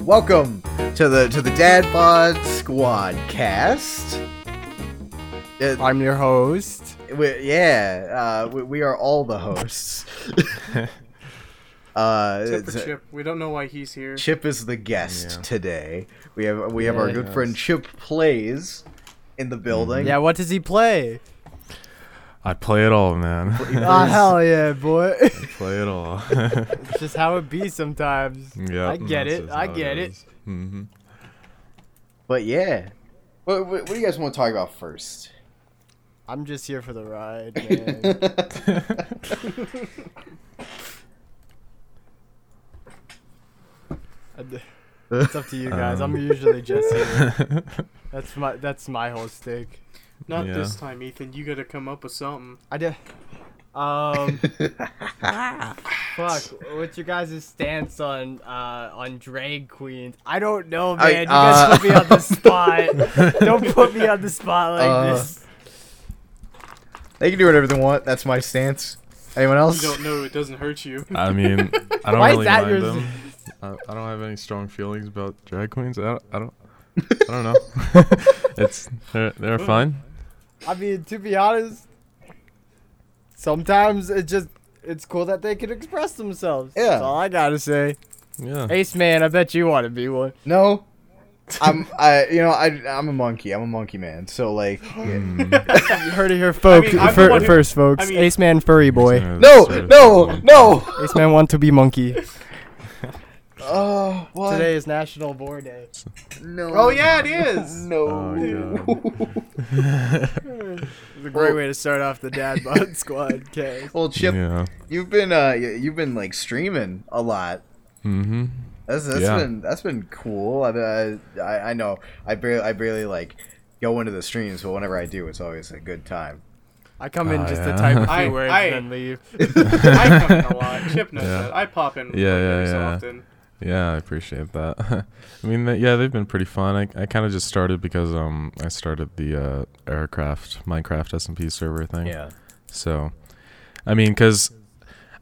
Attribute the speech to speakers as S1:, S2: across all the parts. S1: Welcome to the to the Dad Bod Squad cast. Uh,
S2: I'm your host.
S1: we, yeah, uh, we, we are all the hosts. uh,
S3: Except for
S1: it's-
S3: Chip. We don't know why he's here.
S1: Chip is the guest
S2: Yeah.
S1: today. We have we have our good friend
S2: Yes.
S1: Chip plays in the building.
S2: Yeah, what does he play?
S4: I play it all, man.
S2: Oh hell yeah, boy!
S4: play it all.
S2: it's just how it be sometimes.
S4: yeah,
S2: I get it, I get it.
S4: hmm
S1: But yeah, what, what, what do you guys want to talk about first?
S2: I'm just here for the ride, man. I d- it's up to you guys. I'm
S4: Um.
S2: usually just here. That's my that's my whole stick.
S3: Not
S4: Yeah.
S3: this time, Ethan. You gotta come up with something.
S2: I did. Um, fuck. What's your guys' stance on uh on drag queens? I don't know, man.
S1: I-
S2: you guys
S1: uh,
S2: put me on the spot. don't put me on the spot like
S1: Uh,
S2: this.
S1: they can do whatever they want. That's my stance. Anyone
S3: You
S1: else?
S3: don't know it doesn't hurt you.
S4: I mean, I don't
S2: Why is
S4: really
S2: that
S4: mind
S2: yours?
S4: them. I, I don't have any strong feelings about drag queens. I don't. I don't, I don't know. it's they're, they're fine.
S2: I mean, to be honest, sometimes it just it's cool that they can express themselves.
S1: Yeah.
S2: That's all I gotta say.
S4: Yeah.
S2: Ace man, I bet you want to be one.
S1: No. I'm I you know I I'm a monkey. I'm a monkey man. So like
S4: Mm.
S2: You heard it here, folks.
S3: I mean, I'm the
S2: fir-
S3: one who-
S2: first, folks.
S3: I mean-
S2: Ace man, furry boy.
S4: Yeah,
S1: No,
S4: sort of
S1: no,
S4: thing.
S1: no.
S2: Ace man want to be monkey.
S1: Oh, what?
S2: Today is National Boar Day.
S1: No.
S3: Oh yeah, it is.
S1: No.
S4: Oh, God.
S2: It's a great way to start off the Dad Bod Squad cast.
S1: well, Chip,
S4: Yeah.
S1: you've been uh y- you've been like streaming a lot.
S4: Mm-hmm.
S1: That's that's
S4: Yeah.
S1: been that's been cool. I, mean, I I I know I barely I barely like go into the streams, but whenever I do, it's always a good time.
S2: I come in
S4: Oh,
S2: just
S4: yeah.
S2: to type a few
S3: I-
S2: words
S3: I-
S2: and then leave.
S3: I come in a lot. Chip knows
S4: Yeah.
S3: that. I pop in
S4: Yeah, yeah,
S3: every so
S4: yeah.
S3: often.
S4: Yeah, I appreciate that. I mean, th- yeah, they've been pretty fun. I, I kind of just started because um I started the uh, aircraft Minecraft SMP server thing. So, I mean, because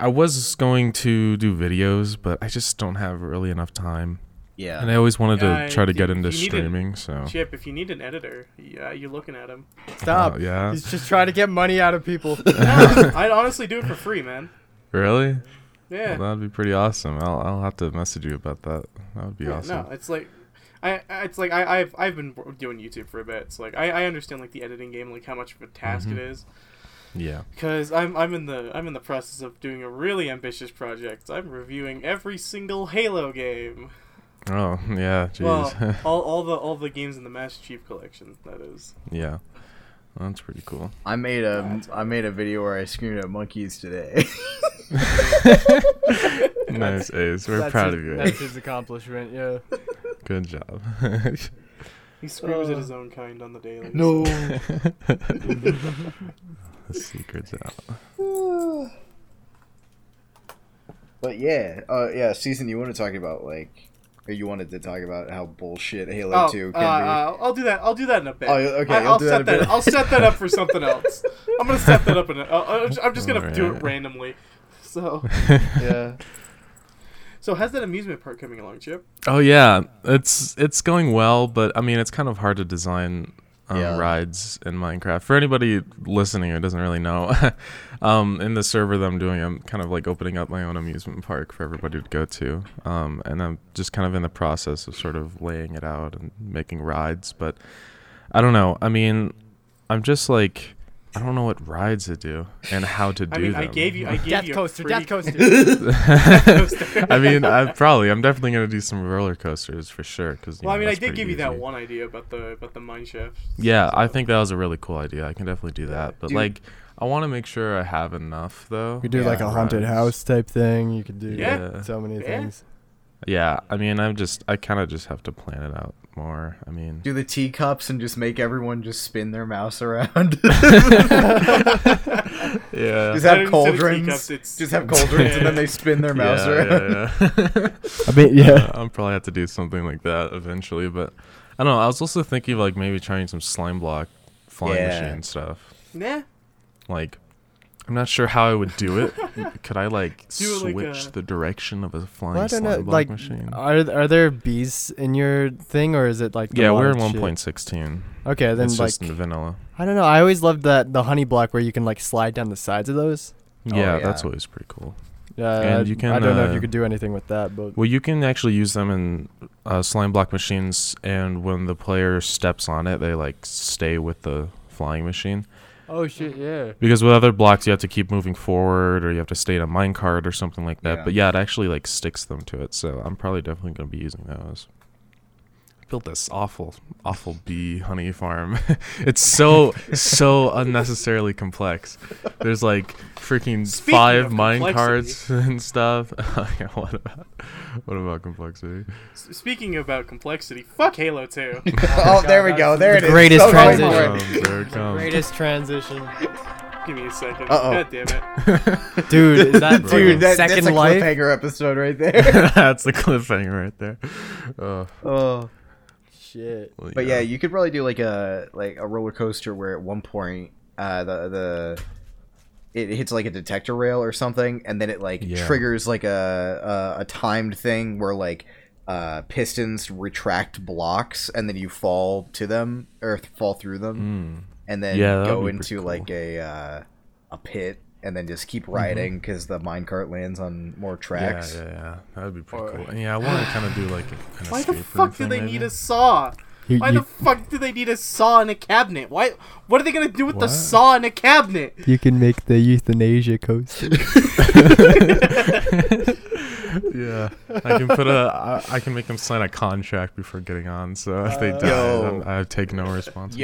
S4: I was going to do videos, but I just don't have really enough time,
S1: yeah.
S4: and I always wanted
S3: Yeah,
S4: to try to
S3: you-
S4: get into
S3: you need to-
S4: streaming. So,
S3: Chip, if you need an editor, yeah, you're looking at him.
S2: Stop.
S4: Oh, yeah.
S2: He's just trying to get money out of people.
S3: No, I'd honestly do it for free, man.
S4: really,
S3: Yeah.
S4: that'd be pretty awesome. I'll I'll have to message you about that. That would be
S3: Yeah,
S4: awesome.
S3: No, it's like. I, I- it's like I, I've I've been doing YouTube for a bit. It's like I, I understand like the editing game, like how much of a task
S4: Mm-hmm.
S3: it is.
S4: Yeah.
S3: Because I'm I'm in the I'm in the process of doing a really ambitious project. I'm reviewing every single Halo game.
S4: Oh yeah. Jeez.
S3: Well, all, all the all the games in the Master Chief Collection. That is.
S4: yeah. That's pretty cool.
S1: I made a I made a video where I screamed at monkeys today.
S4: Nice Ace. We're
S2: That's his-
S4: proud of you.
S2: That's
S4: Ace.
S2: his accomplishment, yeah.
S4: Good job.
S3: He screams
S1: Uh,
S3: at his own kind on the daily.
S4: the secret's out.
S1: But yeah, uh, yeah, season you want to talk about like, or you wanted to talk about how bullshit Halo
S3: Oh,
S1: Two
S3: uh,
S1: can
S3: uh, I'll do that. I'll do that in a bit.
S1: Oh, okay,
S3: I,
S1: you'll
S3: I'll
S1: do that
S3: set
S1: in a
S3: that.
S1: bit.
S3: I'll set that up for something else. I'm gonna set that up in. A, uh, I'm just- I'm just gonna do it
S4: Alright.
S3: randomly. So,
S1: be. Yeah,
S3: so how's that amusement park coming along, Chip?
S4: Oh yeah, it's it's going well, but I mean it's kind of hard to design um,
S1: Yeah.
S4: rides in Minecraft. For anybody listening who doesn't really know, um, in the server that I'm doing, I'm kind of like opening up my own amusement park for everybody to go to, um, and I'm just kind of in the process of sort of laying it out and making rides. But I don't know. I mean, I'm just like I don't know what rides to do and how to do
S3: I mean,
S4: them.
S3: I gave you. I gave
S2: Death
S3: you. a
S2: Coaster,
S3: pretty-
S2: Death Coaster.
S4: I mean, I probably I'm definitely gonna do some roller coasters for sure. Cause you
S3: Well, I
S4: know,
S3: mean, I
S4: that's
S3: did
S4: pretty
S3: give you that
S4: easy.
S3: one idea about the about the mine shaft.
S4: Yeah, I think that was a really cool idea. I can definitely do that. But
S1: Dude.
S4: like, I want to make sure I have enough though.
S2: You could do like a
S4: Yeah,
S2: haunted
S4: rides.
S2: house type thing. You could do
S4: Yeah.
S2: so many
S3: Yeah.
S2: things.
S4: Yeah, I mean, I'm just I kind of just have to plan it out more. I mean,
S1: do the teacups and just make everyone just spin their mouse around.
S4: yeah.
S1: just
S3: Instead
S1: have
S3: of
S1: cauldrons.
S3: teacups, it's-
S1: just have cauldrons and then they spin their mouse
S4: yeah,
S1: around.
S4: yeah, yeah.
S2: I mean,
S4: Uh, I'll probably have to do something like that eventually. But I don't know. I was also thinking of like maybe trying some slime block flying
S1: Yeah.
S4: machine stuff.
S3: Nah.
S4: Like, I'm not sure how I would do it. Could I like
S3: Do it like
S4: switch
S3: a-
S4: the direction of a
S5: Well, I
S4: flying
S5: don't
S4: slime
S5: know.
S4: block
S5: Like,
S4: machine?
S5: are are there bees in your thing, or is it like the
S4: yeah, we're in
S5: wild shit?
S4: 1.16.
S5: Okay, then
S4: it's
S5: like oh,
S4: just in vanilla.
S5: I don't know. I always loved that the honey block where you can like slide down the sides of those.
S1: Oh,
S4: Yeah, that's
S1: yeah.
S4: always pretty cool.
S5: Uh,
S4: And you
S5: I
S4: can,
S5: don't know if you
S4: uh,
S5: could do anything with that, but
S4: Well, you can actually use them in uh, slime block machines, and when the player steps on it, they like stay with the flying machine.
S5: oh shit, yeah.
S4: Because with other blocks, you have to keep moving forward, or you have to stay in a minecart or something like that.
S1: Yeah.
S4: But yeah, it actually like sticks them to it. So I'm probably definitely gonna be using those. Built this awful, awful bee honey farm. it's so so unnecessarily complex. There's like freaking
S3: Speaking
S4: five
S3: of
S4: minecarts and stuff. Oh, yeah, what about what about complexity?
S3: S- speaking about complexity, fuck Halo 2.
S1: oh, there we go. There it is.
S5: Greatest
S1: So going
S5: transition.
S1: for it.
S4: Um, there it comes.
S5: Greatest transition,
S3: Give me a second.
S1: Uh-oh.
S3: God damn it.
S5: dude. Is that
S1: Dude,
S5: dude,
S1: that,
S5: Second
S1: that's a
S5: Life?
S1: cliffhanger episode right there.
S4: That's the cliffhanger right there. Uh,
S5: Oh shit.
S4: well,
S1: But yeah, you could probably do like a like a roller coaster where at one point uh, the the it hits like a detector rail or something, and then it like
S4: Yeah.
S1: triggers like a, a a timed thing where like uh, pistons retract blocks, and then you fall to them or th- fall through them,
S4: Mm.
S1: and then
S4: Yeah, that would
S1: go
S4: be pretty
S1: into
S4: cool. Mm-hmm.
S1: like a uh, a pit, and then just keep riding because the minecart lands on more tracks.
S4: Yeah, yeah, yeah. That would be pretty
S5: Or-
S4: cool. And yeah, I want to kind of do like an
S3: Why the
S4: escape room
S3: fuck do
S4: thing,
S3: they
S4: maybe.
S3: need a saw?
S5: You,
S3: Why the
S5: you,
S3: fuck do they need a saw in a cabinet? Why? What are they gonna do with the
S4: What?
S3: saw in a cabinet?
S5: you can make the euthanasia coaster.
S4: yeah, I can put a. I, I can make them sign a contract before getting on. So if they die,
S1: Yo.
S4: then I take no responsibility.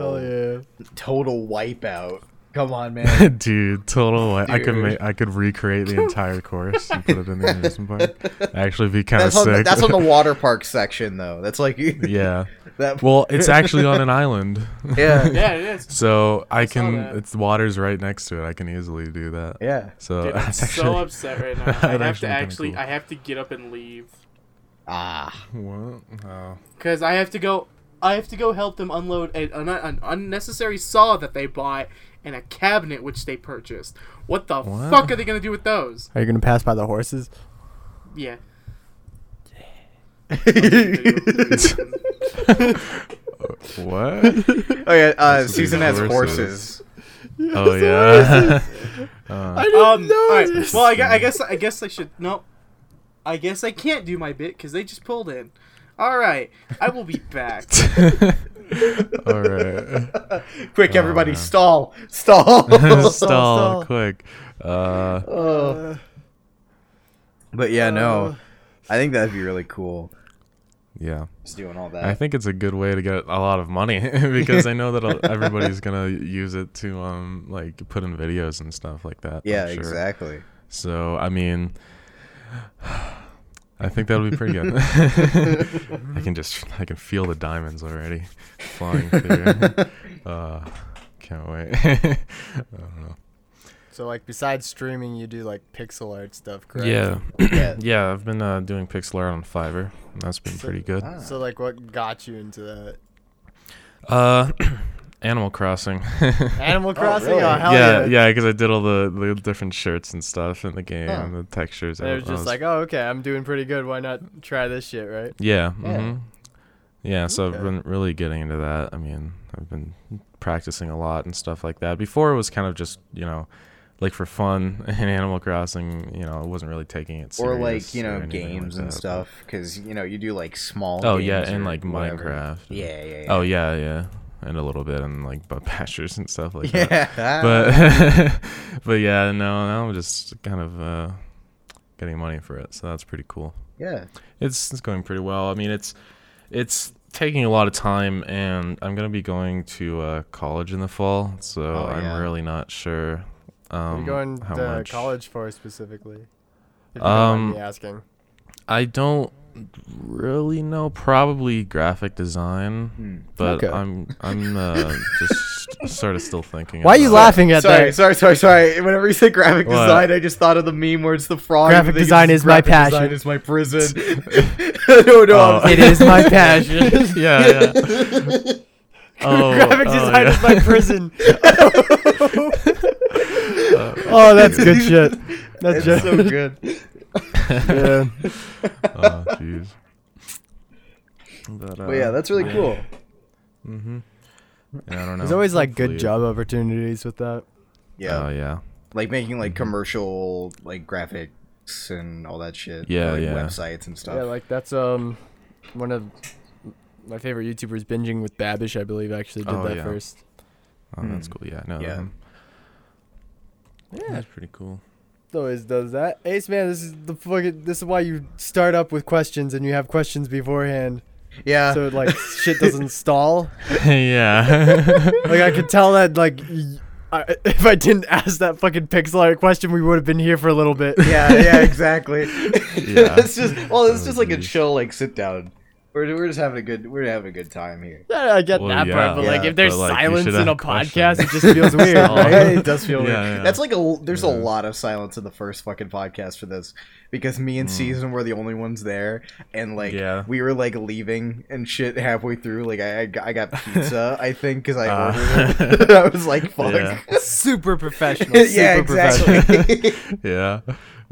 S5: Hell yeah.
S1: total wipeout! Come on, man.
S4: Dude, total. I, I could
S1: Dude.
S4: make. I could recreate the entire course and put it in the amusement park. Actually, be kind of
S1: that's on, the,
S4: sick.
S1: that's on the water park section though. That's like
S4: yeah.
S1: that.
S4: Well, it's actually on an island.
S1: yeah, yeah,
S3: Yeah, it is.
S4: So I,
S3: saw
S4: can.
S3: that.
S4: It's the water's right next to it. I can easily do that.
S1: yeah.
S4: So
S3: Dude, I'm
S4: that's
S3: so
S4: actually.
S3: upset right now.
S4: That's
S3: I have
S4: actually
S3: to
S4: kinda
S3: actually,
S4: cool.
S3: I have to get up and leave
S1: Ah,
S4: What? Oh.
S3: because I have to go. I have to go help them unload a, an, an unnecessary saw that they bought and a cabinet which they purchased. What the
S4: What?
S3: fuck are they gonna do with those?
S5: Are you gonna pass by the horses?
S3: Yeah.
S1: Oh,
S4: What?
S1: oh yeah. Uh,
S4: This would be
S1: Susan has
S4: horses.
S1: horses.
S4: Oh yeah. Uh,
S5: Oh,
S3: um, alright,
S5: this.
S3: Well, I, gu- I guess I guess I should. No, I guess I can't do my bit because they just pulled in. All right, I will be back.
S4: all right.
S1: Quick,
S4: Oh,
S1: everybody,
S4: man.
S1: stall, stall.
S4: stall,
S5: stall.
S4: quick. Uh,
S1: Oh. But yeah, no, I think that'd be really cool.
S4: yeah,
S1: Just doing all that.
S4: I think it's a good way to get a lot of money because I know that a- everybody's gonna use it to um like put in videos and stuff like that. I'm
S1: yeah,
S4: sure.
S1: exactly.
S4: So I mean, I think that'll be pretty good. I can just I can feel the diamonds already flying through. uh, can't wait. I don't know.
S5: So like besides streaming, you do like pixel art stuff, correct?
S4: Yeah,
S1: Yeah.
S4: yeah. I've been uh, doing pixel art on Fiverr. and That's been pretty good.
S1: Ah.
S5: So like, what got you into that?
S4: Uh, Animal Crossing.
S5: Animal Crossing? Oh,
S1: really?
S5: hell yeah!
S4: yeah, yeah, because I did all the, the different shirts and stuff in the game
S1: Huh.
S4: and the textures. I-
S5: They're
S4: I
S5: just
S4: was-
S5: like, oh, okay, I'm doing pretty good. Why not try this shit, right?
S4: yeah,
S1: Yeah.
S4: hmm yeah. So I've
S5: Okay.
S4: been really getting into that. I mean, I've been practicing a lot and stuff like that. Before it was kind of just you know, like for fun in Animal Crossing. You know, I wasn't really taking it.
S1: Or like
S4: serious
S1: you
S4: or
S1: know
S4: anything like
S1: games and
S4: that, but-
S1: stuff, because you know you do like small.
S4: Oh, yeah,
S1: games
S4: and,
S1: or
S4: like,
S1: whatever.
S4: Minecraft.
S1: Yeah, yeah, yeah.
S4: Oh yeah, yeah, and a little bit and like butt pastures and stuff like that.
S1: yeah.
S4: but but yeah, no, now I'm just kind of uh, getting money for it, so that's pretty cool.
S1: yeah.
S4: It's it's going pretty well. I mean, it's it's taking a lot of time, and I'm gonna be going to uh, college in the fall, so
S1: Oh, yeah.
S4: I'm really not sure.
S5: What
S4: Um,
S5: are you going
S4: how
S5: to
S4: much.
S5: college for specifically? If you don't mind
S4: Um,
S5: me asking.
S4: I don't really know. Probably graphic design,
S1: Hmm.
S4: but
S5: Okay.
S4: I'm I'm uh, just sort of still thinking.
S5: Why are you
S4: about it.
S5: laughing at
S1: sorry,
S5: that?
S1: sorry, sorry, sorry. Whenever you said graphic
S4: What?
S1: design, I just thought of the meme where it's the frog.
S5: Graphic
S1: and they
S5: design
S1: just-
S5: is my
S1: graphic design
S5: passion.
S1: is my prison. no, no.
S4: Oh.
S1: I'm
S5: It is my passion.
S4: yeah, yeah. oh,
S5: Graphic
S4: oh,
S5: design
S4: yeah.
S5: is my prison.
S2: Oh, that's good shit. That's
S1: It's
S2: shit.
S1: so good.
S2: yeah.
S4: Oh, jeez. But, uh, mm-hmm.
S1: But yeah, that's really cool.
S4: yeah, I don't know.
S2: There's always like
S4: Hopefully-
S2: good job opportunities with that.
S1: Yeah,
S4: Oh yeah.
S1: like making like commercial like graphics and all that shit.
S4: Yeah,
S1: like,
S4: yeah.
S1: Websites and stuff.
S5: Yeah, like that's um one of my favorite YouTubers, binging with Babish, I believe, actually did
S4: Oh,
S5: that
S4: yeah.
S5: first.
S4: Oh, that's cool. Yeah, no.
S1: Hmm. Yeah.
S4: Yeah, that's pretty cool.
S2: Always does that. Ace man, this is the fucking. This is why you start up with questions and you have questions beforehand,
S1: yeah.
S2: so like shit doesn't stall.
S4: yeah.
S2: Like I could tell that like. y- I- if I didn't ask that fucking pixel art question, we would have been here for a little bit.
S1: yeah, yeah, exactly.
S4: Yeah. Oh,
S1: it's just well, it's just like a
S4: geez.
S1: chill like sit down. We're, we're just having a good we're having a good time here.
S2: I get
S4: Well,
S2: that
S4: yeah.
S2: part, but
S1: Yeah.
S2: like
S5: Like if there's
S4: but, like, you
S5: silence
S4: should
S5: in a
S4: have questions.
S5: podcast, it just feels weird. right?
S1: it does feel
S4: Oh. Yeah,
S1: weird.
S4: yeah.
S1: That's like a there's a lot of silence in the first fucking podcast for this because me and season were the only ones there and like
S4: Mm. Yeah.
S1: we were like leaving and shit halfway through like I I got- I got pizza I think because I
S4: Ah.
S1: ordered it I was like fuck
S4: Yeah.
S1: yeah,
S2: super professional. Super professional.
S1: exactly
S4: yeah.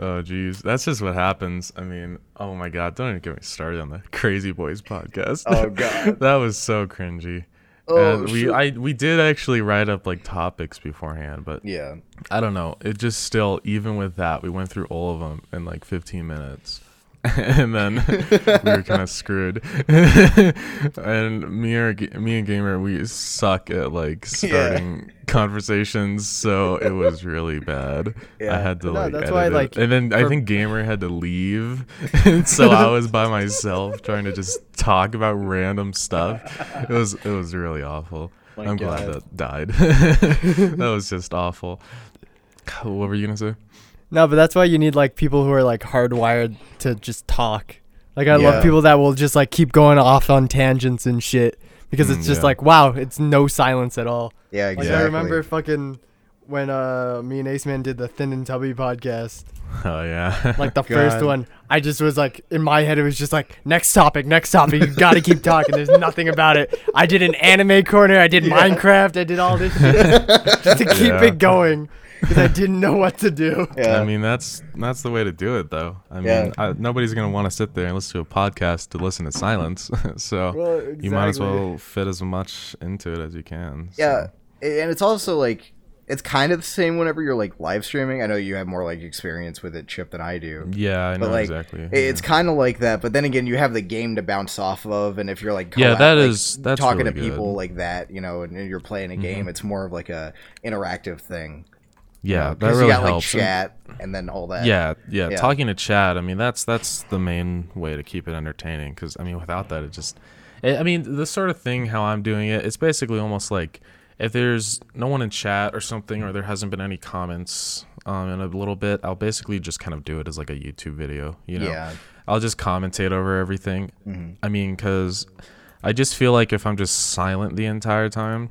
S4: Oh jeez, that's just what happens. I mean, oh my god, don't even get me started on the Crazy Boys podcast.
S1: Oh, God.
S4: that was so cringy.
S1: Oh,
S4: And we
S1: shoot.
S4: I we did actually write up like topics beforehand, but
S1: yeah
S4: I don't know. It just still, even with that, we went through all of them in like 15 minutes. and then we were kind of screwed. and me, or, me and Gamer, we suck at like starting conversations. So it was really bad.
S1: Yeah.
S4: I had to
S2: No,
S4: like.
S2: that's
S4: edit
S2: why,
S4: it.
S2: like,
S4: And then I
S2: for-
S4: think Gamer had to leave. and so I was by myself trying to just talk about random stuff. It was, it was really awful. I'm glad
S1: God.
S4: that died. that was just awful. What were you gonna say?
S2: No, but that's why you need like people who are like hardwired to just talk. Like I
S1: Yeah.
S2: love people that will just like keep going off on tangents and shit because
S4: Mm,
S2: it's just
S4: yeah.
S2: like wow, it's no silence at all.
S1: yeah
S2: Like
S1: exactly
S2: I remember fucking when uh me and Ace Man did the Thin and Tubby podcast,
S4: Oh yeah.
S2: like the first
S1: God.
S2: one. I just was like in my head it was just like next topic, next topic. You got to keep talking. There's nothing about it. I did an anime corner, I did Minecraft, I did all this shit just to keep
S4: Yeah.
S2: it going because I didn't know what to do.
S1: yeah
S4: I mean that's that's the way to do it though. I mean,
S1: Yeah.
S4: I, nobody's gonna want to sit there and listen to a podcast to listen to silence. so
S2: Well,
S4: you might as
S2: exactly.
S4: well fit as much into it as you can. so.
S1: Yeah, a- and it's also like it's kind of the same whenever you're like live streaming. I know you have more like experience with it, Chip, than I do.
S4: Yeah, I know
S1: But like,
S4: exactly.
S1: i- it's kind of like that. But then again, you have the game to bounce off of, and if you're like
S4: Yeah,
S1: collab-
S4: that
S1: like,
S4: is- that's
S1: talking
S4: really
S1: to people
S4: good. Mm-hmm.
S1: like that, you know, and, and you're playing a game, it's more of like a interactive thing.
S4: yeah, that
S1: 'Cause
S4: really
S1: you got
S4: helps.
S1: like
S4: And-
S1: chat and then all that.
S4: yeah, yeah,
S1: Yeah.
S4: Talking to Chad, I mean, that's that's the main way to keep it entertaining. Because I mean, without that, it just, eh, I I mean, the sort of thing how I'm doing it, it's basically almost like if there's no one in chat or something, or there hasn't been any comments um, in a little bit, I'll basically just kind of do it as like a YouTube video. You know,
S1: Yeah. Mm-hmm.
S4: I'll just commentate over everything. I mean, because I just feel like if I'm just silent the entire time,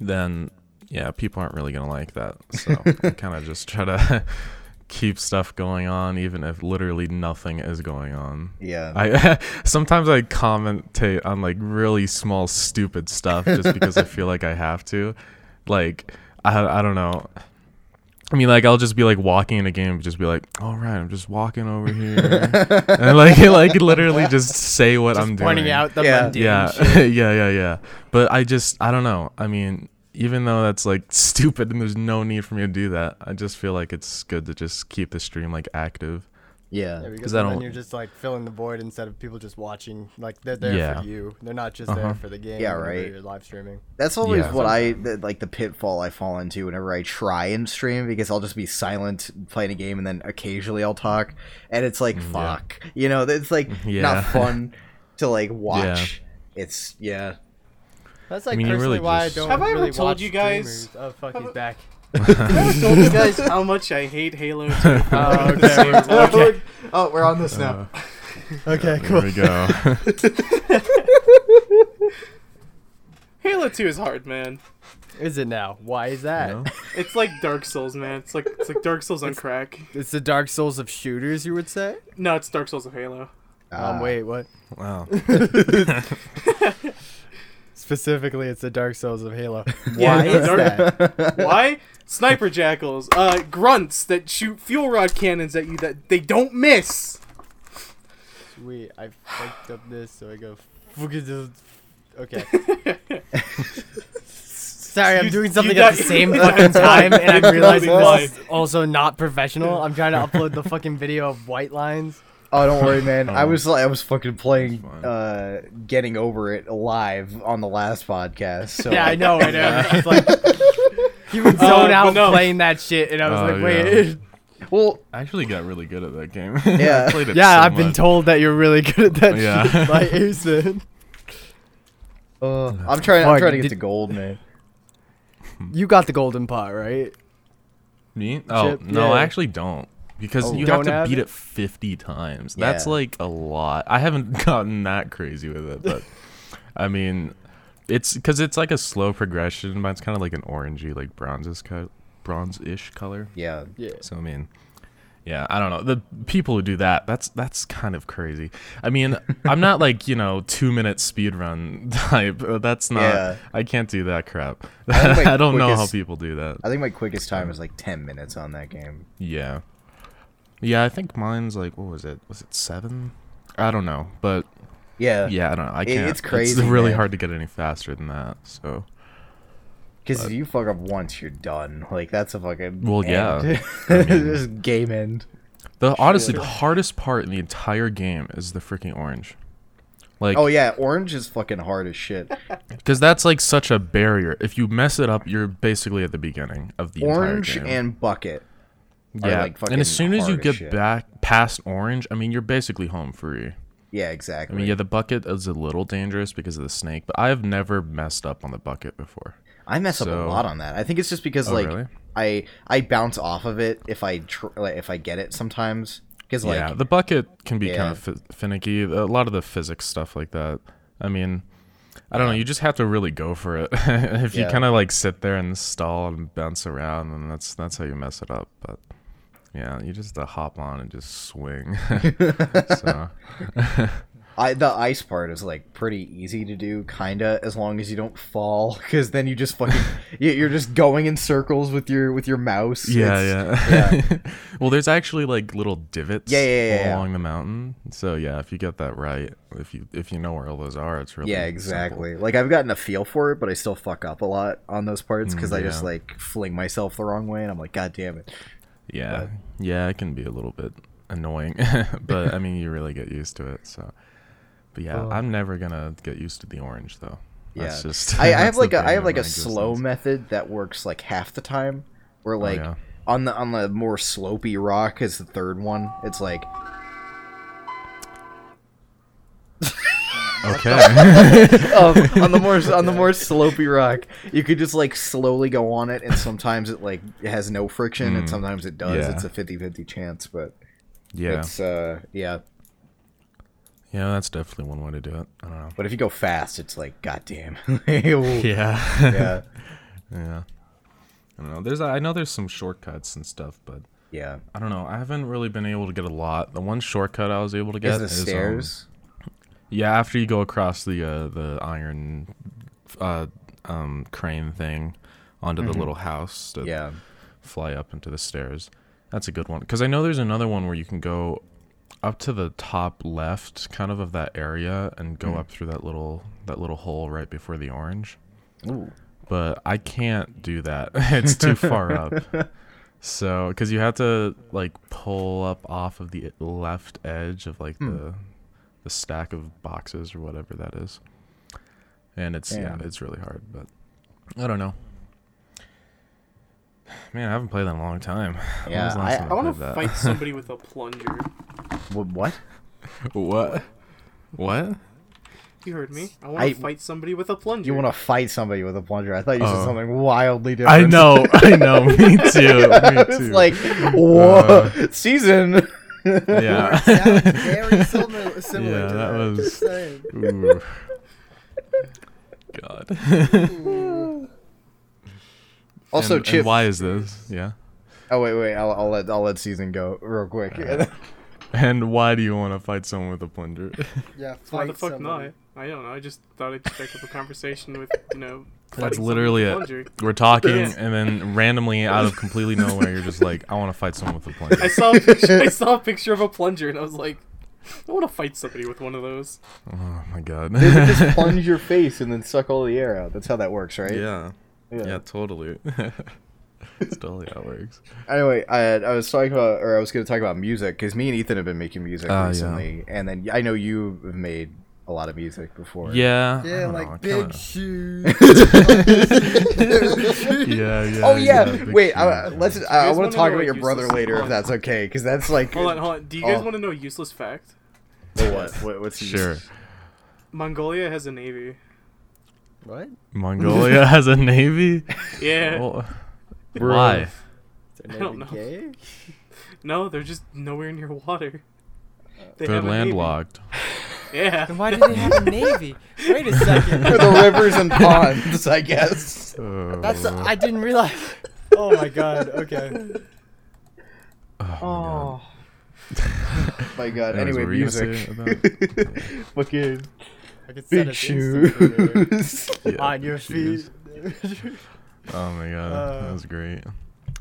S4: then yeah, people aren't really gonna like that. So I kind of just try to keep stuff going on, even if literally nothing is going on.
S1: Yeah.
S4: I sometimes I commentate on like really small, stupid stuff just because I feel like I have to. Like I, I don't know. I mean, like I'll just be like walking in a game, and just be like, "All right, I'm just walking over here," and like, like literally just say what I'm doing.
S2: Pointing out the
S1: Yeah.
S2: mundane
S4: Yeah,
S2: shit.
S4: yeah, yeah, yeah. But I just, I don't know. I mean, even though that's like stupid and there's no need for me to do that, I just feel like it's good to just keep the stream like active.
S1: yeah.
S2: because
S4: I
S2: then
S4: don't-
S2: you're just like filling the void instead of people just watching. Like they're there
S4: Yeah.
S2: for you. They're not just
S4: Uh-huh.
S2: there for the game.
S1: Yeah,
S2: whenever
S1: right.
S2: You're live streaming.
S1: That's always
S4: Yeah.
S1: what I the, like the pitfall I fall into whenever I try and stream because I'll just be silent playing a game and then occasionally I'll talk and it's like fuck, you know, it's like
S4: Yeah.
S1: not fun to like watch. It's yeah,
S2: That's like
S4: mean, you
S2: personally
S4: really
S2: why
S4: just-
S2: I don't.
S3: Have I ever
S2: really
S3: told
S2: watch
S3: you guys-
S2: streamers. Oh fuck, he's
S3: Have-
S2: back.
S3: I told you guys how much I hate Halo 2.
S2: Oh, okay. okay.
S1: Oh, we're on this now.
S2: Okay.
S4: There we
S2: Cool.
S4: go.
S3: Halo 2 is hard, man.
S2: Is it now? Why is that?
S4: No?
S3: It's like Dark Souls, man. It's like it's like Dark Souls on crack.
S2: It's the Dark Souls of shooters, you would say.
S3: No, it's Dark Souls of Halo.
S1: Ah. Uh,
S2: um, wait, what?
S4: wow.
S2: Specifically, it's the Dark Souls of Halo.
S3: Yeah,
S2: Why
S3: no,
S2: is
S3: Dark-
S2: that?
S3: Why? Sniper jackals, uh, grunts that shoot fuel rod cannons at you that they don't miss.
S2: Wait, I fucked up this, so I go. fucking do- Okay. Sorry, I'm
S3: You-
S2: doing
S3: you
S2: something
S3: got-
S2: at the same fucking time, and I'm realizing this is also not professional. I'm trying to upload the fucking video of white lines.
S1: Oh, don't worry, man. I was like, I was fucking playing,
S4: That's fine.
S1: uh, getting over it live on the last podcast. So
S2: Yeah, I know. I know. It's like, you would zone
S3: Uh, but
S2: out
S3: no.
S2: playing that shit, and I was
S4: Oh,
S2: like, wait.
S4: yeah.
S1: Well,
S4: I actually got really good at that game.
S1: Yeah.
S4: I played it
S2: Yeah,
S4: so
S2: I've been
S4: much.
S2: told that you're really good at that
S4: Yeah.
S2: shit. Like you said.
S1: uh, I'm trying. I'm
S2: Fuck,
S1: trying to get
S2: did-
S1: to gold, man.
S4: Hmm.
S2: You got the golden pot, right?
S4: Me? Oh
S2: Chip?
S4: no,
S2: Yeah.
S4: I actually don't. Because
S2: Oh.
S4: you have
S2: Don't
S4: to
S2: have
S4: beat
S2: it?
S4: it? 50 times. That's
S1: Yeah.
S4: like a lot. I haven't gotten that crazy with it, but I mean, it's because it's like a slow progression, but it's kind of like an orangey, like bronzes co- bronze-ish color.
S1: Yeah.
S2: Yeah.
S4: So I mean, yeah, I don't know. The people who do that, that's that's kind of crazy. I mean, I'm not like you know two minute speed run type. Uh, That's not.
S1: Yeah.
S4: I can't do that crap.
S1: I think my
S4: I don't know how
S1: quickest-
S4: people do that.
S1: I think my quickest time is like ten minutes on that game.
S4: Yeah. Yeah, I think mine's like what was it? Was it seven? I don't know, but
S1: Yeah.
S4: yeah, I don't know. I
S1: It-
S4: can't.
S1: it's crazy,
S4: really
S1: man.
S4: hard to get any faster than that. So
S1: Because if you fuck up once, you're done. Like that's a fucking
S4: Well,
S1: end.
S4: yeah.
S1: Just game end.
S4: the honestly, the hardest part in the entire game is the freaking orange. Like,
S1: Oh yeah, orange is fucking hard as shit.
S4: because that's like such a barrier. If you mess it up, you're basically at the beginning of the
S1: Orange
S4: entire game.
S1: and bucket. are,
S4: yeah,
S1: like,
S4: and
S1: fucking
S4: as soon as you
S1: hard as
S4: get
S1: shit.
S4: back past orange, I mean, you're basically home free.
S1: Yeah,
S4: I
S1: exactly.
S4: mean, yeah, the bucket is a little dangerous because of the snake, but I've never messed up on the bucket before.
S1: I mess up
S4: So-
S1: a lot on that. I think it's just because
S4: Oh,
S1: like
S4: really?
S1: I I bounce off of it if I tr- like, if I get it sometimes because like
S4: yeah, the bucket can be
S1: Yeah.
S4: kind of f- finicky. A lot of the physics stuff like that. I mean, I don't know. You just have to really go for it. if you
S1: Yeah.
S4: kind of like sit there and stall and bounce around, then that's that's how you mess it up. But yeah, you just have to hop on and just swing. so
S1: I the ice part is like pretty easy to do, kinda, as long as you don't fall, because then you just fucking you- you're just going in circles with your with your mouse.
S4: yeah,
S1: It's-
S4: yeah. well, there's actually like little divots
S1: Yeah, yeah, yeah, yeah.
S4: along the mountain. So yeah, if you get that right, if you if you know where all those are, it's really
S1: Yeah,
S4: simple.
S1: exactly. Like I've gotten a feel for it, but I still fuck up a lot on those parts because I just
S4: Mm, yeah.
S1: like fling myself the wrong way, and I'm like, God damn it!
S4: Yeah. yeah, it can be a little bit annoying, but I mean, you really get used to it. So, but yeah, I'm never gonna get used to the orange though.
S1: Yeah,
S4: That's just
S1: I, I
S4: that's
S1: have
S4: the
S1: like a, I
S4: pain
S1: have
S4: of
S1: like
S4: my
S1: a slow
S4: existence.
S1: method that works like half the time, where like
S4: Oh, yeah.
S1: on the on the more slopey rock is the third one. It's like
S4: Okay.
S1: um, on the more on the more slopey rock, you could just like slowly go on it, and sometimes it like it has no friction, and sometimes it does.
S4: Mm. yeah.
S1: It's a 50-50 chance, but
S4: yeah,
S1: it's uh yeah.
S4: yeah, that's definitely one way to do it. I don't know.
S1: But if you go fast, it's like goddamn. yeah.
S4: Yeah,
S1: yeah,
S4: yeah. I don't know. There's I know there's some shortcuts and stuff, but
S1: yeah.
S4: I don't know. I haven't really been able to get a lot. The one shortcut I was able to get
S1: Is the
S4: um,
S1: stairs?
S4: Yeah, after you go across the uh, the iron uh, um, crane thing onto
S1: Mm-hmm.
S4: the little house to
S1: Yeah,
S4: fly up into the stairs. That's a good one because I know there's another one where you can go up to the top left, kind of of that area, and go up through that little that little hole right before the orange.
S1: Ooh.
S4: But I can't do that; it's too far up. So, because you have to like pull up off of the e, left edge of like
S1: Hmm.
S4: the the stack of boxes or whatever that is, and it's yeah,
S1: Damn.
S4: it's really hard. But I don't know. Man, I haven't played that in a long time. When
S1: Yeah,
S4: was the last
S1: I-
S4: time
S1: I
S3: I want
S4: played
S3: to
S4: that?
S3: fight somebody with a plunger.
S1: Wh- what?
S4: what? What?
S3: You heard me. I
S1: I-
S3: want to fight somebody with a plunger.
S1: You want to fight somebody with a plunger? I thought you said
S4: Oh.
S1: something wildly different.
S4: I know, I know. Me too. Me
S1: it's
S4: too.
S1: like, whoa,
S4: Uh.
S1: season.
S4: yeah,
S2: Very similar. similar
S4: yeah. That was.
S2: Same.
S4: Ooh. God.
S1: Also,
S4: and,
S1: Chip.
S4: And why is this? Yeah.
S1: Oh wait, wait. I'll, I'll let I'll let season go real quick.
S4: And why do you want to fight someone with a plunger?
S2: Yeah,
S3: Why the
S2: fight
S3: fuck
S2: somebody.
S3: not? I don't know. I just thought I'd check up a conversation with you know
S4: That's
S3: fighting
S4: literally it.
S3: someone with a plunger.
S4: We're talking, and then randomly, out of completely nowhere, you're just like, "I want to fight someone with a plunger."
S3: I saw a picture, I saw a picture of a plunger and I was like, I want to fight somebody with one of those.
S4: Oh my god.
S1: just plunge your face and then suck all the air out. That's how that works, right?
S4: yeah.
S1: Yeah.
S4: Yeah, totally. It's totally how it works.
S1: Anyway, I, I was talking about, or I was going to talk about music because me and Ethan have been making music
S4: Ah, yeah.
S1: recently, and then I know you have made a lot of music before.
S4: Yeah. I
S2: Yeah,
S4: don't
S2: like
S4: know, I
S2: big
S4: kinda-
S2: shoes.
S4: Yeah, yeah.
S1: Oh yeah.
S4: big
S1: Wait, I,
S4: shoes, yeah.
S1: let's. I
S3: guys
S1: want
S3: wanna
S1: to talk
S3: know
S1: about
S3: a
S1: your brother
S3: useless-
S1: later if that's okay, because that's like.
S3: Hold on, hold on. Do you guys
S1: Oh.
S3: want to know a useless fact?
S1: Oh, What? what what's
S4: Sure.
S3: Mongolia has a navy.
S2: what?
S4: Mongolia has a navy.
S3: Yeah.
S4: Well, why?
S3: I don't know.
S2: Gay?
S3: No, they're just nowhere near water. They
S4: They're
S3: have a navy.
S4: landlocked.
S3: Yeah.
S2: Why did they have a navy? Wait a
S1: For
S2: second.
S1: the rivers and ponds, I guess.
S4: Oh.
S2: That's I didn't realize. Oh my god. Okay.
S4: oh.
S1: My God.
S4: Anyways,
S1: anyway,
S4: what were you gonna
S1: music.
S4: say
S1: Fucking
S2: I could set
S1: big
S2: us instantly.
S1: shoes.
S4: my god. Yeah,
S2: On your
S4: big shoes.
S2: feet.
S4: Oh my god,
S2: Uh,
S4: that was great.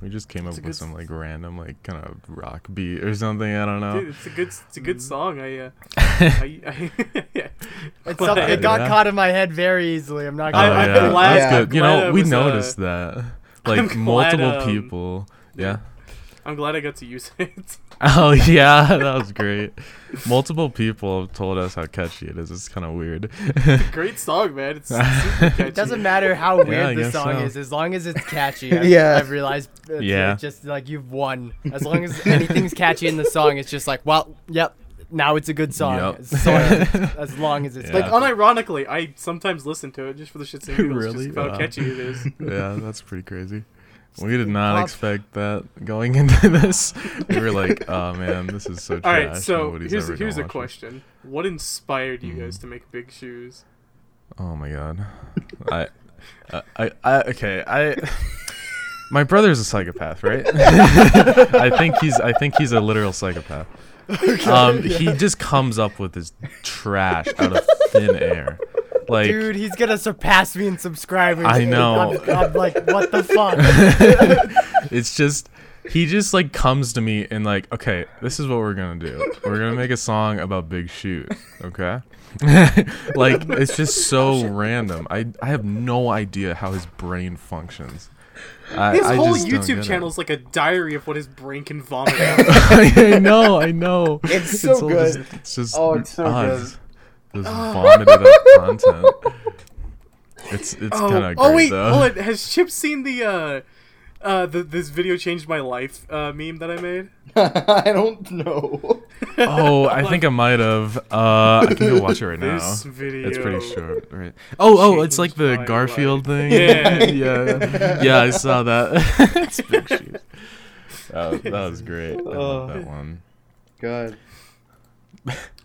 S4: We just came up
S3: a
S4: with
S3: good
S4: some
S3: s-
S4: like random like kind of rock beat or something. I don't know. Oh,
S3: Dude, it's a good, it's a good
S1: Mm.
S3: song. I, uh, I, I, yeah.
S2: It's
S3: But- uh,
S2: something, it got
S4: Yeah.
S2: caught in my head very easily. I'm not
S4: Oh,
S2: gonna.
S3: I'm
S4: yeah.
S3: glad-
S4: That's
S1: Yeah.
S4: good. You
S3: glad
S4: know,
S3: it
S4: we
S3: was, uh,
S4: noticed that. Like
S3: glad,
S4: multiple
S3: um,
S4: people. Yeah.
S3: I'm glad I got to use it.
S4: Oh yeah, that was great. Multiple people have told us how catchy it is. It's kind of weird.
S3: Great song, man. It's super catchy.
S2: It doesn't matter how
S4: I
S2: weird the
S4: guess
S2: song
S4: so.
S2: is, as long as it's catchy. I,
S1: Yeah.
S2: I've realized. It's
S4: Yeah.
S2: like just like you've won. As long as anything's catchy in the song, it's just like, well, yep. Now it's a good song.
S4: Yep.
S2: As, long as, as long as it's oh,
S4: Yeah.
S3: Like
S2: catchy.
S3: unironically, I sometimes listen to it just for the shits and giggles,
S4: Really?
S3: just how
S4: Wow.
S3: catchy it is.
S4: yeah, that's pretty crazy. We did not
S2: pop.
S4: expect that going into this. We were like, "Oh man, this is so
S3: All
S4: trash."
S3: right, so
S4: Nobody's
S3: here's
S4: ever
S3: here's a
S4: gonna watch it." Mm.
S3: question: What inspired you guys to make big shoes?
S4: Oh my god. I, I, I, I, okay. I, my brother's a psychopath, right? I think he's, I think he's a literal psychopath. um, he just comes up with his trash out of thin air. Like,
S2: Dude, he's gonna surpass me in subscribers.
S4: I know.
S2: I'm, I'm like, what the fuck?
S4: it's just he just like comes to me and like okay this is what we're gonna do we're gonna make a song about big shoes okay like it's just
S3: Oh,
S4: so random i i have no idea how his brain functions I,
S3: His
S4: I
S3: whole
S4: just don't get
S3: YouTube
S4: it.
S3: channel is like a diary of what his brain can vomit out.
S4: i know i know
S1: It's so
S4: all
S1: good.
S4: just, it's just
S1: Oh, it's so
S4: us. this
S3: Ah.
S4: vomited up content it's it's
S3: oh,
S4: kind of
S3: oh
S4: great
S3: wait,
S4: though
S3: hold on. Has Chip seen the uh, uh, the this video changed my life uh, meme that I made?
S1: I don't know.
S4: oh i think i might have uh i can go watch it right now
S3: This video.
S4: It's pretty short, right? Oh, oh, it's like
S3: changed
S4: the
S3: my
S4: Garfield thing.
S3: life. Yeah.
S4: yeah, yeah. I saw that. it's big shoes. Oh, that was great. I love that one.
S1: God.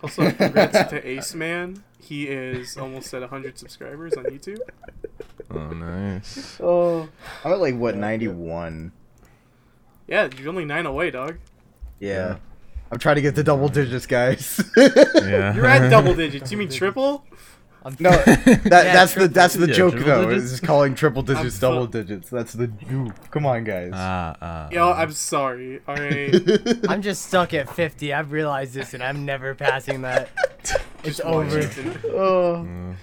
S3: Also, congrats to Ace Man. He is almost at 100 subscribers on YouTube.
S4: Oh, nice.
S1: Oh. I'm at like what 91.
S3: Yeah, you're only nine away, dog.
S1: Yeah.
S4: Yeah.
S1: I'm trying to get to double digits, guys.
S4: Yeah.
S3: You're at double digits. You mean triple?
S1: no, that, that's the that's the
S4: Yeah,
S1: joke
S4: triple
S1: though.
S4: digits?
S1: Is calling triple
S3: I'm
S1: digits
S3: so-
S1: double digits. That's the joke. Come on, guys.
S4: Ah, ah.
S3: Yo, I'm sorry. All right.
S2: I'm just stuck at 50. I've realized this, and I'm never passing that. It's over. I
S4: ah.
S1: oh.
S4: Mm,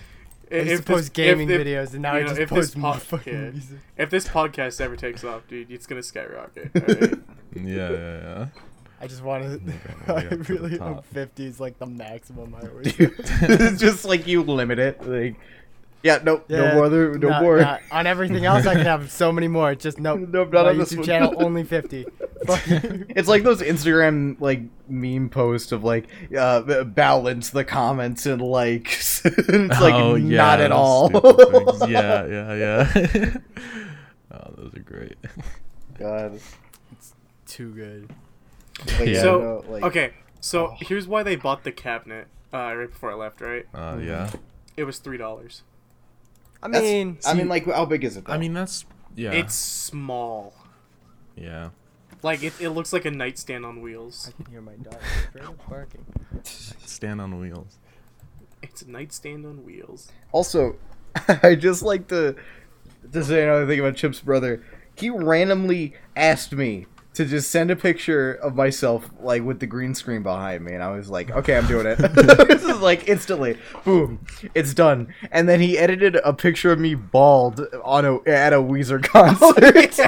S2: used to post gaming videos, and now I
S3: you know,
S2: just
S3: if this
S2: post
S3: pod-
S2: motherfucking
S3: yeah.
S2: music.
S3: If this podcast ever takes off, dude, it's gonna skyrocket.
S4: Uh,
S3: alright?
S4: yeah, yeah,
S2: I just want to.
S4: yeah.
S2: I
S4: We're gonna get to the
S2: really hope
S4: top.
S2: 50 is like the maximum I always.
S1: it's just like you limit it. Like, yeah, nope, no
S2: Yeah,
S1: more, other, no
S2: not-
S1: more.
S2: not- on everything else, I can have so many more. It's just nope.
S1: Nope, not
S2: my
S1: on this
S2: YouTube
S1: one.
S2: channel, only 50. Fuck you.
S1: It's like those Instagram like meme posts of like uh, b- balance the comments and likes. it's like
S4: oh, yeah,
S1: not at
S4: those
S1: all.
S4: stupid things. yeah, yeah, yeah. oh, those are great.
S1: God.
S2: Too good.
S1: Like,
S4: Yeah.
S3: So
S1: no, like-
S3: okay, so here's why they bought the cabinet uh, right before I left. Right,
S4: Uh, yeah.
S3: it was three dollars.
S2: I
S1: That's-
S2: mean,
S1: I mean, like, how big is it? Though?
S4: I mean, that's yeah.
S3: It's small.
S4: yeah.
S3: Like it, it looks like a nightstand on wheels.
S2: I can hear my dog straight up barking.
S4: Stand on wheels.
S3: It's a nightstand on wheels.
S1: also, I just like to to say another thing about Chip's brother, he randomly asked me to just send a picture of myself like with the green screen behind me and I was like, "Okay, I'm doing it." this is like instantly. Boom. It's done. And then he edited a picture of me bald on a at a Weezer concert.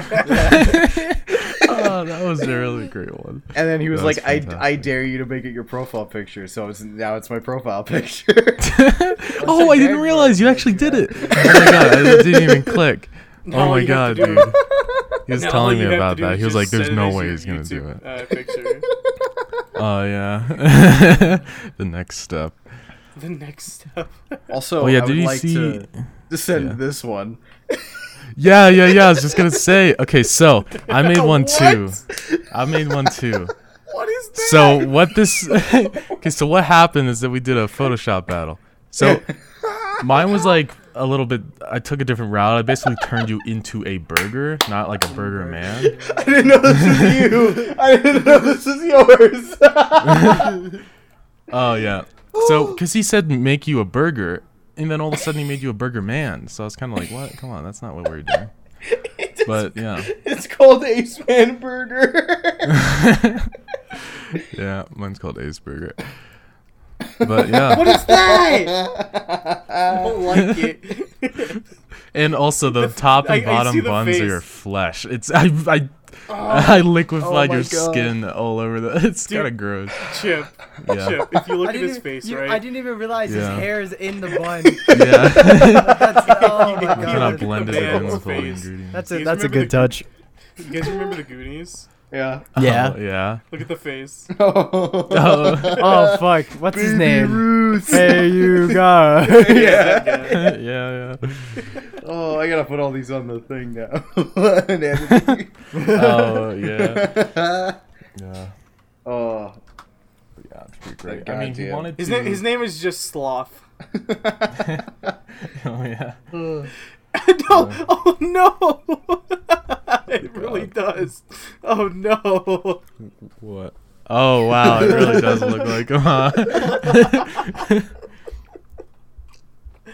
S4: Oh, that was a really great one.
S1: And then he was
S4: That's
S1: like, I, "I
S4: fantastic.
S1: dare you to make it your profile picture." So it's now it's my profile picture.
S4: oh, I
S1: Jack
S4: didn't
S1: Black
S4: realize you actually did it. Oh my god, I didn't even click. Oh
S3: all
S4: my
S3: you have
S4: god,
S3: to do-
S4: dude. He was
S3: Now all
S4: telling
S3: you
S4: me
S3: have
S4: about
S3: to do
S4: that.
S3: is
S4: He was
S3: just
S4: like, "There's
S3: send
S4: no
S3: us
S4: way
S3: your
S4: he's gonna do
S3: YouTube,
S4: it."
S3: Uh, picture.
S4: Oh yeah, the next step.
S3: the next step.
S1: also,
S4: Oh yeah,
S1: I
S4: did
S1: would
S4: you
S1: like
S4: see?
S1: to, to send
S4: yeah.
S1: this one.
S4: Yeah, yeah, yeah. I was just gonna say. Okay, so I made one too. I made one too.
S3: What is that?
S4: So what this? okay, so what happened is that we did a Photoshop battle. So mine was like a little bit. I took a different route. I basically turned you into a burger, not like a burger man.
S1: I didn't know this was you. I didn't know this was yours.
S4: Oh yeah. So because he said make you a burger, and then all of a sudden he made you a burger man. So I was kind of like, what? Come on, that's not what we we're doing. But yeah,
S1: it's called Ace Man Burger.
S4: yeah. Mine's called Ace Burger. But yeah.
S3: What is that? I don't like it.
S4: And also the top and
S3: I- I
S4: bottom
S3: see the
S4: buns
S3: face.
S4: are your flesh. It's I I, I liquefied
S1: my
S4: your
S1: God.
S4: skin all over the. It's kind of gross.
S3: Chip,
S4: Yeah.
S3: Chip. If you look
S2: I
S3: at
S2: didn't
S3: his
S2: even-
S3: face,
S2: you-
S3: right?
S2: I didn't even realize
S4: Yeah.
S2: his hair is in the bun.
S4: yeah.
S2: That's, oh my
S4: I cannot
S2: god.
S4: blend it
S3: man's
S4: in with all the
S3: face.
S4: ingredients.
S2: That's
S3: You
S2: a that's a
S3: remember
S2: good
S3: the-
S2: touch.
S3: You guys remember the Goonies?
S1: yeah.
S2: Yeah.
S4: Oh, yeah.
S3: Look at the face.
S4: Oh,
S2: Oh fuck. What's his name?
S1: Ruth.
S2: Hey you guys.
S3: yeah.
S4: yeah, yeah.
S1: Oh, I gotta put all these on the thing now. And edit
S4: Oh, yeah.
S1: it.
S4: Yeah.
S1: oh.
S4: Yeah, it's pretty great.
S1: That
S4: I mean, he
S1: goddamn-
S4: wanted
S3: His
S4: to.
S3: name. His name is just Sloth.
S4: oh, yeah.
S3: no. Oh no. it really does. Oh no.
S4: What? Oh, wow. It really does look like him, huh?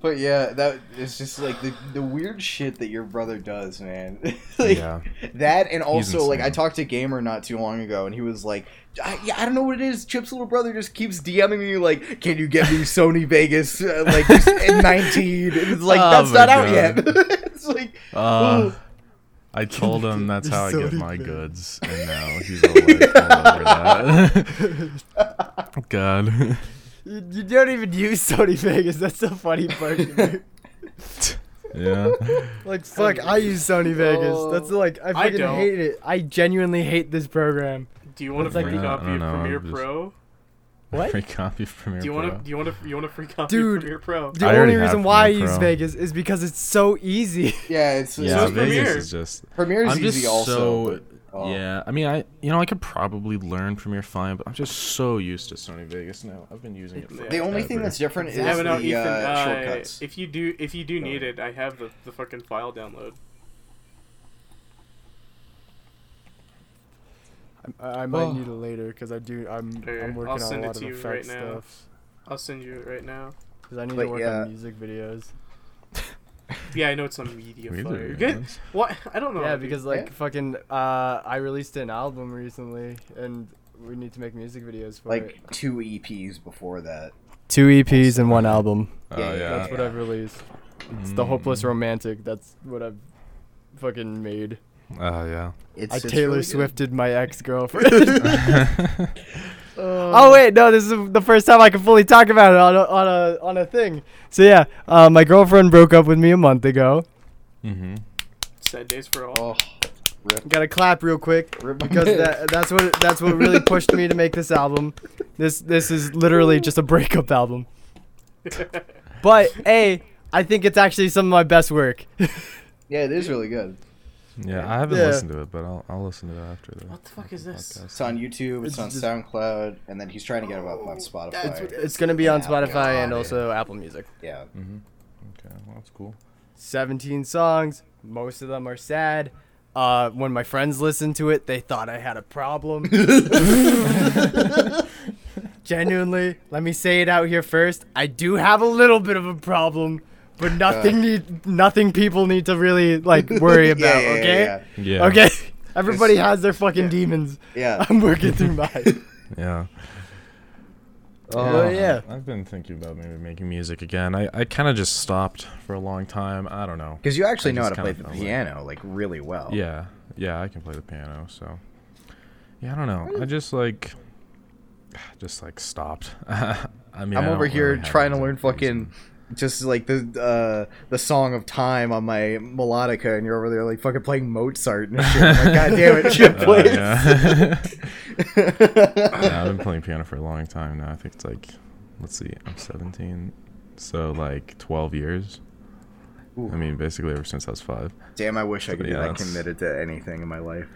S1: But yeah, that it's just like the, the weird shit that your brother does, man. like,
S4: Yeah.
S1: That and also like I
S4: insane.
S1: talked to Gamer not too long ago, and he was like, I, yeah, "I don't know what it is. Chip's little brother just keeps DMing me like, can you get me Sony Vegas uh, like at 19?" And it's like
S4: Oh
S1: that's
S4: my
S1: not out
S4: God.
S1: yet. it's like
S4: Uh, I told him that's how I get my goods, and now he's all like, all over that. God.
S2: You, you don't even use Sony Vegas. That's the funny part. to me.
S4: Yeah.
S2: Like fuck, I use Sony Vegas. That's like I
S3: I
S2: fucking
S3: don't.
S2: hate it. I genuinely hate this program.
S3: Do you want a
S2: It's like
S3: free
S2: the-
S4: I
S3: copy
S4: don't
S3: of
S4: know,
S3: Premiere
S4: I'm just-
S3: Pro?
S2: What?
S4: Free copy of Premiere
S3: Do you
S4: Pro.
S3: want to? Do you want to? You want a free copy
S2: Dude,
S3: of Premiere Pro?
S2: The
S4: I already
S2: only reason
S4: have
S2: why I
S4: Premiere
S2: use
S4: Pro.
S2: Vegas is because it's so easy.
S1: yeah, it's
S4: yeah,
S1: yeah,
S4: Vegas
S3: it's Premiere.
S4: is just.
S1: Premiere's
S4: I'm
S1: easy
S4: just
S1: also.
S4: so.
S1: but, oh.
S4: Yeah, I mean, I you know I could probably learn Premiere fine, but I'm just so used to Sony Vegas now. I've been using it. For
S1: The only thing
S4: forever.
S1: that's different is
S3: Yeah, but no,
S1: the
S3: Ethan.
S1: uh,
S3: uh,
S1: shortcuts.
S3: If you do, if you do need it, I have the, the fucking file download.
S2: I, I might need it later because I do. I'm
S3: Here,
S2: I'm
S3: I'll
S2: working on a
S3: send it
S2: lot
S3: to
S2: of
S3: you
S2: effect
S3: right now.
S2: stuff
S3: I'll send you it right now.
S2: because I need
S1: But
S2: to work
S1: yeah.
S2: on music videos.
S3: Yeah, I know it's on media
S4: Really,
S3: fire. Good.
S4: guys?
S3: What? I don't know.
S2: yeah,
S3: dude.
S2: because like fucking, uh, I released an album recently and we need to make music videos for it.
S1: like two EPs before that.
S2: Two EPs and one album.
S4: Oh
S1: Yeah, Mm. yeah,
S4: yeah.
S2: That's what I've released. It's the hopeless
S4: mm.
S2: romantic. That's what I've fucking made.
S4: Oh yeah.
S1: It's,
S2: I
S1: it's
S2: Taylor
S1: really good.
S2: Swifted my ex girlfriend. oh wait, no, this is the first time I can fully talk about it on a, on a on a thing. So yeah, uh, my girlfriend broke up with me a month ago.
S4: mm-hmm.
S3: sad days for
S1: Oh,
S3: all.
S1: rip,
S2: Got to clap real quick
S1: rip my
S2: because
S1: dick.
S2: that, that's what that's what really pushed me to make this album. This this is literally just a breakup album.
S1: Oh.
S2: But hey, I think it's actually some of my best work.
S1: Yeah, it is really good.
S4: Yeah, I haven't
S2: Yeah.
S4: listened to it, but I'll I'll listen to it after the
S3: What the fuck is this?
S4: podcast.
S1: It's on YouTube. It's,
S2: It's
S1: on
S2: just-
S1: SoundCloud, and then he's trying to get it up on Spotify.
S3: Oh, That's what-
S2: It's gonna be on
S1: Yeah,
S2: Spotify and
S1: God.
S2: also Apple Music.
S1: yeah,
S4: Okay, well that's cool.
S2: 17 songs. Most of them are sad. Uh, when my friends listened to it, they thought I had a problem. Genuinely, let me say it out here first. I do have a little bit of a
S1: Uh.
S2: problem, but nothing need nothing people need to really like worry about.
S1: Yeah, yeah,
S2: okay,
S1: yeah,
S4: Yeah.
S2: okay. Everybody
S1: It's-
S2: has their fucking demons.
S1: yeah.
S2: I'm working through mine.
S4: Yeah.
S1: Uh,
S2: Oh, yeah.
S4: I've been thinking about maybe making music again. I, I kind of just stopped for a long time. I don't know.
S1: Because you actually know how
S4: just
S1: to play
S4: kinda
S1: the
S4: felt like-
S1: piano like really well.
S4: Yeah, yeah, I can play the piano. So, yeah, I don't know. I just like, just like stopped. I mean,
S1: I'm
S4: I
S1: over
S4: don't
S1: here
S4: really have
S1: trying to
S4: any
S1: learn
S4: reason.
S1: fucking just like the uh, the song of time on my melodica, and you're over there like fucking playing Mozart and shit. I'm like, God damn it, shit,
S4: Uh,
S1: please.
S4: yeah. Yeah, I've been playing piano for a long time now. I think it's like, let's see, I'm 17, so like 12 years.
S1: Ooh.
S4: I mean, basically ever since I was five.
S1: Damn, I wish I could be
S4: Yeah,
S1: that
S4: that's-
S1: committed to anything in my life.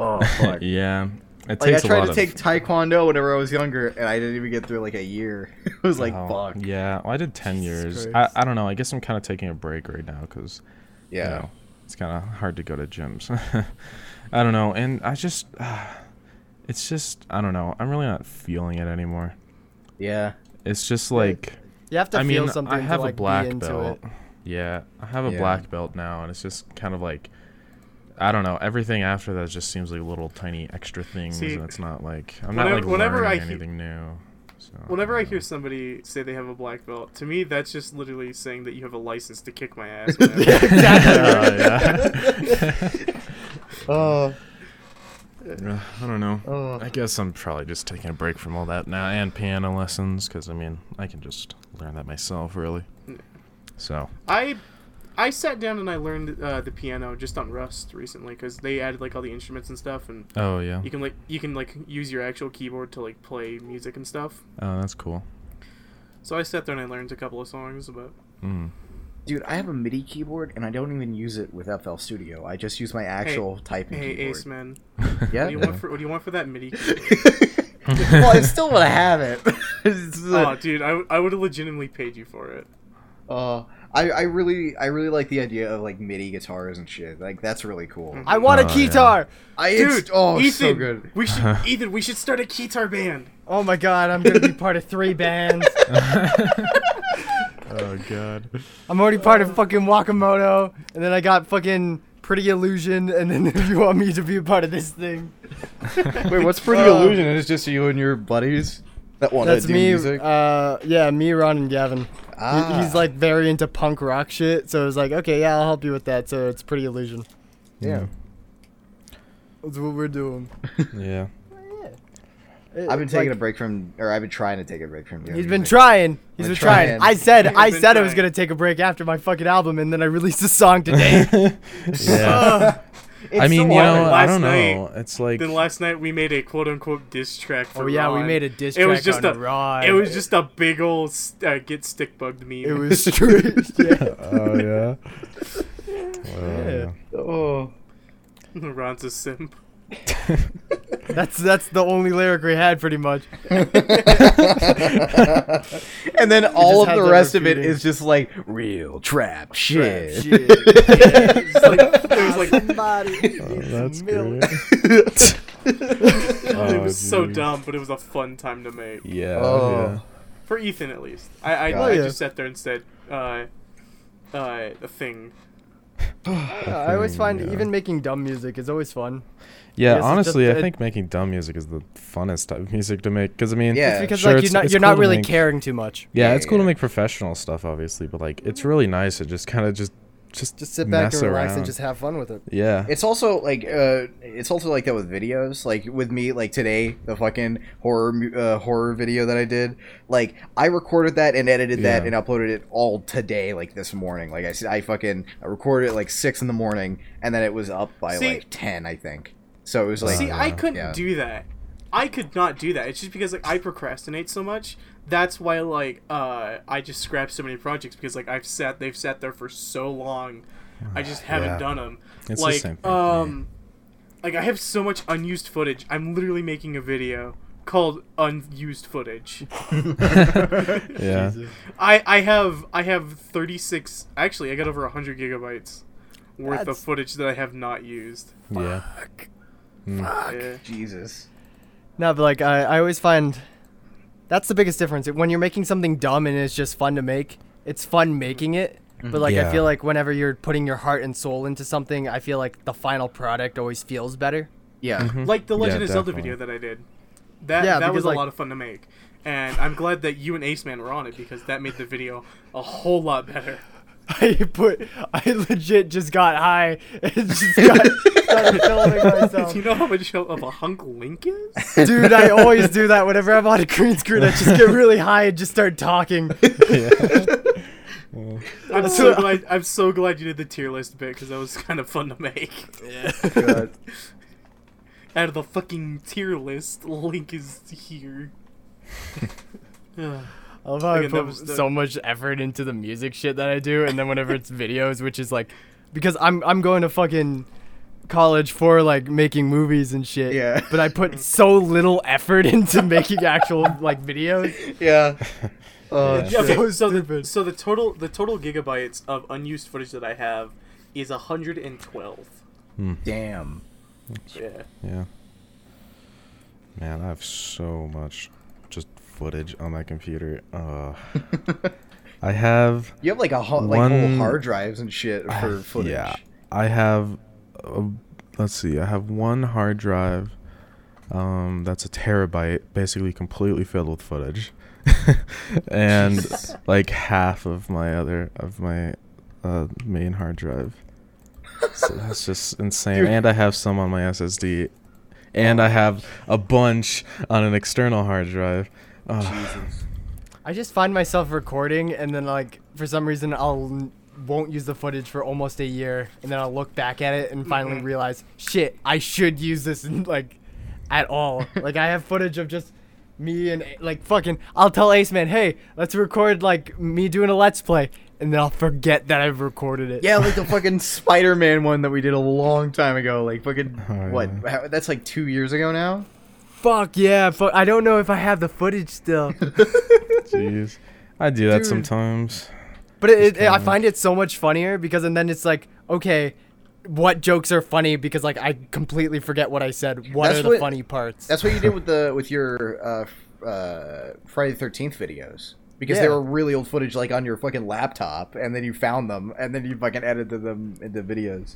S1: Oh fuck.
S4: Yeah, it
S1: Like I
S4: takes a
S1: tried
S4: lot
S1: to
S4: of-
S1: take taekwondo whenever I was younger, and I didn't even get through like a year. it was like,
S4: Oh,
S1: fuck,
S4: Yeah, well, I did 10 years. I,
S5: Christ.
S4: I don't know. I guess I'm kind of taking a break right now because,
S1: yeah,
S4: you know, it's kind of hard to go to gyms. I don't know. And I just, it's just, I don't know. I'm really not feeling it anymore.
S1: yeah.
S4: It's just like,
S2: You have to
S4: I
S2: feel
S4: mean,
S2: something
S4: I have
S2: to like
S4: a black
S2: be into
S4: belt.
S2: it.
S4: Yeah, I have a
S1: Yeah.
S4: black belt now, and it's just kind of like, I don't know. Everything after that just seems like little tiny extra things,
S3: See,
S4: and it's not like I'm
S3: whenever-
S4: not like
S3: whenever I
S4: learning
S3: hear-
S4: anything new. So,
S3: Whenever I
S4: don't know.
S3: hear somebody say they have a black belt, to me that's just literally saying that you have a license to kick my ass. whenever-
S4: Yeah, yeah.
S1: Oh,
S4: Yeah, I don't know.
S1: oh.
S4: I guess I'm probably just taking a break from all that now and piano lessons because I mean I can just learn that myself really. So
S3: I I sat down and I learned uh, the piano just on Rust recently because they added like all the instruments and stuff, and
S4: oh yeah,
S3: you can like you can like use your actual keyboard to like play music and stuff.
S4: oh that's cool.
S3: So I sat there and I learned a couple of songs, but
S4: Mm.
S1: Dude, I have a MIDI keyboard and I don't even use it with FL Studio. I just use my actual typing
S3: hey,
S1: keyboard.
S3: Ace Man,
S1: Yeah.
S3: what do you want for what do you want for that MIDI? keyboard?
S1: well, I still want to have it. It's just-
S3: oh, dude, I, I would have legitimately paid you for it.
S1: uh, I, I really I really like the idea of like MIDI guitars and shit. Like that's really cool.
S3: Mhm.
S2: I want a
S4: Oh, yeah.
S2: guitar.
S1: I
S3: Dude,
S1: it's, oh it's
S3: Ethan,
S1: so good.
S3: we should Ethan, we should start a guitar band.
S2: Oh my god, I'm gonna be part of three bands.
S4: Oh god.
S2: I'm already part of fucking Wakamoto, and then I got fucking Pretty Illusion, and then you want me to be a part of this thing.
S1: Wait, what's pretty
S2: Uh,
S1: illusion? It's just you and your buddies Oh, that want to
S2: That's
S1: do
S2: me.
S1: music.
S2: Uh, yeah, me, Ron, and Gavin. He-
S1: Ah.
S2: He's like very into punk rock shit, so it's like, okay, yeah, I'll help you with that. So it's Pretty Illusion.
S1: yeah.
S2: That's what we're doing.
S4: Yeah.
S1: I've been taking a break from, or I've been trying to take a break from. doing
S2: He's been
S1: music.
S2: trying. He's
S1: Been
S2: been trying.
S1: trying.
S2: I said,
S3: He's
S2: I
S3: been
S2: said I was
S3: trying.
S2: gonna take a break after my fucking album, and then I released a song today.
S4: yeah. I mean,
S3: so
S4: you
S3: hard.
S4: know, I
S3: Last
S4: don't
S3: night-
S4: know. It's like
S3: Then last night we made a quote unquote diss track for
S2: oh yeah, we
S3: Ron.
S2: made a diss
S3: It
S2: track
S3: was just
S2: on
S3: a-
S2: Ron.
S3: It was just a big old uh, get stick bugged meme.
S2: It was straight. yeah.
S4: oh yeah.
S2: Yeah.
S1: Oh.
S3: Ron's a simp.
S2: That's that's the only lyric we had, pretty much.
S1: and then all
S2: just
S1: of
S2: had
S1: the
S2: that
S1: rest of it
S2: repeated.
S1: is just like real trap shit.
S3: It's like, it was like
S1: Oh,
S4: that's
S2: milk.
S4: Oh,
S3: it was so dumb, but it was a fun time to make
S4: Yeah.
S1: Oh.
S3: for Ethan at least. I I,
S1: Yeah.
S3: I
S2: Yeah.
S3: just sat there and said, uh, uh, a thing.
S2: I always find
S4: Yeah.
S2: even making dumb music is always fun.
S4: Yeah,
S2: Yes, it just-
S4: honestly, I
S2: it-
S4: think making dumb music is the funnest type of music to make. Because I mean,
S1: Yeah.
S2: It's because
S4: Sure,
S2: like
S4: it's-
S2: you're not
S4: it's
S2: you're
S4: cool
S2: not
S4: to
S2: really
S4: make-
S2: caring too much.
S4: yeah,
S1: Yeah,
S4: it's cool
S1: yeah.
S4: to make professional stuff, obviously, but like, it's really nice to just kind of just just
S2: Just sit back
S4: mess
S2: and relax
S4: around.
S2: and just have fun with it.
S4: yeah.
S1: It's also like uh, it's also like that with videos. Like with me, like today, the fucking horror mu- uh, horror video that I did. Like I recorded that and edited that
S4: Yeah.
S1: and uploaded it all today, like this morning. Like I said, I fucking I recorded it like six in the morning, and then it was up by
S3: See-
S1: like ten, I think. So it was like,
S3: See, I couldn't
S1: Yeah.
S3: do that. I could not do that. It's just because like I procrastinate so much. That's why like uh I just scrap so many projects because like I've sat they've sat there for so long. I just haven't
S4: Yeah.
S3: done them.
S4: It's the
S3: like
S4: same thing for me.
S3: um like I have so much unused footage. I'm literally making a video called unused footage.
S4: yeah.
S3: I I have I have 36 actually I got over 100 gigabytes worth of
S2: That's-
S3: footage that I have not used.
S4: Yeah.
S3: Yeah.
S1: Jesus.
S2: No, but like I, I always find that's the biggest difference. When you're making something dumb and it's just fun to make, it's fun making it. But like
S6: Yeah.
S2: I feel like whenever you're putting your heart and soul into something, I feel like the final product always feels better.
S1: Yeah.
S3: like the
S6: Yeah,
S3: Legend of Zelda
S6: definitely.
S3: video that I did. That
S2: Mm-hmm. Yeah,
S3: that was
S2: because, like-
S3: a lot of fun to make, and I'm glad that you and Ace Man were on it because that made the video a whole lot better.
S2: I put I legit just got high and just got started filming myself.
S3: Do you know how much of a hunk Link is?
S2: Dude, I always do that whenever I'm on a green screen. I just get really high and just start talking.
S3: I'm so glad. I'm so glad you did the tier list bit because that was kind of fun to make.
S4: Mm-hmm.
S1: God.
S3: Out of the fucking tier list, Link is here. Ugh.
S2: I love how I
S3: Again, that
S2: put
S3: was the-
S2: so much effort into the music shit that I do, and then whenever it's videos, which is like, because I'm I'm going to fucking college for like making movies and shit.
S1: Yeah.
S2: But I put so little effort into making actual like videos.
S1: Yeah. Oh,
S6: Yeah.
S1: shit.
S3: Yeah, okay, so the,
S2: stupid.
S3: so the total the total gigabytes of unused footage that I have is 112.
S4: Hmm.
S1: Damn.
S3: Yeah.
S4: Yeah. Man, I have so much just footage on my computer. Uh, I have
S1: You have like a ho- like
S4: One- Ah,
S1: whole hard drives and shit for footage.
S4: Yeah, I have. uh let's see. I have one hard drive. Um, that's a terabyte, basically completely filled with footage, and like half of my other of my uh, main hard drive. So that's just insane. And I have some on my SSD, and I have a bunch on an external hard drive. Ah, Ugh.
S2: I just find myself recording, and then like for some reason I'll n- won't use the footage for almost a year, and then I'll look back at it and finally realize, shit, I should use this in, like at all. like I have footage of just me and like fucking. I'll tell Ace Man, hey, let's record like me doing a let's play, and then I'll forget that I've recorded it.
S1: Yeah, like the fucking Spider-Man one that we did a long time ago. Like fucking
S4: Oh,
S1: what?
S4: yeah.
S1: How, that's like two years ago now.
S2: Fuck yeah. Fuck. I don't know if I have the footage still.
S4: Jeez, I do that
S2: Dude.
S4: sometimes.
S2: But it, it,
S4: kinda
S2: I find it so much funnier because, and then it's like, okay, what jokes are funny because like I completely forget what I said. What
S1: That's
S2: are the
S1: what-
S2: funny parts?
S1: That's what you did with the with your uh, f- uh, Friday the Thirteenth videos because they
S2: Yeah.
S1: were really old footage, like on your fucking laptop, and then you found them, and then you fucking edited them into videos.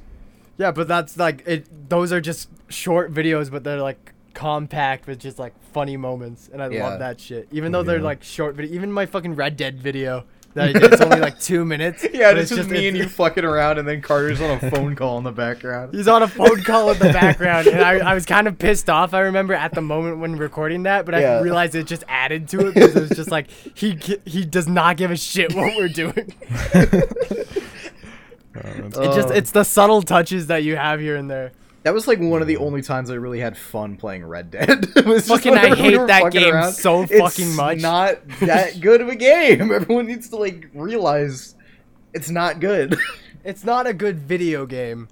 S2: yeah, but that's like it. Those are just short videos, but they're like compact with just like funny moments, and I
S1: Yeah.
S2: love that shit. Even though they're
S4: Yeah.
S2: like short, but even my fucking Red Dead video that I did, it's only like two minutes.
S1: Yeah,
S2: but
S1: this is me and you fucking around, and then Carter's on a phone call in the background.
S2: He's on a phone call in the background, and I, I was kind of pissed off. I remember at the moment when recording that,
S1: Yeah.
S2: but I realized it just added to it because it was just like he ki- he does not give a shit what we're doing.
S4: Oh,
S2: It
S1: Oh.
S2: just it's the subtle touches that you have here and there.
S1: That was like one of the only times I really had fun playing Red Dead. It was just
S2: Fucking- I
S1: whenever we
S2: hate
S1: were
S2: that
S1: fucking
S2: game so fucking much.
S1: It's not that good of a game. Everyone needs to like realize it's not good.
S2: It's not a good video game.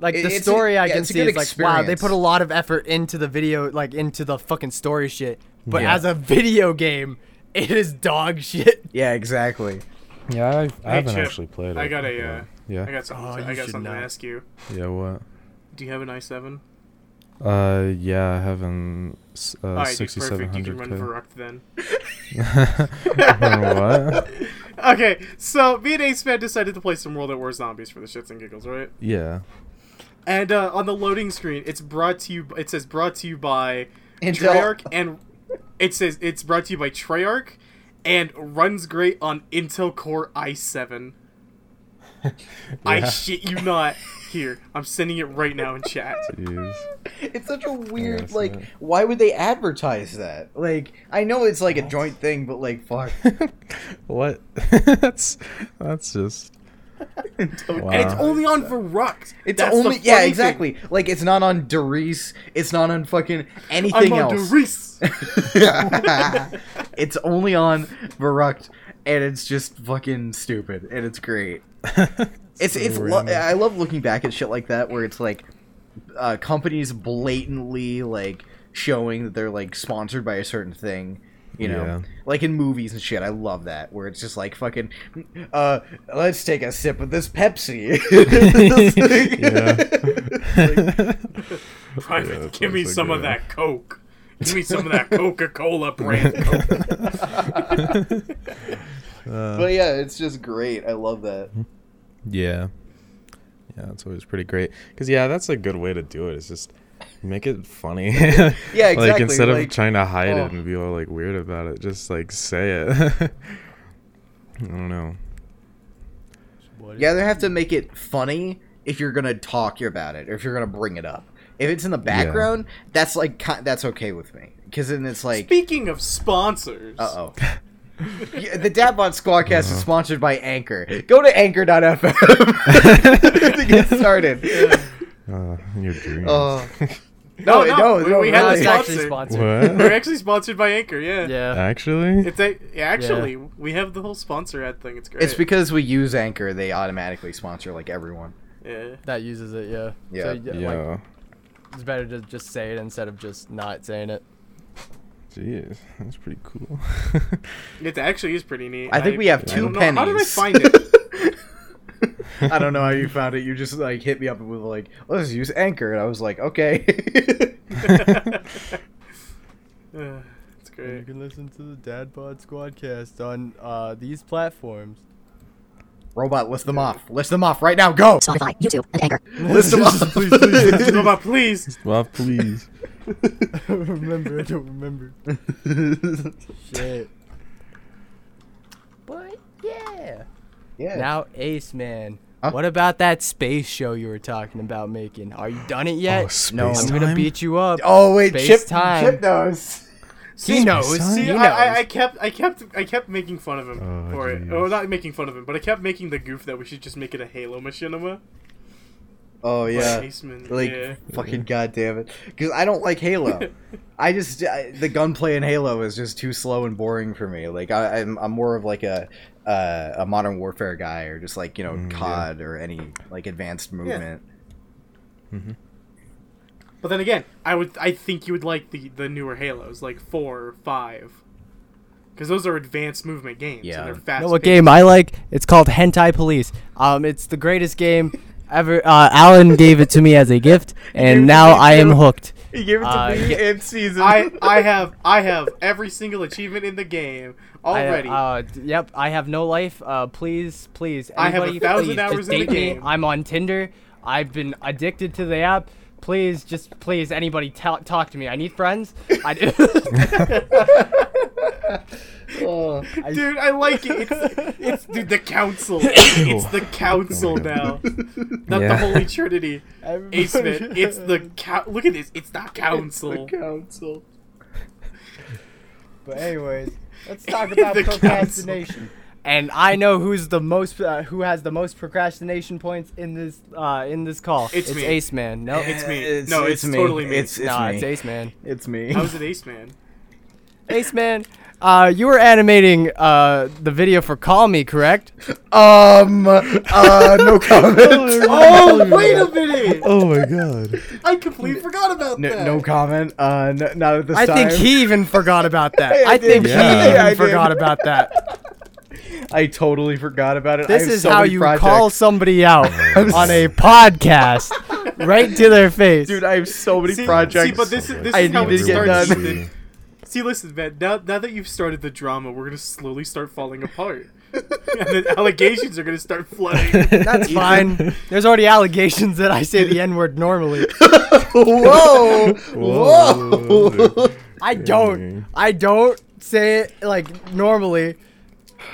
S2: Like
S1: It-
S2: the
S1: it's a-
S2: story I
S1: yeah,
S2: can
S1: it's a
S2: see
S1: good
S2: is like wow, they
S1: experience.
S2: put a lot of effort into the video, like into the fucking story shit. But as a video game, it is dog shit.
S1: yeah, exactly.
S4: Yeah, I, I
S3: Hey,
S4: haven't
S3: Chip,
S4: actually played it.
S3: I got a, uh,
S4: yeah.
S3: I got something.
S2: Oh,
S3: to, I
S2: you
S3: got
S2: should
S3: something
S2: know.
S3: to ask you.
S4: Yeah, what?
S3: Do you have an i7?
S4: Uh, yeah, I have an s- uh,
S3: All right, dude, perfect. You can run
S4: 6700.
S3: Verruct then.
S4: what?
S3: Okay, so me and Ace Man decided to play some World at War Zombies for the shits and giggles, right?
S4: Yeah.
S3: And uh, on the loading screen, it's brought to you. It says brought to you by
S1: Intel.
S3: Treyarch, and it says it's brought to you by Treyarch, and runs great on Intel Core i7. I shit you not. Here, I'm sending it right now in chat.
S4: Jeez.
S1: It's such a weird
S4: it's
S1: like.
S4: not.
S1: Why would they advertise that? Like, I know it's like a joint thing, but like, fuck.
S4: What? that's that's just. wow.
S3: And it's only on Verruct.
S1: It's
S3: That's the
S1: only yeah,
S3: funny
S1: exactly. Like, it's not on Derice. It's not on fucking anything
S3: Thing. I'm on
S1: else.
S3: Derice.
S1: it's only on Verruct, and it's just fucking stupid, and it's great. It's it's lo-
S4: random.
S1: I love looking back at shit like that where it's like uh, companies blatantly like showing that they're like sponsored by a certain thing. You know,
S4: Yeah.
S1: like in movies and shit. I love that where it's just like fucking. Uh, let's take a sip of this Pepsi.
S4: yeah.
S3: Private,
S4: Yeah,
S3: give me
S4: that's
S3: some
S4: like
S3: of
S4: a-
S3: that Coke. Give me some of that Coca Cola brand Coke.
S4: Uh,
S1: But yeah, it's just great. I love that.
S4: yeah, yeah, it's always pretty great. Cause yeah, that's a good way to do it. It's just make it funny.
S1: Yeah, exactly,
S4: like instead
S1: like,
S4: of trying to hide
S1: oh.
S4: it and be all like weird about it, just like say it. I don't know.
S1: You either have to make it funny if you're gonna talk about it, or if you're gonna bring it up. If it's in the background, that's like ki- that's okay with me, because then it's like,
S3: Speaking of sponsors,
S1: uh oh. the Dabot Squadcast is sponsored by Anchor. Go to Anchor.fm to get started.
S4: Uh, in your dreams.
S1: Oh.
S3: no, no,
S1: no,
S3: we,
S1: no,
S3: we had
S1: really.
S3: the
S1: It's
S3: sponsor.
S2: actually sponsored.
S3: We're
S4: what?
S3: actually sponsored by Anchor. Yeah.
S2: Yeah.
S4: Actually,
S3: It's a, yeah, actually we have the whole sponsor ad thing. It's great.
S1: It's because we use Anchor, they automatically sponsor like everyone.
S3: yeah.
S5: That uses it, yeah.
S1: Yeah.
S5: So, Like,
S4: yeah.
S5: it's better to just say it instead of just not saying it.
S4: Jeez, that's pretty cool.
S3: It actually is pretty neat.
S1: I think we have
S3: I
S1: two
S3: don't know- How did I
S1: pennies.
S3: find it?
S1: I don't know how you found it. You just like hit me up with like, let's use Anchor, and I was like, okay.
S3: Uh, it's
S2: You
S3: great.
S2: can listen to the Dad Bod Squadcast on uh, these platforms.
S1: Robot, list them off. List them off right now. Go.
S6: Spotify, YouTube, and Anchor.
S1: List them off.
S3: Robot, please.
S4: well, please.
S2: remember, I don't remember. Shit. But yeah.
S1: yeah.
S2: Now, Ace Man,
S1: Huh?
S2: what about that space show you were talking about making? Are you done it
S4: Oh,
S2: yet?
S1: No.
S2: I'm gonna beat you up.
S1: oh wait,
S2: Space
S1: Chip.
S2: time.
S1: Chip knows.
S2: he knows.
S4: Space
S2: He
S3: See,
S2: knows.
S3: I, I, I kept, I kept, I kept making fun of him
S4: Oh,
S3: for it.
S4: jeez.
S3: Oh, not making fun of him, but I kept making the goof that we should just make it a Halo machinima.
S1: Oh yeah.
S3: Like, Aceman,
S1: Like
S3: yeah.
S1: fucking goddamn it, because I don't like Halo. I just I, the gunplay in Halo is just too slow and boring for me. Like I, I'm, I'm more of like a uh, a modern warfare guy, or just like you know
S4: Mm, yeah.
S1: COD or any like advanced movement.
S3: But then again, I would, I think you would like the the newer Halos, like four or five, because those are advanced movement games.
S1: Yeah.
S3: and they're fast.
S2: know what game I like? It's called Hentai Police. Um, it's the greatest game ever. Uh, Alan gave it to me as a gift,
S1: gave it to
S2: and now
S1: me
S2: I am
S1: too.
S2: hooked.
S1: He gave it to
S2: Uh,
S1: me
S2: yeah.
S1: in season.
S3: I, I have, I have every single achievement in the game
S2: I,
S3: already.
S2: uh, d- yep, I have no life. Uh, please, please,
S3: I have a
S2: anybody,
S3: thousand
S2: please,
S3: hours
S2: just
S3: in the
S2: date me.
S3: game.
S2: I'm on Tinder. I've been addicted to the app. Please, just please, anybody ta- talk to me. I need friends. I
S1: Oh.
S3: dude, I like it. It's, it's dude, the council. It's the council now, not the
S4: Yeah.
S3: Holy Trinity. Ace Man, it's the cow. Look at this. It's the council.
S1: council.
S2: But anyways, let's
S3: talk about The council. procrastination.
S2: And I know who's the most uh, who has the most procrastination points in this uh, in this call.
S3: It's me.
S2: Ace Man. No,
S3: It's me. No, it's totally me.
S1: It's, it's
S2: nah,
S1: me.
S2: it's Ace Man.
S1: It's me.
S3: I was an Ace Man.
S2: Ace Man, uh, you were animating uh, the video for Call Me, correct?
S1: Um. Uh. No comment.
S3: Oh wait a minute!
S4: Oh my god.
S3: I completely forgot about
S1: No,
S3: that.
S1: no comment. Uh. N- not at this
S2: I
S1: time.
S2: think he even forgot about that.
S1: I
S2: I
S1: did.
S2: think
S4: Yeah.
S2: he even
S1: I did.
S2: forgot about that.
S1: I totally forgot about it. I
S2: This
S1: have
S2: is
S1: so
S2: how
S1: many
S2: you
S1: projects.
S2: call somebody out on a podcast, right to their face.
S1: dude. I have so many
S3: See,
S1: projects.
S3: see, but this is this
S1: I
S3: is how
S1: need
S3: it
S1: to get
S3: starts.
S1: done.
S3: Ethan. See, listen, man. Now, now that you've started the drama, we're gonna slowly start falling apart, and the allegations are gonna start flooding.
S2: That's fine. There's already allegations that I say the N word normally.
S1: whoa,
S4: Whoa.
S1: whoa.
S2: I
S4: Okay.
S2: don't. I don't say it like normally.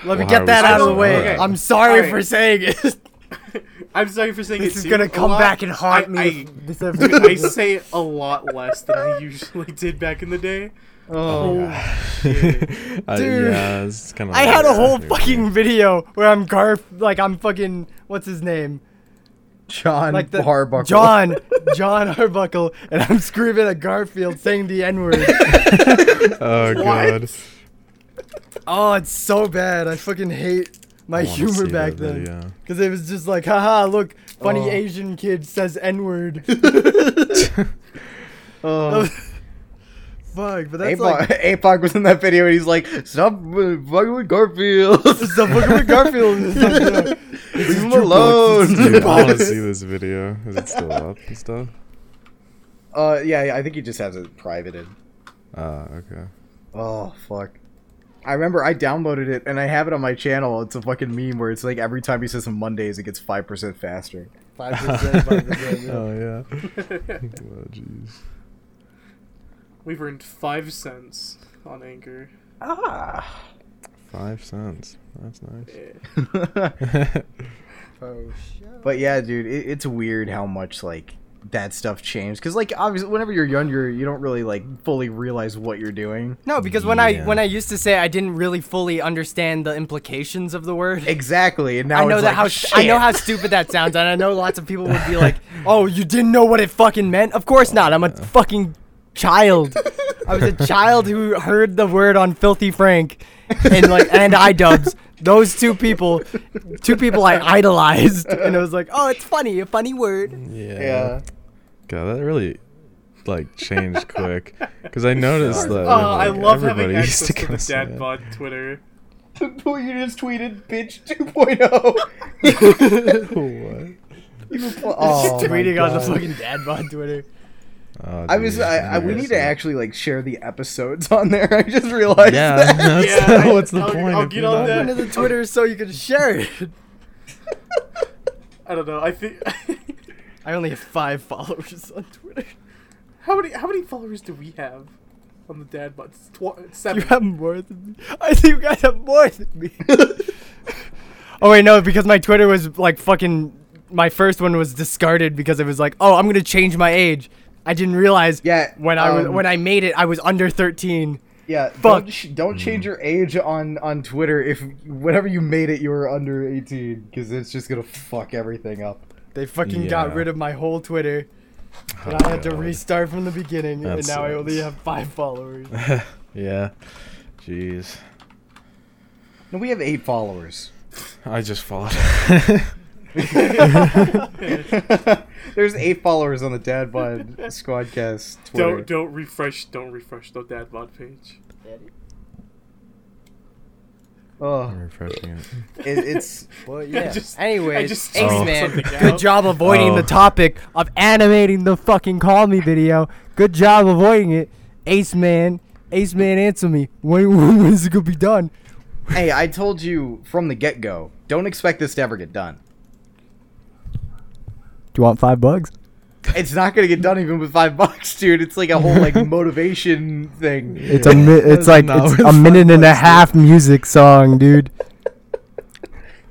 S2: Let me
S4: Well, how
S2: get
S4: are
S2: that
S4: we
S2: out of the
S4: supposed
S2: way.
S4: to know that?
S2: I'm sorry
S3: Alright.
S2: for saying it. this
S3: I'm sorry for saying
S2: is
S3: it,
S2: gonna
S3: dude. A
S2: come
S3: lot-
S2: back and haunt
S3: I-
S2: me.
S3: I-
S2: if this
S3: Dude,
S2: ever-
S3: I say it a lot less than I usually did back in the day.
S1: Oh,
S2: Dude.
S4: Uh, yeah, it's kind of.
S2: I had a whole fucking video where I'm Garf, like I'm fucking what's his name,
S1: John
S2: like the
S1: Harbuckle.
S2: John, John Harbuckle, and I'm screaming at Garfield saying the N word.
S4: Oh god.
S2: oh, it's so bad. I fucking hate my
S4: I wanna
S2: humor
S4: see
S2: back
S4: that
S2: then.
S4: video.
S2: Cause it was just like, haha, look, funny
S1: Oh.
S2: Asian kid says N word.
S1: Oh.
S2: Fuck, but that's
S1: Apog,
S2: like
S1: Apog was in that video and he's like, "Stop uh, fucking with Garfield.
S2: it's the fucking with Garfield. It's like, uh,
S1: Leave him
S2: Oh,
S1: alone."
S4: Dude, I want to see this video. Is it still up and stuff?
S1: Uh, yeah, yeah, I think he just has it privated.
S4: Ah, okay.
S1: Oh fuck. I remember I downloaded it and I have it on my channel. It's a fucking meme where it's like every time he says on Mondays, it gets five percent faster.
S2: 5%, 5%, yeah.
S4: Oh yeah. oh jeez.
S3: We've earned five cents on Anchor.
S1: Ah.
S4: Five cents. That's nice.
S3: Eh.
S2: Oh, shit.
S1: But yeah, dude, it, it's weird how much like that stuff changed. Cause like obviously, whenever you're younger, you don't really like fully realize what you're doing.
S2: No, because when I
S4: Yeah.
S2: when I used to say I didn't really fully understand the implications of the word.
S1: Exactly, and now
S2: I know
S1: it's
S2: that
S1: like,
S2: how
S1: Shit.
S2: I know how stupid that sounds, and I know lots of people would be like, "Oh, you didn't know what it fucking meant." Of course not. I'm a fucking child. I was a child who heard the word on Filthy Frank and like and iDubbbz. Those two people, two people I idolized, and it was like, "Oh, it's funny, a funny word."
S4: Yeah.
S1: Yeah.
S4: God, that really like changed quick because I noticed that.
S3: Oh,
S4: like,
S3: I love having
S4: everybody
S3: access
S4: used
S3: to, the
S4: go say
S3: dad
S4: that.
S3: bod Twitter.
S1: you just tweeted bitch oh." 2.0.
S4: What?
S1: You repl- oh,
S2: Tweeting
S1: my
S2: on the
S1: God.
S2: fucking dad bod Twitter.
S4: Oh,
S1: I was.
S4: jeez,
S1: I, I, we
S4: embarrassing.
S1: need to actually like share the episodes on there. I just realized.
S4: Yeah,
S1: that.
S4: that's-
S3: Yeah,
S4: what's the
S3: I'll-
S4: point?
S3: I'll
S4: if
S3: get
S4: you're
S3: on
S4: not-
S3: that.
S2: Into the Twitter so you can share it.
S3: I don't know. I think.
S2: I only have five followers on Twitter.
S3: how many how many followers do we have on the dad bod? It's tw- it's
S2: You
S3: seven.
S2: have more than me. I think you guys have more than me. oh wait, no, because my Twitter was like fucking. My first one was discarded because it was like, oh, I'm gonna change my age. I didn't realize.
S1: Yeah,
S2: When I was
S1: um,
S2: when I made it, I was under 13.
S1: Yeah,
S2: Fuck.
S1: Don't, sh- don't change your age on on Twitter if whenever you made it you were under eighteen because it's just gonna fuck everything up.
S2: They fucking
S4: Yeah.
S2: got rid of my whole Twitter.
S4: Oh,
S2: And I had to
S4: God.
S2: restart from the beginning,
S4: That
S2: and now I only
S4: sucks.
S2: have five followers.
S4: Yeah. Jeez.
S1: No, we have eight followers.
S4: I just followed.
S1: There's eight followers on the Dad Bod Squadcast Twitter.
S3: Don't don't refresh. Don't refresh the dad bod page.
S1: Oh,
S4: refreshing it.
S1: it, it's
S2: Well,
S3: I
S2: yeah.
S3: just- I
S2: Anyways,
S3: just
S2: thanks,
S4: saw
S2: Oh. man.
S3: something
S2: Good
S3: out.
S2: job avoiding the
S4: Oh.
S2: topic of animating the fucking call me video. Good job avoiding it, Ace Man. Ace Man, answer me. When, when is it gonna be done?
S1: hey, I told you from the get go. Don't expect this to ever get done.
S2: Do you want five bugs?
S1: It's not gonna get done even with five bucks, dude. It's like a whole like motivation thing.
S2: It's a mi- it's like
S4: No,
S2: it's
S4: it's
S2: a
S4: not
S2: minute and a half music song, dude.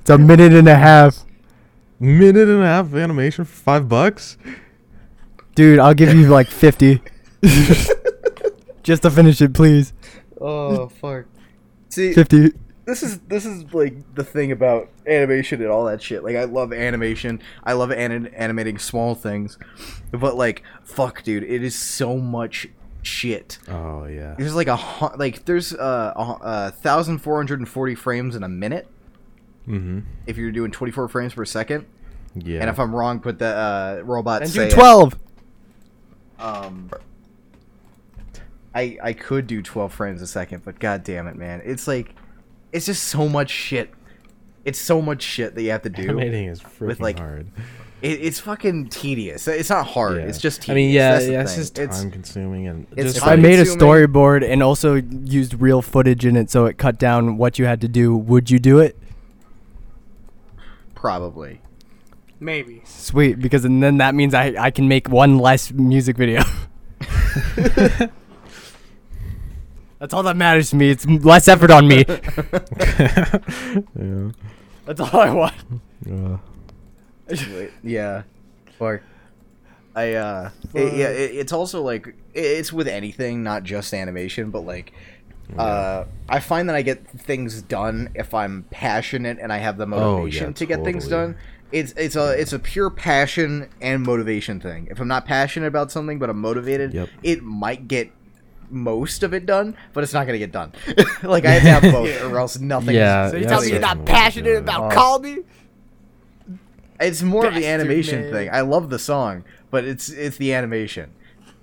S2: It's a minute and a half,
S4: Minute and a half of animation for five bucks.
S2: dude. I'll give you like fifty just to finish it, please.
S1: oh fuck. See,
S2: Fifty.
S1: this is this is like the thing about animation and all that shit. Like I love animation. I love anim- animating small things. But like fuck dude, it is so much shit.
S4: Oh yeah.
S1: There's like a hu- like there's uh, a hu- uh, 1440 frames in a minute
S4: Mm-hmm.
S1: if you're doing 24 frames per second.
S4: Yeah.
S1: And if I'm wrong, put the uh robot
S2: And
S1: say
S2: do
S1: it.
S2: twelve.
S1: Um I I could do 12 frames a second, but god damn it, man. It's like it's just so much shit. It's so much shit that you have to do.
S4: animating is freaking
S1: like,
S4: hard.
S1: It, it's fucking tedious. It's not hard.
S4: Yeah.
S1: It's just tedious.
S4: I mean, yeah,
S1: That's the
S4: yeah. It's
S1: thing.
S4: just time consuming and
S1: it's
S4: just
S2: If I
S1: Fine.
S4: like-
S2: made a
S1: Too many-
S2: storyboard and also used real footage in it so it cut down what you had to do, would you do it?
S1: probably.
S3: Maybe.
S2: Sweet, because and then that means I, I can make one less music video. That's all that matters to me. It's m- less effort on me.
S4: yeah.
S2: That's all I want.
S4: Uh,
S1: Wait, yeah. Or I uh it- yeah, it, it's also like i- it's with anything, not just animation, but like uh I find that I get things done if I'm passionate and I have the motivation to get things
S4: Oh, totally.
S1: done. It's it's a it's a pure passion and motivation thing. If I'm not passionate about something but I'm motivated,
S4: Yep.
S1: it might get most of it done, but it's not gonna get done. like I have to have both, or else nothing. is-
S4: Yeah,
S2: So you
S4: yeah,
S2: tell me you're
S4: that's
S2: not
S4: definitely what
S2: passionate
S4: I'm
S2: about
S1: Oh.
S2: Call Me?
S1: It's more of the
S2: Bastard,
S1: animation
S2: man.
S1: thing. I love the song, but it's it's the animation.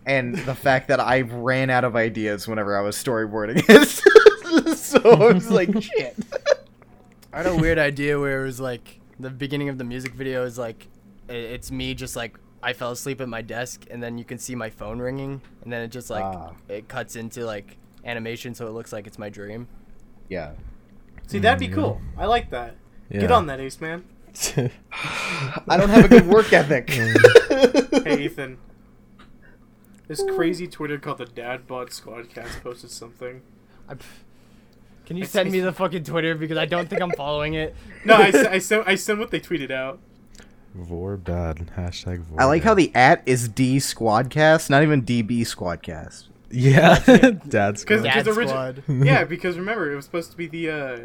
S1: And the fact that I ran out of ideas whenever I was storyboarding it. so I was like, shit.
S2: I had a weird idea where it was like the beginning of the music video is like i- it's me just like I fell asleep at my desk and then you can see my phone ringing and then it just like
S1: Ah.
S2: it cuts into like animation so it looks like it's my dream.
S1: Yeah.
S3: See, that'd be cool. I like that. Get
S4: Yeah.
S3: on that, Ace Man.
S1: I don't have a good work ethic.
S3: Hey, Ethan. This crazy Twitter called the Dad Bod Squadcast posted something.
S2: I, can you send me the fucking Twitter because I don't think I'm following it.
S3: No, I, s- I, sent, I sent what they tweeted out.
S4: Vordad. Hashtag Vordad.
S1: I like how the at is D Squadcast, not even DB Squadcast.
S4: Yeah. Dad's
S3: Because
S4: good.
S2: Dad
S3: origi-
S2: Squad.
S3: yeah, because remember it was supposed to be the. uh...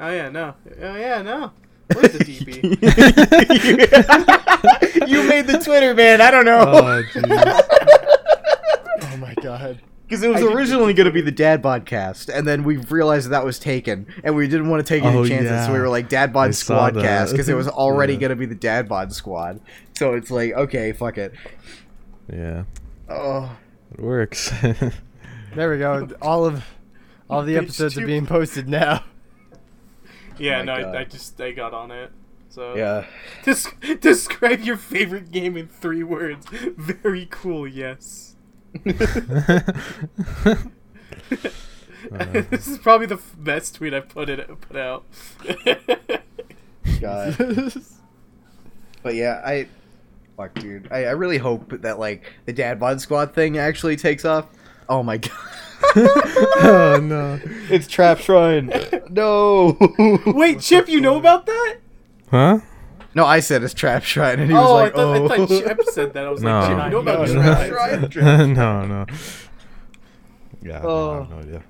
S3: Oh yeah, no. Oh yeah, no. Where's the
S1: Oh
S3: DB?
S1: you made the Twitter, man. I don't know.
S4: Oh, jeez.
S2: Oh my god.
S1: Because it was originally going to be the Dad Podcast, and then we realized that, that was taken, and we didn't want to take any
S4: Oh,
S1: chances, so we
S4: yeah.
S1: were like Dad Bod
S4: I saw
S1: Squadcast,
S4: that.
S1: because it was already
S4: Yeah.
S1: going to be the Dad Bod Squad. So it's like, okay, fuck it.
S4: yeah.
S1: Oh,
S4: It works.
S2: There we go. All of all the
S3: Page
S2: episodes
S3: two.
S2: are being posted now.
S3: Yeah,
S1: my
S3: no,
S1: God.
S3: I, I just I got on it. So
S1: yeah.
S3: Des- describe your favorite game in three words. Very cool. Yes. this is probably the f- best tweet I've put it put out.
S1: God. But yeah, I fuck, dude. I, I really hope that like the dad bod squad thing actually takes off. Oh my god,
S4: oh no.
S1: it's trap shrine. No,
S3: Wait, Chip, you know about that?
S4: Huh?
S1: no. I said it's trap shrine, and he was
S3: Oh,
S1: like,
S3: I, thought,
S1: oh.
S3: I thought Chip said that. I was
S4: No.
S3: like, Chip, you know about
S2: No,
S3: Trap
S1: no.
S3: Shrine?
S4: no, no. Yeah, no, I
S2: Oh.
S4: have no idea.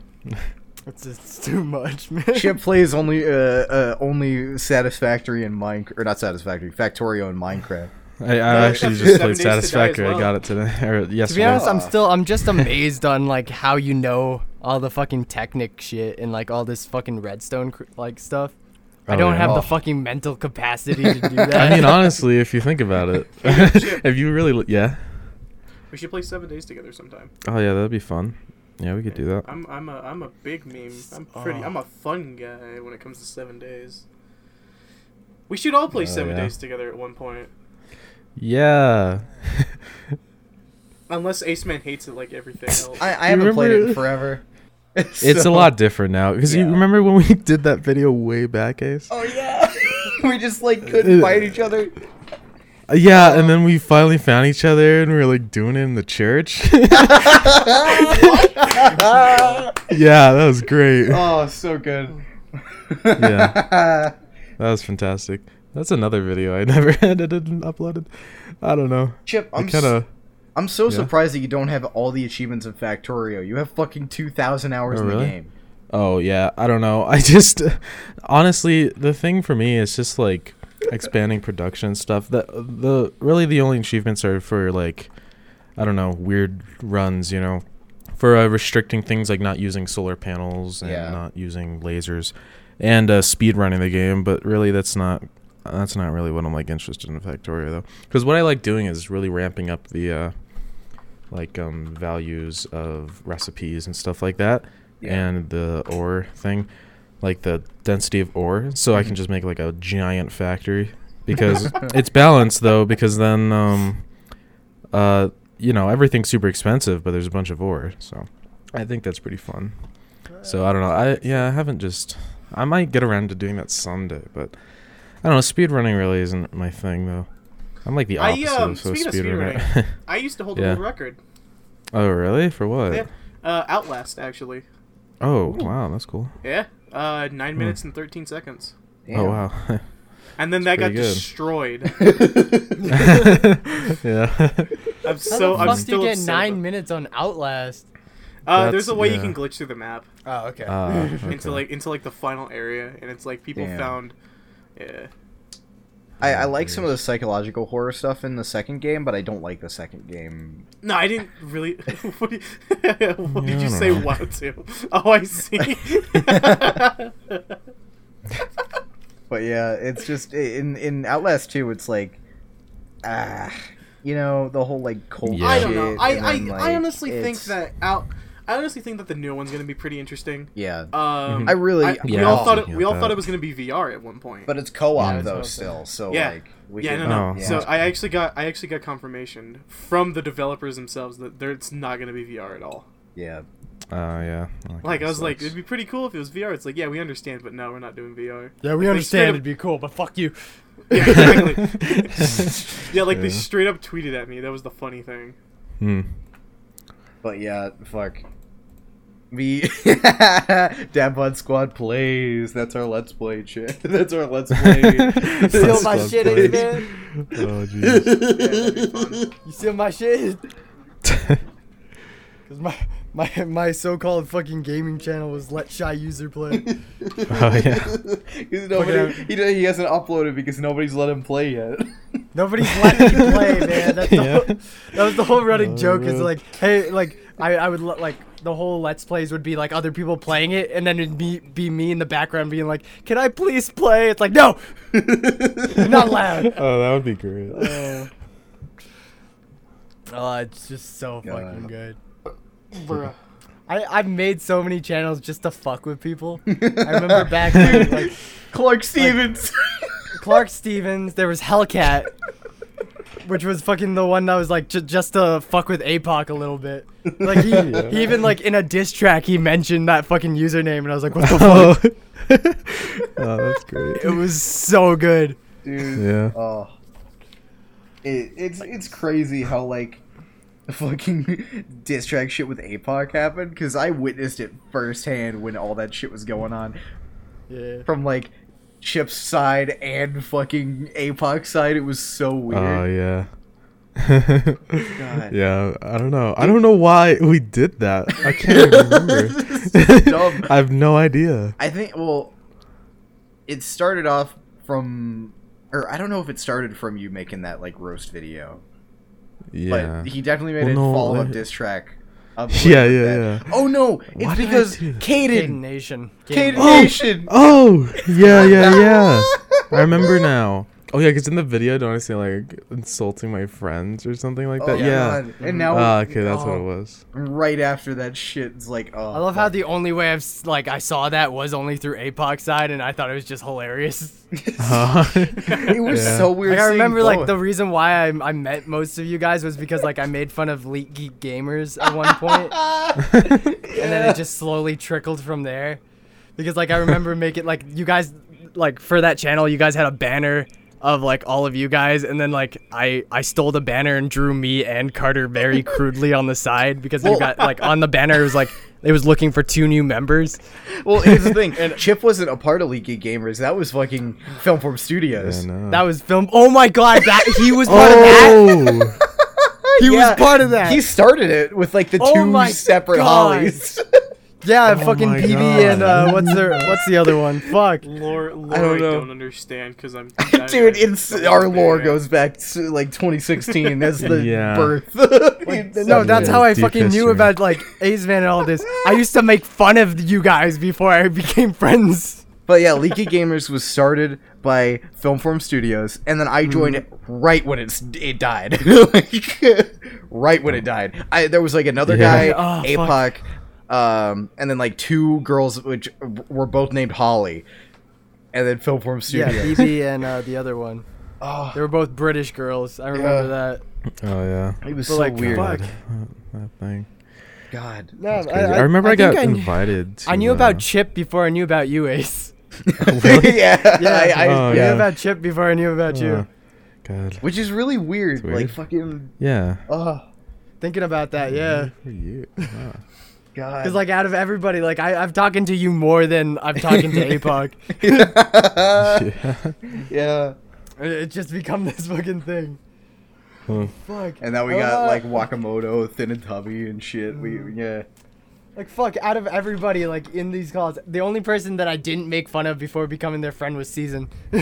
S2: It's just too much, man.
S1: Chip plays only uh, uh only satisfactory in Minecraft, or not satisfactory, Factorio in Minecraft.
S4: I, I actually
S3: that's
S4: just
S3: Seven
S4: played
S3: Days to Die as
S4: Satisfactory.
S3: well.
S4: I got it today or yesterday.
S2: To be honest, I'm
S1: Yeah.
S2: still I'm just amazed on like how you know all the fucking technic shit and like all this fucking redstone cr- like stuff. I
S4: Oh,
S2: don't
S4: yeah.
S2: have
S1: Oh.
S2: the fucking mental capacity to do that.
S4: I mean, honestly, if you think about it, if you really, l- yeah.
S3: We should play Seven Days Together sometime.
S4: Oh yeah, that'd be fun. Yeah, we could do that.
S3: I'm I'm a I'm a big meme. I'm pretty.
S2: Oh.
S3: I'm a fun guy when it comes to Seven Days. We should all play
S4: Oh,
S3: Seven
S4: yeah.
S3: Days together at one point,
S4: Yeah.
S3: unless Ace Man hates it like everything else.
S1: I, I
S4: You
S1: haven't played it in
S4: remember-
S1: forever.
S4: It's
S1: So-
S4: a lot different now because
S1: Yeah.
S4: you remember when we did that video way back, Ace?
S1: Oh yeah, we just like couldn't fight each other.
S4: Uh, Yeah, and then we finally found each other and we were like doing it in the church. yeah, that was great.
S1: Oh, so good.
S4: Yeah. That was fantastic. That's another video I never edited and uploaded. I don't know.
S1: Chip,
S4: I
S1: I'm
S4: kind of
S1: I'm so
S4: Yeah.
S1: surprised that you don't have all the achievements in Factorio. You have fucking 2,000 hours
S4: Oh,
S1: in the
S4: really?
S1: game.
S4: Oh yeah, I don't know. I just honestly, the thing for me is just like expanding production stuff. The the really the only achievements are for like I don't know weird runs, you know, for uh, restricting things like not using solar panels and
S1: Yeah.
S4: not using lasers and uh, speed running the game. But really, that's not that's not really what I'm like interested in Factorio though, because what I like doing is really ramping up the uh, like um, values of recipes and stuff like that,
S1: Yeah.
S4: and the ore thing, like the density of ore. So
S3: Mm-hmm.
S4: I can just make like a giant factory because it's balanced though, because then um, uh, you know everything's super expensive, but there's a bunch of ore, so I think that's pretty fun. So I don't know. I yeah, I haven't just. I might get around to doing that someday, but I don't know. Speedrunning really isn't my thing though. I'm like the
S3: I,
S4: opposite
S3: um,
S4: of so
S3: speaking of
S4: speedrunner.
S3: speedrunning, I used to hold a
S4: Yeah.
S3: world record.
S4: oh really? For what?
S3: Yeah. Uh, Outlast actually.
S4: Oh wow, that's cool.
S3: Yeah. Uh, nine
S4: Hmm.
S3: minutes and thirteen seconds.
S4: Oh
S1: Damn.
S4: wow.
S3: And then that got
S4: pretty good.
S3: destroyed.
S4: yeah.
S2: How
S3: I'm
S2: the
S3: so I'm
S2: fuck do
S3: still
S2: you get
S3: upset
S2: nine
S3: about-
S2: minutes on Outlast?
S3: Uh, there's
S4: That's-
S3: a way you
S4: yeah.
S3: can glitch through the map
S2: Oh, okay.
S4: Ah, okay.
S3: into like into like the final area, and it's like people
S1: Damn.
S3: found. Yeah.
S1: I, I like some of the psychological horror stuff in the second game, but I don't like the second game.
S3: No, I didn't really. what did, what did
S4: I
S3: you
S4: don't
S3: say
S4: know.
S3: wow to? Oh, I see.
S1: But yeah, it's just in in Outlast 2, it's like, ah, you know, the whole like cold.
S4: Yeah.
S3: I don't know.
S1: shit,
S3: I
S1: and
S3: I,
S1: then,
S3: I
S1: like,
S3: honestly think
S1: it's-
S3: that out. I honestly think that the new one's gonna be pretty interesting.
S1: yeah,
S3: Um,
S1: I really-
S3: we
S1: Yeah,
S3: all
S1: I'm
S3: thought it,
S4: thinking
S3: we all
S4: about
S3: thought
S4: that.
S3: it was gonna be VR at one point.
S1: but it's co-op
S4: Yeah.
S1: though still, so
S3: Yeah.
S1: like we
S3: yeah,
S1: could-
S3: no, no.
S4: Oh,
S1: yeah.
S3: So
S4: that's
S3: I actually got I actually got confirmation from the developers themselves that there, it's not gonna be VR at all.
S1: Yeah.
S4: Uh, yeah.
S3: Like I
S4: kinda
S3: was like,
S4: sucks.
S3: it'd be pretty cool if it was VR. It's like, yeah, we understand, but no, we're not doing VR.
S2: Yeah, we
S3: Like,
S2: understand
S3: straight up-
S2: it'd be cool, but fuck you.
S3: Yeah, exactly. yeah, like they
S4: Yeah.
S3: straight up tweeted at me. That was the funny thing.
S4: Hmm.
S1: But yeah, fuck. We Dabbot Squad plays. That's our let's play shit. That's our let's play.
S2: Steal
S4: Let's
S2: my
S4: go
S2: shit,
S4: play.
S2: Amen.
S4: Oh jeez.
S2: You steal my shit. Cause my my my so-called fucking gaming channel was let shy user play.
S4: oh yeah.
S1: 'Cause nobody, he, d- he hasn't uploaded because nobody's let him play yet.
S2: Nobody's letting me play, man. That's the
S4: Yeah.
S2: whole, that was the whole running
S4: Oh,
S2: joke. Is
S4: man.
S2: like, hey, like I I would let- like the whole let's plays would be like other people playing it, and then it'd be be me in the background being like, can I please play? It's like no, not allowed.
S4: Oh, that would be great.
S2: Oh, it's just so fucking
S1: God.
S2: good.
S3: Bruh.
S2: I, I've made so many channels just to fuck with people. I remember back when, like,
S1: Clark Stevens.
S2: Clark Stevens, there was Hellcat, which was fucking the one that was like j- just to fuck with Apoc a little bit. Like he, he even like in a diss track he mentioned that fucking username and I was like, what the
S4: oh,
S2: fuck?
S4: that's great.
S2: It was so good.
S1: Dude.
S4: Yeah.
S1: Oh, it, it's it's crazy how like fucking diss track shit with APOC happened because I witnessed it firsthand when all that shit was going on
S2: Yeah.
S1: from like Chip's side and fucking APOC's side. It was so weird.
S4: Oh yeah.
S1: God.
S4: yeah, I don't know. I don't know why we did that. I can't even remember.
S1: Dumb.
S4: I have no idea.
S1: I think well, it started off from, or I don't know if it started from you making that like roast video,
S4: Yeah.
S1: but he definitely made
S4: Well, no,
S1: a follow up
S4: it-
S1: diss track. up
S4: Yeah,
S1: with
S4: yeah,
S1: that.
S4: yeah.
S1: Oh no, it's
S4: Why did I
S1: because
S4: do that?
S2: Caden
S1: Caden,
S2: Nation.
S1: Caden
S2: Caden.
S4: Oh!
S1: Nation.
S4: Oh, yeah, yeah, yeah. I remember now. Oh yeah, because in the video, don't I say like insulting my friends or something like that?
S1: Oh,
S4: yeah.
S1: God. And now,
S4: Ah, okay, that's what it
S1: oh,
S4: was.
S1: Right after that shit, it's like, oh,
S2: I love how the only way I've s- like I saw that was only through Apoc's side and I thought it was just hilarious.
S1: it was
S4: Yeah.
S1: so weird.
S2: Like, I
S1: seeing
S2: remember like
S1: both.
S2: the reason why I, I met most of you guys was because like I made fun of Leak Geek Gamers at one point. and then it just slowly trickled from there because like i remember making like you guys like for that channel you guys had a banner of like all of you guys and then like i i stole the banner and drew me and carter very crudely on the side because you got like on the banner it was like it was looking for two new members
S1: well, here's the thing. Chip wasn't a part of Leaky Gamers. That was fucking Filmform Studios.
S4: uh,
S2: that was film oh my god that he was part of that
S4: oh,
S2: he
S1: Yeah,
S2: was part of that
S1: He started it with like the
S2: Oh
S1: two
S2: my
S1: separate
S2: God.
S1: hollies.
S2: yeah
S4: Oh
S2: fucking
S4: my
S2: pb
S4: God.
S2: and uh what's the what's the other one fuck
S3: Lore, lore,
S1: don't
S3: I
S1: know.
S3: don't understand because I'm
S1: Dude, it's our lore
S3: goes.
S1: goes back to like 2016. That's the
S4: Yeah.
S1: birth.
S2: No, that's
S4: Yeah,
S2: how I
S4: deep
S2: fucking knew
S4: history.
S2: about like Ace Van and all this. I used to make fun of you guys before I became friends.
S1: But yeah, Leaky Gamers was started by Filmform Studios, and then I joined it right when it's it died, Like, right when it died. I there was like another
S4: Oh. Yeah.
S1: guy,
S2: Oh,
S1: Apoc, um, and then like two girls which were both named Holly, and then Filmform
S2: Yeah,
S1: Studios.
S2: BB and uh, the other one.
S1: oh,
S2: They were both British girls. I
S1: Yeah.
S2: remember that.
S4: oh yeah.
S1: it was
S2: But
S1: so
S2: like,
S1: weird.
S2: fuck.
S4: That thing.
S1: God,
S2: No,
S4: Crazy. I, remember I, got invited. To,
S2: I knew
S4: uh,
S2: about Chip before I knew about you, Ace.
S1: yeah,
S2: Yeah,
S1: I- I-
S4: Oh,
S2: I knew
S4: yeah.
S2: about Chip before I knew about
S4: uh,
S2: you.
S4: God.
S1: which is really weird.
S4: weird.
S1: Like fucking,
S4: Yeah.
S1: oh
S2: Thinking about that, yeah.
S4: For you. Wow.
S1: God,
S2: Because like out of everybody, like I, I'm talking to you more than I'm talking to Apoc.
S4: yeah.
S1: yeah.
S2: It- It's just become this fucking thing.
S4: Hmm.
S2: Fuck.
S1: And now we got
S2: Uh,
S1: like Wakamoto, Thin and Tubby, and shit. We yeah.
S2: Like fuck, out of everybody, like in these calls, the only person that I didn't make fun of before becoming their friend was Season.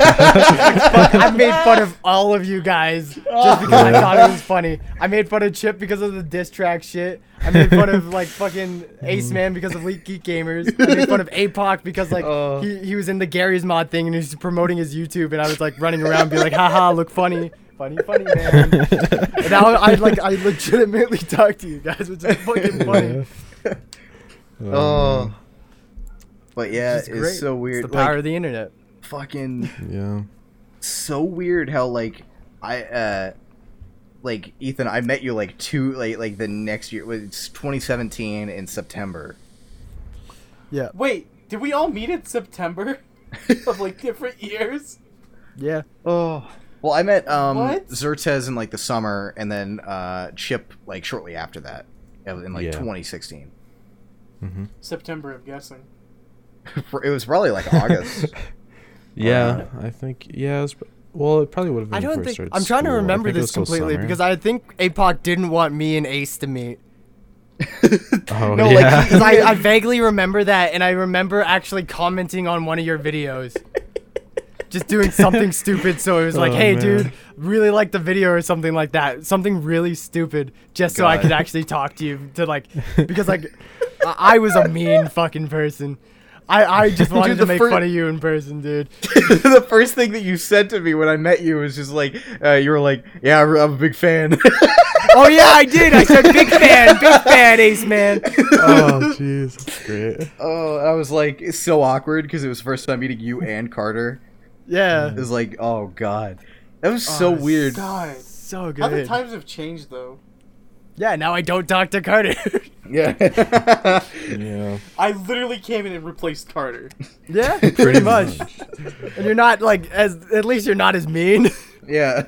S2: I made fun of all of you guys just because I thought it was funny. I made fun of Chip because of the diss track shit. I made fun of like fucking Ace Man because of Leak Geek Gamers. I made fun of Apoc because like
S1: Oh.
S2: he, he was in the Gary's Mod thing and he was promoting his YouTube and I was like running around being like, haha, look funny. Funny, funny man. And now I like I legitimately talk to you guys, which is fucking funny.
S4: Um,
S1: Oh. But yeah,
S2: Which
S1: it's,
S2: is great.
S1: so weird.
S2: It's the power
S1: like,
S2: of the internet.
S1: fucking
S4: Yeah.
S1: so weird how like I uh like Ethan, I met you like two like like the next year. It's 2017 in September.
S2: Yeah.
S3: Wait, did we all meet in September of like different years?
S2: Yeah.
S1: Oh. Well, I met um
S3: What?
S1: Zertes in like the summer, and then uh Chip like shortly after that, in like
S4: Yeah.
S1: 2016.
S3: September, I'm guessing.
S1: It was probably like August.
S4: Yeah, Uh, I think yeah. It was, well, it probably would have been.
S2: I don't
S4: before I
S2: think
S4: started
S2: I'm trying to
S4: school. I
S2: remember
S4: think it was
S2: this
S4: still
S2: completely
S4: summer.
S2: because I think APOC didn't want me and Ace to meet.
S4: oh,
S1: no, like,
S4: yeah.
S2: Because I, I vaguely remember that, and I remember actually commenting on one of your videos. Just doing something stupid, so it was like,
S4: Oh,
S2: hey,
S4: man.
S2: dude, really like the video or something like that. Something really stupid, just so I
S1: God.
S2: could actually talk to you. To like, because like, I, I was a mean fucking person. I, I just wanted
S1: Dude,
S2: to
S1: the
S2: make
S1: fir-
S2: fun of you in person, dude.
S1: the first thing that you said to me when I met you was just like, uh, you were like, "Yeah, I'm I'm a big fan."
S2: oh yeah, I did. I said big fan, big fan, Ace man.
S4: oh, jeez, that's great.
S1: oh, I was like, it's so awkward because it was the first time meeting you and Carter.
S2: Yeah,
S1: It was like, oh god, that was so
S2: Oh,
S1: weird.
S3: God.
S2: so
S3: How the
S2: good.
S3: times have changed though.
S2: yeah, now I don't talk to Carter.
S1: Yeah.
S4: Yeah,
S3: I literally came in and replaced Carter.
S2: yeah, pretty much. And you're not like as at least you're not as mean.
S1: yeah.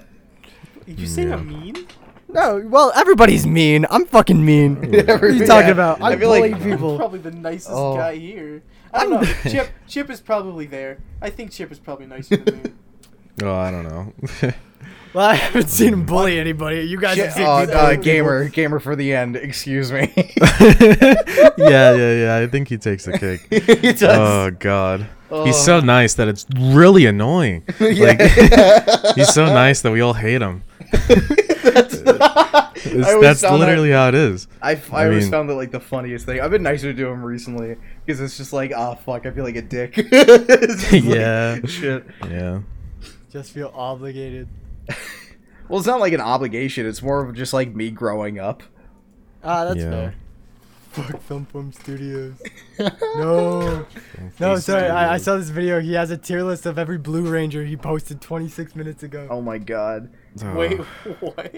S3: Did you say
S4: Yeah.
S3: I'm mean?
S2: No, well everybody's mean. I'm fucking mean.
S1: What
S2: What are you talking about?
S1: I
S2: I,
S1: feel
S2: bully
S1: like
S3: I'm
S2: people.
S3: probably the nicest
S1: Oh.
S3: guy here. I don't know. Chip Chip is probably there. I think Chip is probably nicer than me.
S4: Oh, I don't know.
S2: Well, I haven't seen him bully anybody. You guys have
S1: Shit,
S2: seen
S1: uh,
S2: me
S1: uh,
S2: bully
S1: gamer, gamer for the end. Excuse me.
S4: yeah, yeah, yeah. I think he takes the cake.
S1: it does.
S4: Oh God, he's
S2: Oh.
S4: so nice that it's really annoying. Like he's so nice that we all hate him.
S1: I
S4: uh, It's,
S1: always
S4: that's
S1: found that-
S4: literally how it is.
S1: I, f- I always
S4: mean-
S1: found that like the funniest thing. I've been nicer to him recently because it's just like, ah, fuck, I feel like a dick. It's just like,
S4: Yeah.
S1: shit.
S4: Yeah.
S2: people. Just feel obligated.
S1: Well, it's not like an obligation. It's more of just like me growing up.
S2: Ah, that's
S4: Yeah.
S2: fair. Fuck Thumb Thumb Studios. no. No, sorry. I, I saw this video. He has a tier list of every Blue Ranger he posted 26 minutes ago.
S1: Oh my god.
S4: Oh,
S3: Wait, what?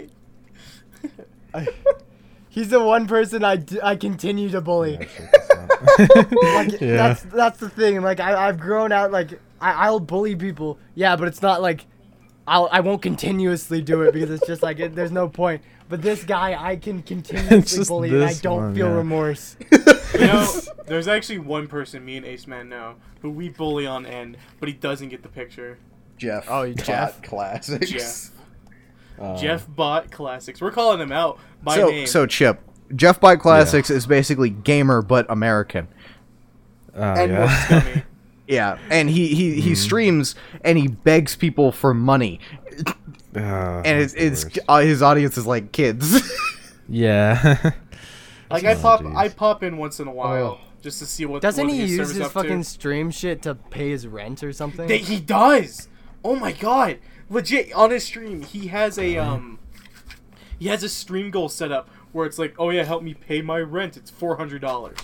S2: He's the one person I, d- I continue to bully.
S4: I shook this up.
S2: Like
S4: Yeah.
S2: that's that's the thing. Like I I've grown out. Like I I'll bully people. Yeah, but it's not like I'll I won't continuously do it because it's just like it, there's no point. But this guy I can continuously
S4: just
S2: bully and I
S4: this
S2: don't
S4: one,
S2: feel
S4: yeah.
S2: remorse.
S3: You know, there's actually one person me and Ace Man know who we bully on end, but he doesn't get the picture.
S1: Jeff.
S2: Oh, you-
S1: Bot
S2: Jeff?
S1: Classics.
S3: Jeff.
S4: Uh,
S3: Jeff bought classics. We're calling him out by
S1: so,
S3: name.
S1: so Chip, Jeff Bot Classics is basically gamer but American.
S4: oh,
S3: and more
S4: yeah.
S3: scummy.
S1: Yeah, and he he, he streams and he begs people for money,
S4: Ah,
S1: and it's
S4: that's the
S1: it's
S4: worst.
S1: uh, his audience is like kids.
S4: yeah.
S3: Like I
S4: Oh,
S3: pop,
S4: jeez. Oh.
S3: I pop in once in a while just to see what.
S2: Doesn't
S3: what
S2: he use his
S3: up
S2: fucking
S3: To.
S2: stream shit to pay his rent or something?
S3: That he does. Oh my god! Legit on his stream, he has a um, he has a stream goal set up where it's like, oh yeah, help me pay my rent. It's four hundred dollars.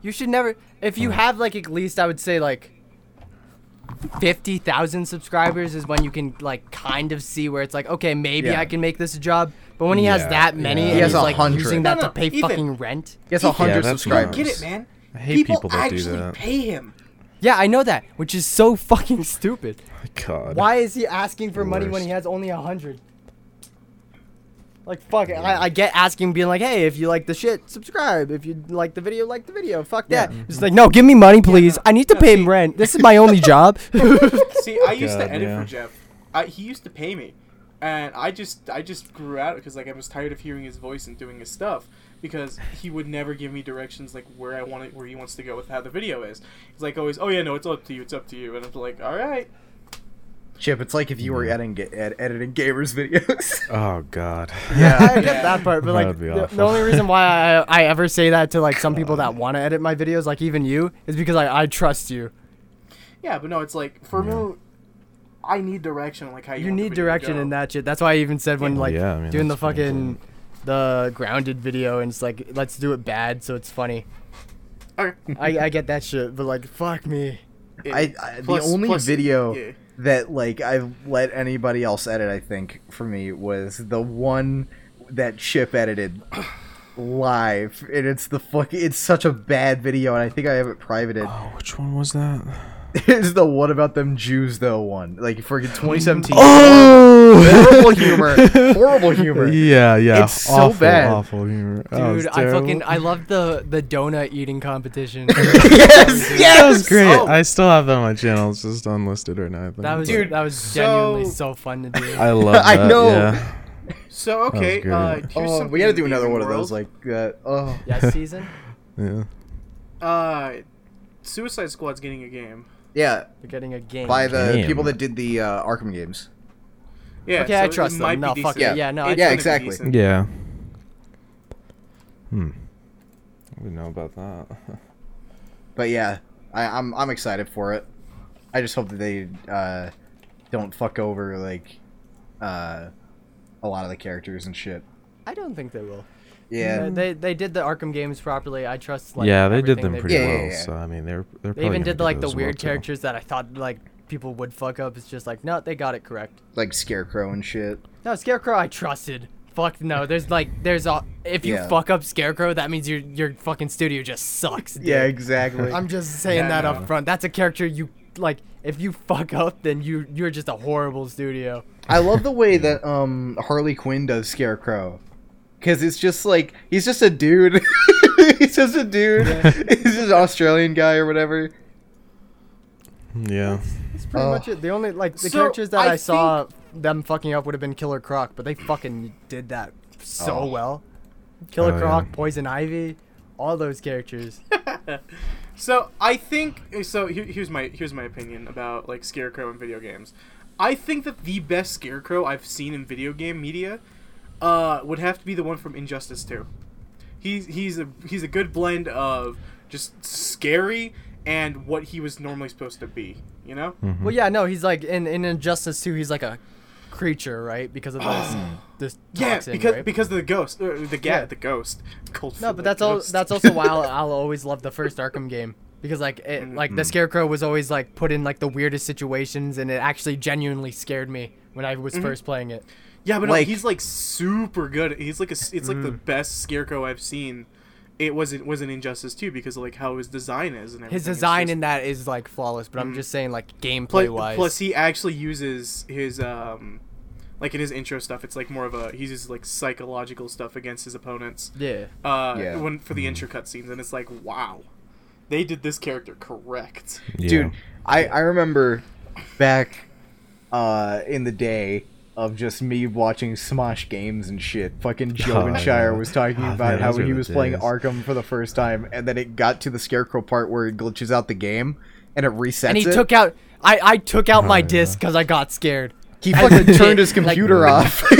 S2: You should never. If you have like at least, I would say like fifty thousand subscribers is when you can like kind of see where it's like, okay, maybe
S1: Yeah.
S2: I can make this a job. But when he
S4: Yeah,
S2: has that many,
S4: yeah.
S2: and
S4: He has
S2: he's like
S1: 100.
S2: using
S3: No,
S2: that
S3: no,
S2: to pay
S3: Ethan.
S2: fucking rent.
S1: He has a hundred
S4: that's
S1: subscribers.
S4: nuts.
S3: Get it, man.
S4: I hate people that do
S3: actually
S4: that.
S3: pay him.
S2: Yeah, I know that, which is so fucking stupid.
S4: God.
S2: Why is he asking for
S4: The
S2: money when
S4: worst.
S2: he has only a hundred? Like fuck, I, I get asking, being like, "Hey, if you like the shit, subscribe. If you like the video, like the video. Fuck that." It's like, no, give me money, please.
S3: no.
S2: I need to
S3: No,
S2: pay
S3: see-
S2: rent. This is my only job.
S3: See, I used
S4: God,
S3: to edit
S4: yeah.
S3: for Jeff. I, he used to pay me, and I just I just grew out because like I was tired of hearing his voice and doing his stuff because he would never give me directions like where I want it, where he wants to go with how the video is. He's like always, oh yeah, no, it's up to you, it's up to you, and I'm like, all right,
S1: Chip, it's like if you were editing ga- ed- editing gamers videos.
S4: Oh God.
S2: I get
S3: Yeah.
S2: that part, but
S4: That
S2: like
S4: would be
S2: the,
S4: awful.
S2: the only reason why I, I ever say that to like some people that want to edit my videos, like even you, is because I, I trust you.
S3: yeah, but no, it's like for me, I need direction like how you.
S2: You
S3: want the
S2: need
S3: video to
S2: direction
S3: go.
S2: in that shit. That's why I even said when
S4: Yeah.
S2: like
S4: Yeah, I mean,
S2: doing the
S4: that's pretty
S2: fucking
S4: important.
S2: the grounded video, and it's like let's do it bad so it's funny.
S3: Okay.
S2: I, I get that shit, but like fuck me.
S1: I- I- the
S3: Plus-
S1: only
S3: plus-
S1: video-
S3: yeah.
S1: that like I've let anybody else edit. I think for me was the one that Chip edited live, and it's the fuck. It's such a bad video, and I think I have it privated.
S4: Oh, which one was that?
S1: It's the what about them Jews though one, like for 2017.
S4: Oh,
S1: Horrible humor, horrible humor.
S4: yeah, yeah.
S1: It's so bad.
S4: Awful humor. Dude,
S2: Dude, I fucking I love the the donut eating competition.
S1: Yes,
S4: That
S1: yes.
S4: was great.
S1: Oh,
S4: I still have that on my channel. It's just unlisted right now. I think.
S2: That was
S4: but
S2: that was
S3: so-
S2: genuinely so fun to do.
S4: I love. That.
S1: I know.
S4: Yeah.
S3: So okay,
S4: good.
S3: uh,
S4: Oh,
S3: here's
S1: oh,
S3: something
S1: we gotta do
S3: in the
S1: another one of those
S3: world.
S1: like that. Oh,
S2: yes, season.
S4: yeah.
S3: uh, Suicide Squad's getting a game.
S1: yeah.
S2: We're getting a game.
S1: By the
S4: Damn.
S1: people that did the uh, Arkham games.
S3: Yeah,
S2: Okay,
S3: so
S2: I
S3: it
S2: trust them.
S3: might be
S2: No, fuck
S3: decent.
S1: it. Yeah,
S2: no, I-
S3: It's gonna
S1: Yeah,
S3: be
S1: exactly.
S3: decent.
S4: Yeah. Hmm. We know about that.
S1: But yeah, I, I'm I'm excited for it. I just hope that they uh, don't fuck over like uh, a lot of the characters and shit.
S2: I don't think they will.
S1: Yeah,
S2: Uh, they they did the Arkham games properly. I trust. Like,
S4: yeah, they did
S2: everything
S4: them
S2: they've
S4: pretty
S2: done.
S1: Yeah,
S4: well.
S1: yeah, yeah.
S4: So I mean, they're they're.
S2: They even did like the weird characters
S4: characters.
S2: that I thought like people would fuck up. It's just like no, they got it correct.
S1: like Scarecrow and shit.
S2: No, Scarecrow I trusted. Fuck no. There's like there's a if you
S1: Yeah.
S2: fuck up Scarecrow, that means your your fucking studio just sucks. Dude.
S1: Yeah, exactly.
S2: I'm just saying
S3: Yeah,
S2: that
S3: no.
S2: up front. That's a character you like. If you fuck up, then you you're just a horrible studio.
S1: I love the way that um, Harley Quinn does Scarecrow. Cause it's just like he's just a dude. he's just a dude. He's just an Australian guy or whatever.
S4: Yeah.
S2: That's pretty
S1: Oh.
S2: much it. The only like the
S3: So,
S2: characters that
S3: I
S2: Uh, I, saw them fucking up would have been Killer Croc, but they fucking did that so
S1: Oh.
S2: well. Killer
S4: Oh, yeah.
S2: Croc, Poison Ivy, all those characters.
S3: So I think eh, so. Here, here's my here's my opinion about like Scarecrow in video games. I think that the best Scarecrow I've seen in video game media uh, would have to be the one from Injustice Two. He's he's a he's a good blend of just scary and what he was normally supposed to be. You know.
S2: Well, yeah, no, he's like in in Injustice 2, he's like a creature, right? Because of this this
S3: Yeah,
S2: toxin,
S3: because
S2: right?
S3: because of the ghost, uh, the ga-
S2: Yeah.
S3: the ghost. Cold
S2: no,
S3: feet
S2: but that's all.
S3: ghost.
S2: That's also why I'll, I'll always love the first Arkham game because like it,
S3: Mm.
S2: like the Scarecrow was always like put in like the weirdest situations, and it actually genuinely scared me when I
S3: Mm-hmm.
S2: was first playing it.
S3: Yeah, but no,
S1: Like-
S3: he's like super good. He's like a, s- it's like the best scarecrow I've seen. It wasn't was an injustice too because of like how his design is and everything.
S2: His
S3: It's
S2: design
S3: just-
S2: in that is like flawless, but I'm just saying like gameplay
S3: plus,
S2: wise.
S3: plus he actually uses his um like in his intro stuff. It's like more of a he uses like psychological stuff against his opponents.
S2: yeah.
S3: Uh,
S1: Yeah.
S3: when for the intro cutscenes and it's like wow, they did this character correct.
S4: yeah.
S1: dude I, I remember back uh in the day of just me watching smosh games and shit fucking joe
S4: Oh,
S1: and shire
S4: yeah.
S1: was talking
S4: Oh,
S1: about
S4: man,
S1: how
S4: those
S1: he
S4: were the
S1: was playing
S4: days.
S1: arkham for the first time and then it got to the scarecrow part where it glitches out the game and it resets
S2: And he
S1: it.
S2: took out. I I took out my
S4: yeah.
S2: disc because I got scared.
S1: he fucking
S2: legit,
S1: turned his
S2: like-
S1: computer off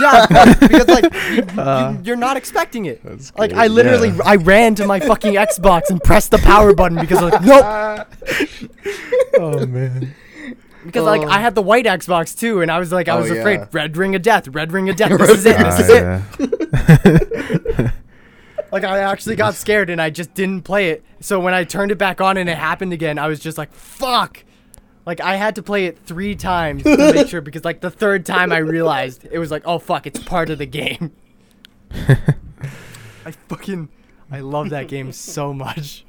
S2: Yeah, because like you, are not expecting it. Like I
S4: good,
S2: literally,
S4: yeah.
S2: I ran to my fucking Xbox and pressed the power button because like nope,
S4: Oh man.
S2: because like I had the white Xbox too, and I was like I
S1: Oh,
S2: was
S1: yeah.
S2: afraid. Red ring of death, red ring of death. This is it. This is it.
S3: uh,
S4: Ah, yeah.
S2: Like I actually got scared and I just didn't play it. So when I turned it back on and it happened again, I was just like fuck. Like I had to play it three times to make sure because like the third time I realized it was like oh fuck, it's part of the game. I fucking I love that game so much.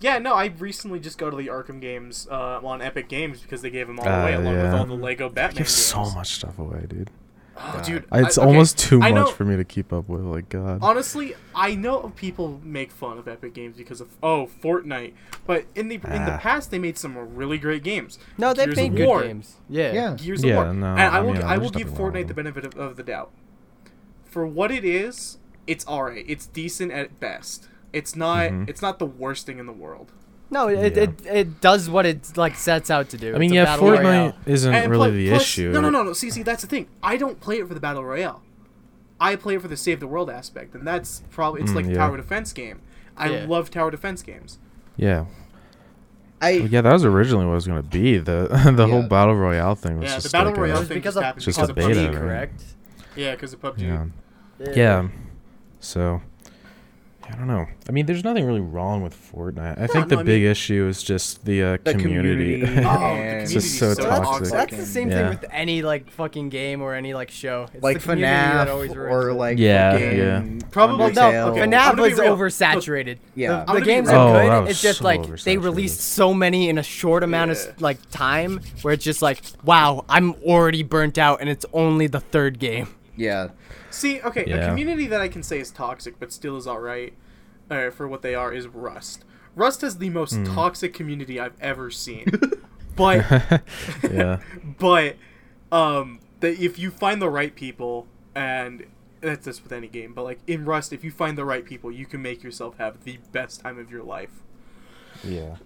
S3: Yeah, no, I recently just go to the Arkham games uh, on Epic Games because they gave them all
S4: Ah,
S3: away along with
S4: yeah.
S3: all the Lego Batman
S4: Give
S3: games.
S4: so much stuff away, dude.
S3: Oh, dude, I-
S4: It's
S3: okay,
S4: almost too
S3: I know-
S4: much for me to keep up with. Like God.
S3: Honestly, I know people make fun of Epic Games because of oh Fortnite, but in the in the
S4: Ah.
S3: past they made some really great games.
S2: No, they
S3: Gears
S2: made
S3: of
S2: good
S3: War,
S2: games. Yeah.
S1: yeah
S3: Gears
S4: Yeah,
S3: of War.
S4: no,
S3: and I
S4: I
S3: will
S4: mean,
S3: I will
S4: there's
S3: give
S4: nothing wrong
S3: Fortnite the
S4: with
S3: benefit of, of the doubt. For what it is, it's alright. It's decent at best. It's not
S4: Mm-hmm.
S3: it's not the worst thing in the world.
S2: No, it,
S4: Yeah.
S2: it it does what it like sets out to do.
S4: I mean, yeah, Fortnite isn't really
S3: plu-
S4: the
S3: plus-
S4: issue.
S3: No, no, no, no. See, see, that's the thing. I don't play it for the battle royale. I play it for the save the world aspect, and that's probably it's
S4: Mm,
S3: like a
S4: yeah.
S3: tower defense game. I
S2: Yeah.
S3: love tower defense games.
S4: Yeah.
S1: i
S4: Yeah, that was originally what it was gonna be. The the whole
S1: Yeah.
S4: battle royale thing was
S3: Yeah, the
S4: just
S3: battle
S4: like a-
S3: royale-
S2: It's
S3: thing
S2: because
S3: just
S2: of
S3: happened
S4: Just
S2: because
S4: a
S2: of
S4: beta,
S2: PUBG,
S4: right?
S2: correct?
S3: Yeah, because of PUBG.
S4: Yeah. Yeah. So I don't know. I mean, there's nothing really wrong with Fortnite. I think
S3: no,
S4: the
S3: I
S4: big
S3: mean-
S4: issue is just the, uh,
S1: The
S4: community.
S1: community.
S3: Oh, the
S1: and-
S3: community's
S4: It's just so
S3: so
S4: toxic.
S3: toxic.
S2: That's the same
S4: Yeah.
S2: thing with any like fucking game or any like show. It's
S1: like
S2: the community that always
S1: FNAF
S2: ruins
S1: or
S2: it.
S1: like
S4: Yeah,
S1: fucking
S4: yeah.
S3: Probably-
S2: Well, no,
S1: Undertale.
S3: okay. I'm
S2: FNAF
S3: gonna be
S2: was
S3: real.
S2: oversaturated.
S1: Yeah. I'm
S2: the,
S3: gonna
S2: the
S3: be
S2: games
S3: real.
S4: Oh,
S2: are
S4: that
S2: good.
S4: was
S2: It's just
S4: so
S2: like they
S4: oversaturated.
S2: released so many in a short amount
S3: Yeah.
S2: of like time, where it's just like, wow, I'm already burnt out, and it's only the third game.
S1: Yeah.
S3: See, okay,
S4: Yeah.
S3: a community that I can say is toxic but still is alright uh, for what they are is Rust. Rust is the
S4: Hmm.
S3: most toxic community I've ever seen. but
S4: yeah.
S3: but um that if you find the right people and that's just with any game, but like in Rust, if you find the right people, you can make yourself have the best time of your life.
S4: Yeah.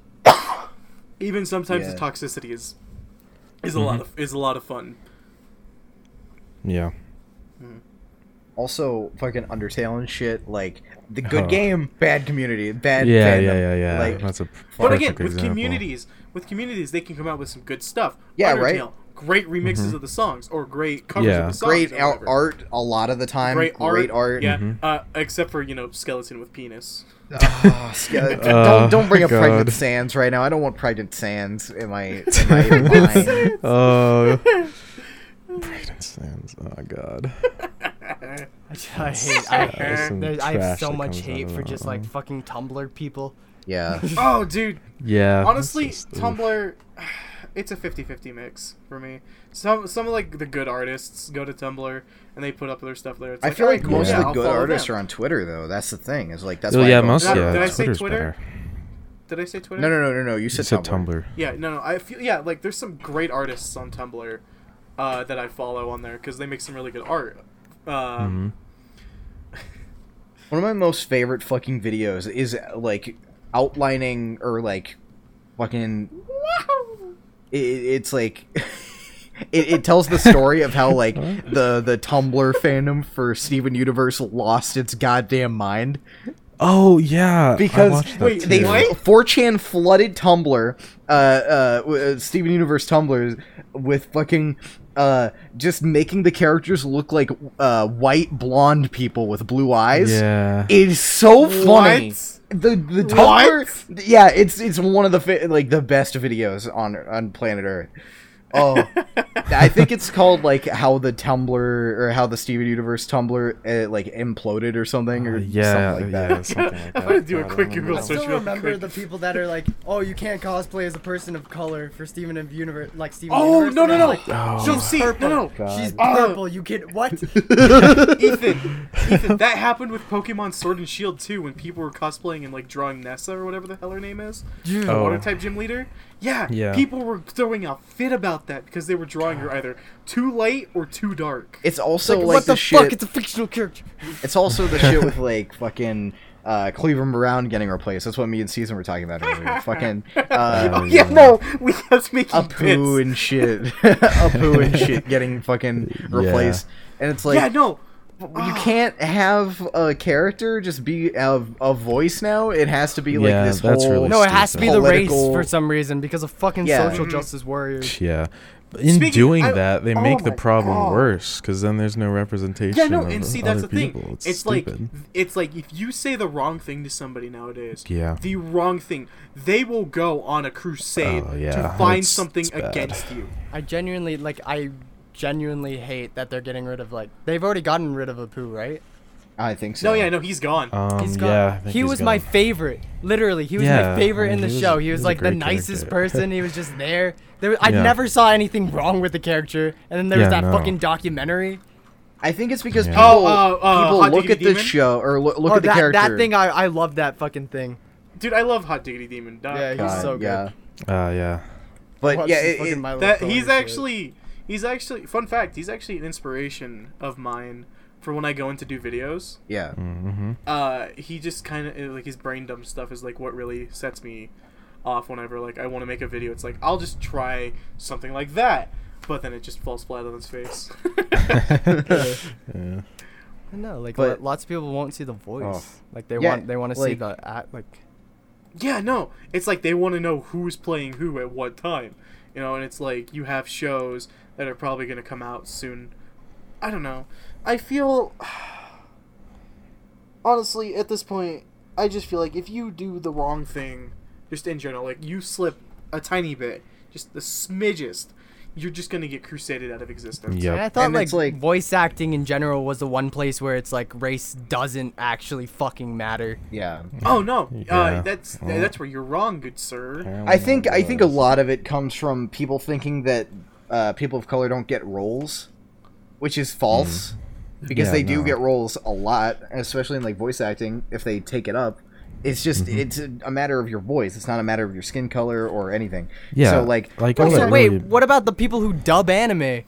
S3: Even sometimes the
S1: Yeah.
S3: toxicity is is a
S4: Mm-hmm.
S3: lot of is a lot of fun.
S4: Yeah.
S1: Also, fucking Undertale and shit. Like the good
S4: Oh.
S1: game, bad community, bad.
S4: Yeah, yeah,
S1: fandom.
S4: yeah, yeah.
S1: Like,
S4: That's a
S3: But again,
S4: perfect
S3: with
S4: example.
S3: communities, with communities, they can come out with some good stuff.
S1: Yeah, right?
S3: Great remixes of the songs or great covers
S4: Mm-hmm. Yeah.
S3: of the songs.
S1: great
S3: or
S1: al-
S3: whatever.
S1: art a lot of the time.
S3: Great art. Yeah.
S1: art.
S4: Mm-hmm.
S3: Uh, except for you know skeleton with penis.
S1: Ah, skele-
S4: Oh,
S1: don't don't bring up
S4: God.
S1: pregnant sands right now. I don't want pregnant sands in my in my mind.
S4: Oh. Pregnant Sands. Oh God.
S2: I just- I hate. I,
S4: There's some
S2: there's- I have
S4: trash
S2: so
S4: that
S2: much
S4: comes out
S2: hate
S4: of
S2: for
S4: that
S2: just
S4: one.
S2: like fucking Tumblr people.
S1: Yeah.
S3: Oh, dude.
S4: Yeah.
S3: Honestly,
S4: it's just- oof.
S3: Tumblr, it's a 50-50 mix for me. Some some of like the good artists go to Tumblr and they put up their stuff there. It's
S1: I
S3: like,
S1: feel
S3: "Alright,
S1: like
S3: cool,
S1: most
S3: yeah,
S1: of the
S3: I'll
S1: good
S3: follow
S1: artists
S3: them."
S1: are on Twitter though. That's the thing. Is like that's
S4: Oh
S1: why I
S4: yeah,
S1: go-
S4: most
S3: Did I-
S4: yeah.
S3: did I say
S4: Twitter's better.
S3: Twitter? Did I say Twitter?
S1: No, no, no, no, no. You said,
S4: You said
S1: Tumblr.
S4: Tumblr.
S3: Yeah, no, no. I feel yeah, like there's some great artists on Tumblr uh, that I follow on there because they make some really good art. Um,
S1: One of my most favorite fucking videos is like outlining or like fucking. It, it's like. It, it tells the story of how like the the Tumblr fandom for Steven Universe lost its goddamn mind
S4: Oh yeah. I
S1: because
S4: watched that
S1: wait, they
S4: too.
S3: what?
S1: 4chan flooded Tumblr, uh, uh, w- uh, Steven Universe Tumblr with fucking uh, just making the characters look like uh, white blonde people with blue eyes.
S4: Yeah.
S1: It is so funny.
S3: What?
S1: The the
S3: What?
S1: Tumblr, yeah, it's it's one of the fa- like the best videos on on planet Earth. Oh, I think it's called like how the Tumblr or how the Steven Universe Tumblr uh, like imploded or something or
S4: Uh, Yeah.
S1: something like that.
S4: yeah. Something like
S3: I'm
S4: that.
S3: gonna do a
S4: God, I
S3: quick
S4: don't
S3: Google
S4: know.
S2: I still
S3: Social
S2: remember
S3: credit.
S2: the people that are like, "Oh, you can't cosplay as a person of color for Steven of Universe, like Steven."
S3: Oh
S2: Universe,"
S3: no
S2: and
S3: no
S2: I'm
S3: no!
S2: like,
S4: Oh.
S3: Don't see no no.
S2: She's
S3: Oh.
S2: purple. You get what?
S3: Ethan, Ethan, that happened with Pokemon Sword and Shield too, when people were cosplaying and like drawing Nessa or whatever the hell her name is, the
S4: Oh.
S3: Water type gym leader. Yeah,
S4: Yeah.
S3: people were throwing a fit about that because they were drawing her either too light or too dark.
S1: It's also like,
S2: what
S1: the,
S2: the
S1: shit.
S2: fuck? It's a fictional character.
S1: It's also the shit with like fucking uh, Cleveland Brown getting replaced. That's what me and Season were talking about earlier. fucking uh,
S3: Oh, yeah, no, we kept making
S1: Apu
S3: bits.
S1: and shit, Apu and shit getting fucking replaced. And it's like,
S3: yeah, no, Ah.
S2: Oh.
S1: you can't have a character just be a, a voice now. It has to be like
S4: Yeah,
S1: this
S4: that's
S1: whole
S4: really
S2: No, it has to be the race
S1: political-
S2: for some reason because of fucking
S1: Yeah.
S2: social
S1: Mhm.
S2: justice warriors.
S4: Yeah. But In
S3: Speaking-
S4: doing
S3: I-
S4: that, they
S3: oh
S4: make the
S3: my
S4: problem
S3: God.
S4: worse because then there's no representation.
S3: yeah, no,
S4: of
S3: and see
S4: other
S3: that's the thing.
S4: people.
S3: It's,
S4: It's,
S3: like
S4: stupid.
S3: it's like if you say the wrong thing to somebody nowadays,
S4: Yeah.
S3: the wrong thing, they will go on a crusade
S4: Oh,
S3: to
S4: yeah,
S3: find
S4: it's-
S3: something
S4: it's bad.
S3: against you.
S2: I genuinely like. I genuinely hate that they're getting rid of like. They've already gotten rid of Apu, right?
S1: I think so.
S3: No, yeah, no, he's gone.
S4: Um,
S2: He's gone.
S4: yeah, I think
S2: he
S4: he's
S2: was my
S4: gone.
S2: favorite. Literally, he was
S4: Yeah,
S2: my favorite
S4: I
S2: in
S4: mean,
S2: the
S4: he was-
S2: show.
S4: he
S2: He was
S4: was a
S2: like the
S4: great
S2: nicest
S4: character.
S2: person. He was just there. there I
S4: Yeah.
S2: never saw anything wrong with the character. And then there was
S4: Yeah,
S2: that
S4: no.
S2: fucking documentary.
S1: I think it's because
S4: Yeah.
S1: people
S3: Oh, uh, uh,
S1: people
S3: Hot
S1: look
S3: Diggity
S1: at this
S3: Demon?
S1: show or lo- look
S2: oh,
S1: at the
S2: that,
S1: character.
S2: that thing! I I love that fucking thing.
S3: Dude, I love Hot Diggity Demon. Doc.
S2: Yeah, he's
S1: God,
S2: so good.
S1: yeah.
S4: Uh, yeah.
S1: But
S2: Watch
S1: yeah,
S2: this
S1: it-
S2: fucking
S1: it-
S2: My Little
S3: that
S2: Pony
S3: he's
S2: shit.
S3: actually he's actually fun fact he's actually an inspiration of mine for when i go in to do videos
S1: yeah.
S4: Mm-hmm.
S3: uh he just kind of like his brain dump stuff is like what really sets me off whenever like i want to make a video it's like i'll just try something like that but then it just falls flat on its face
S4: yeah.
S2: No, like
S1: But- Oh.
S2: lo- lots of people won't see the voice. Like they
S1: Yeah,
S2: want they want to see
S1: like-
S2: the act. Like
S3: yeah no it's like they want to know who's playing who at what time you know and it's like you have shows that are probably going to come out soon i don't know i feel honestly at this point I just feel like if you do the wrong thing, just in general, like you slip a tiny bit, just the smidgest, you're just gonna get crusaded out of existence.
S2: And I
S4: Yep.
S2: thought
S1: And
S2: like,
S1: it's like-
S2: voice acting in general was the one place where it's like race doesn't actually fucking matter.
S1: Yeah.
S3: Oh no,
S4: Yeah.
S3: uh, that's that's where you're wrong, good sir.
S4: Oh,
S1: I think I think a lot of it comes from people thinking that uh, people of color don't get roles, which is false, because
S4: Mm-hmm.
S1: they
S4: Yeah,
S1: do
S4: no.
S1: get roles a lot, especially in like voice acting. If they take it up, it's just
S4: Mm-hmm.
S1: it's a, a matter of your voice. It's not a matter of your skin color or anything.
S4: Yeah.
S1: So like,
S4: Like,
S1: all
S4: all
S2: So
S1: that
S4: that
S2: wait,
S4: really-
S2: what about the people who dub anime?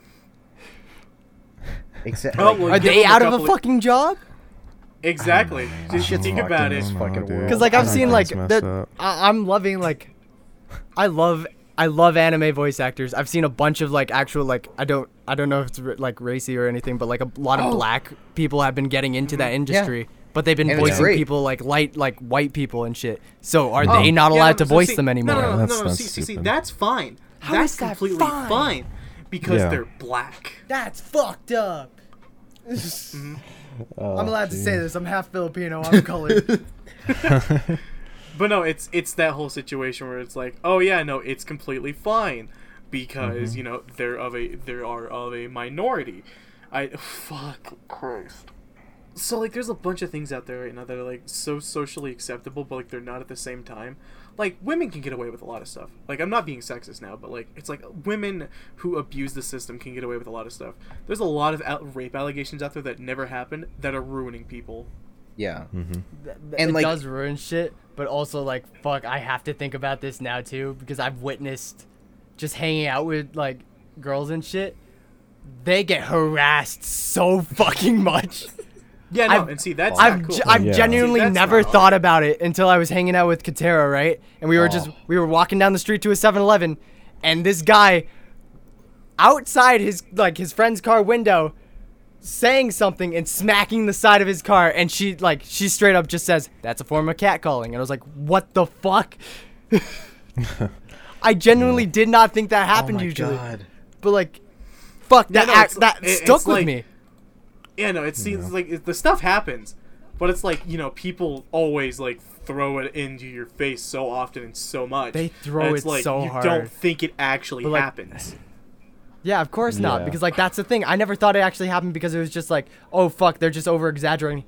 S1: exa-
S3: Oh,
S1: like,
S3: well,
S2: Are
S3: give
S2: they
S3: them
S2: out of a
S3: couple-
S2: fucking job?
S3: Exactly. Just
S1: Shit's
S3: think
S1: fucked
S3: about
S1: in
S3: it.
S1: this
S4: No,
S1: fucking
S4: dude.
S1: world.
S2: Because like I've
S4: I
S2: seen
S4: know,
S2: like
S4: it's messed
S2: the,
S4: up.
S2: I- I'm loving like, I love I love anime voice actors. I've seen a bunch of like actual like I don't I don't know if it's r- like racy or anything, but like a lot of black people have been getting into that industry. But they've been
S1: And it's
S2: voicing
S1: great.
S2: people like light like white people and shit. So are
S3: Oh,
S2: they not
S3: yeah,
S2: allowed
S3: no,
S2: to
S3: so
S2: voice
S3: see-
S2: them anymore?
S3: No, no, no,
S4: That's-
S3: no,
S4: that's
S3: see, see, see,
S4: stupid.
S3: that's fine.
S2: How
S3: that's
S2: is that
S3: completely
S2: fine?
S3: fine, because
S4: Yeah.
S3: they're black.
S2: That's fucked up.
S4: Oh,
S2: I'm allowed to say
S4: geez.
S2: this. I'm half Filipino. I'm colored.
S3: But no, it's it's that whole situation where it's like, oh yeah, no, it's completely fine because
S2: Mm-hmm.
S3: you know they're of a they are of a minority. I fuck Christ. So like, there's a bunch of things out there right now that are like so socially acceptable, but like they're not at the same time. Like women can get away with a lot of stuff. Like I'm not being sexist now, but like it's like women who abuse the system can get away with a lot of stuff. There's a lot of out- rape allegations out there that never happened that are ruining people.
S1: yeah,
S4: Mm-hmm.
S2: and
S1: And,
S2: it
S1: like-
S2: does ruin shit, but also like fuck, I have to think about this now too because I've witnessed just hanging out with like girls and shit. They get harassed so fucking much.
S3: Yeah, no,
S2: I've-
S3: and see that's
S2: I've,
S3: not cool.
S2: ge- I've
S4: Yeah.
S2: genuinely
S3: See, that's
S2: never
S3: not-
S2: thought about it until I was hanging out with Katera, right? And we were just
S1: Oh.
S2: we were walking down the street to a 7-Eleven, and this guy outside his like his friend's car window saying something and smacking the side of his car and she like she straight up just says that's a form of catcalling and I was like what the fuck I genuinely did not think that
S1: oh
S2: happened usually but like fuck that
S3: Oh no,
S2: act,
S3: it's-
S2: that
S3: it- it's
S2: stuck with
S3: like-
S2: me
S3: Yeah, no, it seems like it, the stuff happens, but it's like you know people always like throw it into your face so often and so much.
S2: They throw
S3: and it's
S2: it
S3: like,
S2: so
S3: you
S2: hard.
S3: don't think it actually
S2: But, like,
S3: happens.
S2: Yeah, of course not.
S4: Yeah.
S2: Because like that's the thing. I never thought it actually happened because it was just like, oh fuck, they're just over exaggerating.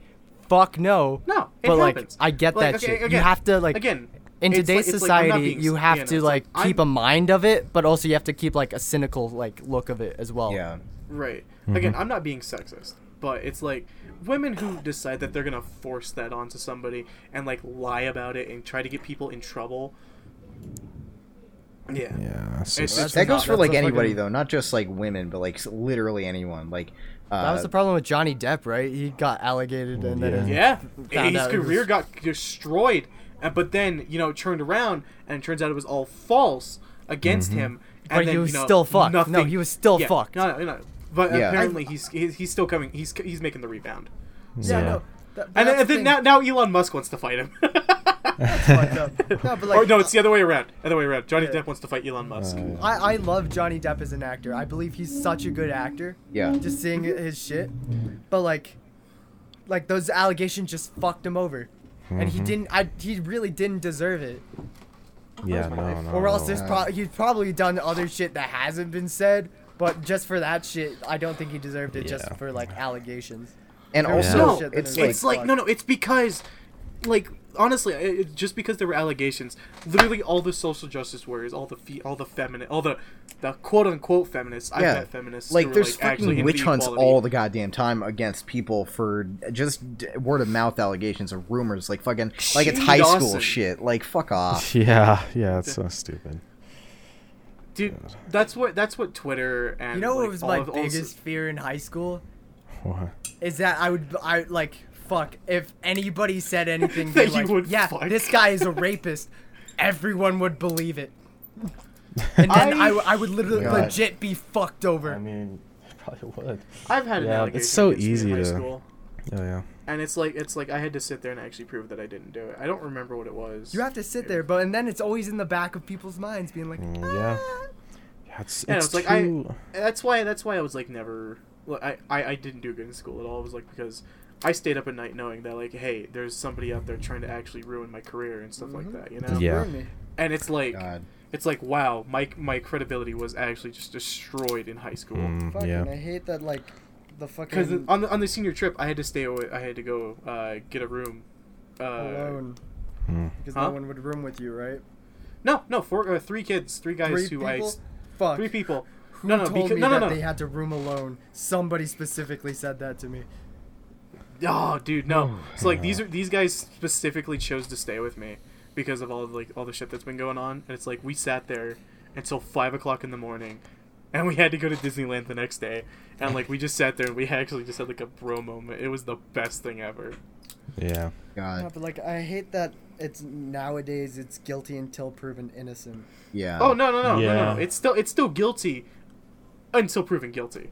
S2: Fuck no.
S3: No, it
S2: but
S3: happens.
S2: like I get
S3: Like,
S2: that
S3: okay,
S2: shit. you
S3: again-
S2: have to like
S3: again
S2: in
S3: it's
S2: today's
S3: like- it's like I'm not
S2: society,
S3: being-
S2: you have
S3: yeah, no,
S2: to
S3: it's
S2: like,
S3: like,
S2: keep
S3: I'm-
S2: a mind of it, but also you have to keep like a cynical like look of it as well.
S1: Yeah.
S3: Right.
S2: Mm-hmm.
S3: Again, I'm not being sexist, but it's like women who decide that they're gonna force that onto somebody and like lie about it and try to get people in trouble. Yeah.
S4: Yeah. It's
S3: It's
S4: just,
S3: just-
S1: That goes
S3: not-
S1: for
S2: that's
S1: like
S2: a
S1: anybody
S2: fucking-
S1: though, not just like women, but like s- literally anyone. Like uh,
S2: That was the problem with Johnny Depp, right? He got allegated and then his-
S3: Yeah,
S2: Found
S3: his
S2: out it was-
S3: career got destroyed, and but then you know turned around, and it turns out it was all false against him. And
S2: But
S3: then,
S2: he was
S3: you know,
S2: still fucked. No,
S3: nothing-
S2: he was still
S3: yeah,
S2: fucked.
S3: No, no, no. But
S1: Yeah.
S3: apparently he's, he's he's still coming. He's he's making the rebound.
S4: yeah.
S3: And, then- and then now, now Elon Musk wants to fight him.
S2: no, but
S3: or no, it's the other way around. Other way around. Johnny Depp wants to fight Elon Musk.
S2: I, I love Johnny Depp as an actor. I believe he's such a good actor.
S1: Yeah.
S2: Just seeing his shit. But like like those allegations just fucked him over. And
S1: Mm-hmm.
S2: he didn't I he really didn't deserve it.
S4: yeah. No, no.
S2: Or else there's
S1: Oh, Yeah.
S2: pro- he's probably done other shit that hasn't been said, but just for that shit, I don't think he deserved it just
S4: Yeah.
S2: for like allegations.
S1: and
S2: was
S1: also
S3: No,
S2: Bullshit that
S1: it's
S2: it was
S1: like
S3: it's like, no, no. It's because, like, honestly, I- it, just because there were allegations, literally all the social justice warriors, all the fe- all the feminist, all the the quote unquote feminists. I
S1: yeah,
S3: bet feminists. who
S1: like
S3: were,
S1: there's
S3: actually
S1: fucking
S3: into
S1: witch hunts
S3: equality.
S1: all the goddamn time against people for just d- word of mouth allegations or rumors, like fucking like it's
S3: Shane
S1: high school
S3: Dawson.
S1: shit. Like fuck off.
S4: Yeah. Yeah. It's so stupid.
S3: Dude, that's what that's what Twitter and
S2: You know
S3: like,
S2: what was
S3: all
S2: my
S3: of- all
S2: biggest
S3: so-
S2: fear in high school
S4: What?
S2: is that I would I like fuck if anybody said anything
S3: That
S2: be like,
S3: you would
S2: yeah
S3: fuck."
S2: this guy is a rapist everyone would believe it and then I,
S3: I-
S2: w- I would literally
S1: God.
S2: legit be fucked over
S4: I mean, it probably would.
S3: I've had an
S4: Yeah,
S3: allegation.
S4: it's so
S3: against me in
S4: easy
S3: high
S4: to-
S3: School,
S4: Oh yeah.
S3: and it's like it's like I had to sit there and actually prove that I didn't do it. I don't remember what it was.
S2: you have to sit there but and then it's always in the back of people's minds being like
S4: Mm, yeah. Yeah. It's,
S3: Yeah,
S4: it's,
S3: it's like I-
S4: too. Mm,
S3: that's why that's why I was like never like, I, I I didn't do good in school at all. It was like because I stayed up at night knowing that like, hey, there's somebody out there trying to actually ruin my career and stuff
S2: Mm-hmm.
S3: like that, you know?
S6: Yeah.
S3: And it's like
S1: God.
S3: it's like wow, my my credibility was actually just destroyed in high school.
S4: Mm,
S6: Fucking,
S4: yeah.
S6: I hate that like the fucking
S3: Because on the on the senior trip, I had to stay away. I had to go uh, get a room. Uh,
S2: alone
S4: Mm.
S2: because
S3: Huh?
S2: no one would room with you, right?
S3: No, no, four, uh, three kids, three guys
S2: Three
S3: who I,
S2: people.
S3: s-
S2: Fuck.
S3: three people.
S2: Who
S3: no, no,
S2: told
S3: because,
S2: me
S3: no, no,
S2: that
S3: no.
S2: they had to room alone? Somebody specifically said that to me.
S3: Oh, dude, no. So like these are these guys specifically chose to stay with me because of all of, like all the shit that's been going on, and it's like we sat there until five o'clock in the morning, and we had to go to Disneyland the next day, and like we just sat there and we actually just had like a bro moment. It was the best thing ever.
S4: Yeah.
S6: No,
S1: God.
S6: but like I hate that it's nowadays it's guilty until proven innocent.
S1: Yeah.
S3: Oh no, no, no, no, no,
S4: Yeah.
S3: no. It's still it's still guilty until proven guilty.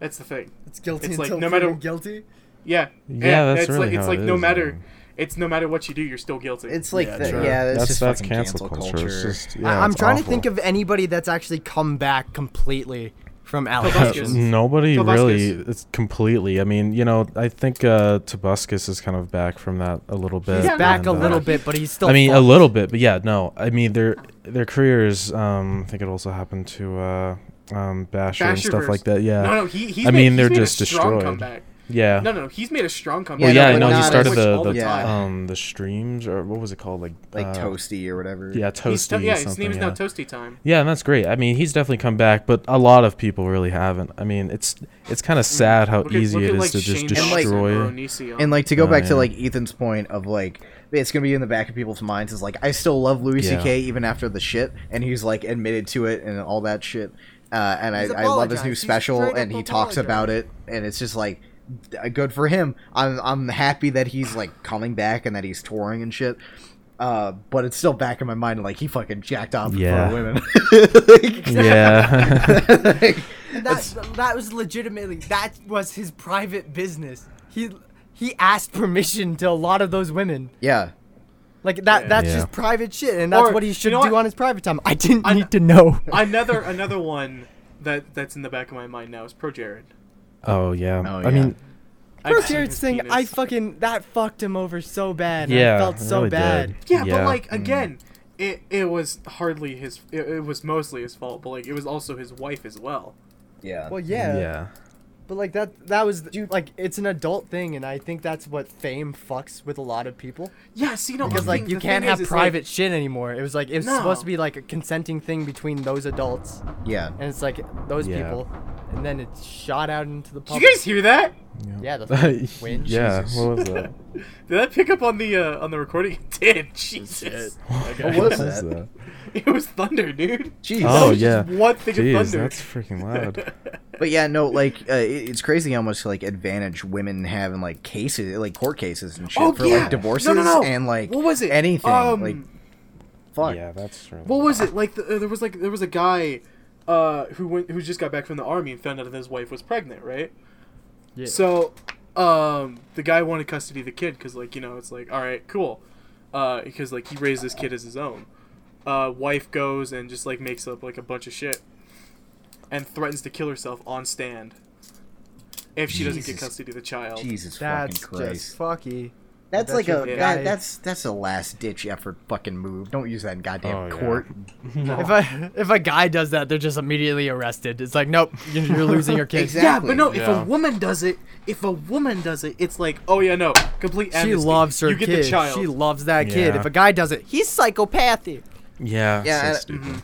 S3: That's the thing.
S6: It's guilty
S3: It's like,
S6: until
S3: no matter-
S6: proven guilty.
S3: Yeah.
S4: Yeah, that's
S3: it's
S4: really
S3: like, it's
S4: how
S3: like
S4: it
S3: no
S4: is,
S3: matter
S4: man.
S3: it's no matter what you do, you're still guilty.
S1: It's like
S2: Yeah,
S1: the-
S2: true.
S1: yeah, that's,
S4: that's
S1: just
S4: that's
S1: fucking
S4: cancel, culture. It's just, yeah,
S5: I, I'm
S4: it's
S5: trying to
S4: awful.
S5: think of anybody that's actually come back completely from
S3: Vasquez.
S5: allegations.
S4: Nobody
S3: Tobuscus.
S4: really. It's completely. I mean, you know, I think uh, Tobuscus is kind of back from that a little bit.
S3: Yeah, no,
S5: Back a
S4: and, uh,
S5: little bit, but he's still.
S4: I mean, a
S5: fucked.
S4: little bit, but yeah, no. I mean, their their careers. Um, I think it also happened to uh, um, Basher and stuff
S3: Basherverse.
S4: like that. Yeah,
S3: No, no, he, he's
S4: I
S3: made,
S4: mean,
S3: he's
S4: they're
S3: made
S4: just
S3: a strong
S4: destroyed.
S3: comeback.
S4: yeah.
S3: No, no, no, he's made a strong comeback.
S4: well,
S1: Yeah, no,
S4: yeah, no,
S1: but
S4: he
S1: not
S4: started
S1: as-
S4: the, the
S1: yeah.
S4: um the streams or what was it called like
S1: like
S4: uh,
S1: toasty or whatever.
S4: Yeah,
S3: He's
S4: toasty.
S3: to- yeah, his
S4: something,
S3: name is
S4: yeah.
S3: now Toasty Time.
S4: Yeah, and that's great. I mean, he's definitely come back, but a lot of people really haven't. I mean, it's it's kind of sad how
S3: Hmm. Look at-
S4: easy
S3: look
S4: it
S3: at,
S4: is
S3: like,
S4: to just
S3: Shane
S1: And, like-
S4: destroy.
S3: Dawson Onision.
S1: And like to go
S4: Oh,
S1: back to
S4: yeah.
S1: like Ethan's point of like it's gonna be in the back of people's minds is like I still love Louis
S4: Yeah.
S1: C.K. even after the shit, and he's like admitted to it and all that shit. Uh, and I,
S6: He's
S1: I love his
S6: apologized.
S1: new
S6: He's
S1: special,
S6: straight up
S1: and he talks
S6: apologized.
S1: about it, and it's just like uh, good for him. I'm I'm happy that he's like coming back and that he's touring and shit. Uh, but it's still back in my mind, like he fucking jacked off in
S4: Yeah.
S1: front of women.
S4: yeah.
S1: Like,
S5: That that was legitimately that was his private business. He he asked permission to a lot of those women.
S1: yeah,
S5: Like that
S3: Yeah.
S5: that's
S4: Yeah.
S5: just private shit and that's
S3: Or,
S5: what he
S3: you
S5: should
S3: know
S5: do
S3: what?
S5: on his private time. I didn't
S3: I-
S5: need to know.
S3: another another one that that's in the back of my mind now is Pro Jared.
S4: oh yeah.
S1: Oh,
S4: I mean,
S3: I've
S5: Bro
S3: seen
S5: Jared's
S3: his
S5: thing,
S3: penis.
S5: I fucking that fucked him over so bad. and
S4: yeah.
S5: I felt
S4: it
S5: so
S4: really
S5: bad.
S4: did.
S3: yeah, but
S4: mm.
S3: like again, it it was hardly his. It, it was mostly his fault, but like it was also his wife as well.
S1: yeah.
S2: Well, yeah,
S4: yeah.
S5: But like that that was like it's an adult thing and I think that's what fame fucks with a lot of people.
S3: Yeah, see, no,
S5: Because
S3: the
S5: like
S3: thing-
S5: you
S3: the
S5: can't
S3: thing
S5: have
S3: is, it's like-
S5: private shit anymore. It was like it's
S3: No.
S5: supposed to be like a consenting thing between those adults.
S1: yeah.
S5: and it's like those
S4: Yeah.
S5: people, and then it's shot out into the
S3: Did
S5: public.
S3: you guys hear that?
S5: Yeah, the fucking wind.
S4: yeah.
S5: Jesus.
S4: What was that?
S3: Did that pick up on the uh, on the recording? It did. Jesus,
S1: What was
S4: What was
S1: that?
S4: that?
S3: it was thunder, dude.
S1: Jeez.
S4: Oh
S3: It's
S4: yeah.
S3: just one thing of
S4: Jeez,
S3: thunder.
S4: that's freaking loud.
S1: But yeah, no, like uh, it- it's crazy how much like advantage women have in like cases, like court cases and shit
S3: Oh,
S1: for
S3: yeah.
S1: like divorces
S3: No, no, no.
S1: and like
S3: What was it?
S1: Anything
S3: Um,
S1: like fuck.
S4: Yeah, that's really.
S3: What was it like? The, uh, there was like there was a guy uh, who went who just got back from the army and found out that his wife was pregnant, right?
S5: Yeah.
S3: So, um, the guy wanted custody of the kid because like you know it's like all right, cool, uh, because like he raised this kid as his own. Uh, wife goes and just like makes up like a bunch of shit, and threatens to kill herself on stand if she doesn't get
S1: Jesus.
S3: custody of the child.
S1: Jesus
S5: That's
S1: fucking Christ.
S5: just fucky. that's
S1: that's like a
S5: just a guy-
S1: that, that's that's a last ditch effort fucking move. Don't use that in goddamn
S4: Oh, yeah.
S1: court.
S5: If a if a guy does that, they're just immediately arrested. It's like, nope, you're, you're losing your kid.
S1: Exactly.
S3: Yeah, but no,
S4: Yeah.
S3: if a woman does it, if a woman does it, it's like, oh yeah, no, complete
S5: She
S3: amnesty.
S5: loves her
S3: you get
S5: kid.
S3: The child.
S5: She loves that kid.
S4: Yeah.
S5: If a guy does it, he's psychopathic.
S4: Yeah.
S1: Yeah,
S4: Yeah.
S1: and-
S4: So stupid.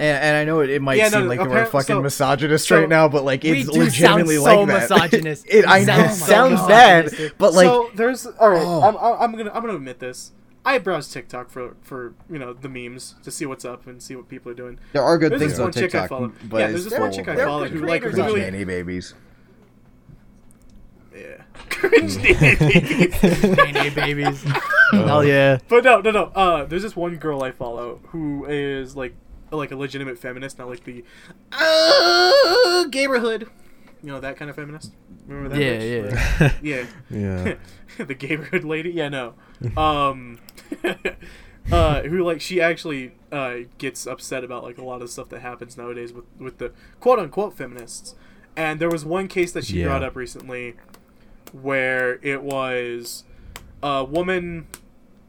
S1: And, and I know it, it might
S3: Yeah, no,
S1: seem like we're
S3: apparent-
S1: fucking
S3: so-
S1: misogynist
S3: so-
S1: right now, but like
S5: We
S1: it's
S5: do
S1: legitimately
S5: sound
S1: like
S5: so
S1: that.
S5: misogynist.
S1: it I
S5: We
S1: know
S5: sound so
S1: sounds bad,
S5: misogynistic.
S1: but like
S3: so there's all right.
S1: Oh.
S3: I'm, I'm, I'm gonna I'm gonna admit this. I browse TikTok for for you know the memes to see what's up and see what people are doing.
S1: there are good
S3: there's
S1: things
S3: this
S1: on
S3: one chick I
S1: TikTok,
S3: follow.
S1: but
S3: Yeah,
S1: it's
S3: there's this one
S1: full
S3: chick I
S1: of
S3: follow who, like,
S1: cringe
S3: literally-
S1: nanny babies.
S3: Yeah, cringe. nanny.
S5: Nay babies.
S4: Oh.
S5: Hell yeah.
S3: but no, no, no. Uh, there's this one girl I follow who is like like a legitimate feminist, not like the uh, neighborhood. You know that kind of feminist. Remember that?
S5: Yeah,
S3: bitch?
S5: yeah.
S3: yeah.
S4: yeah.
S3: the neighborhood lady. Yeah, no. Um, uh, who like she actually uh, gets upset about like a lot of stuff that happens nowadays with with the quote unquote feminists, And there was one case that she
S4: Yeah.
S3: brought up recently where it was a woman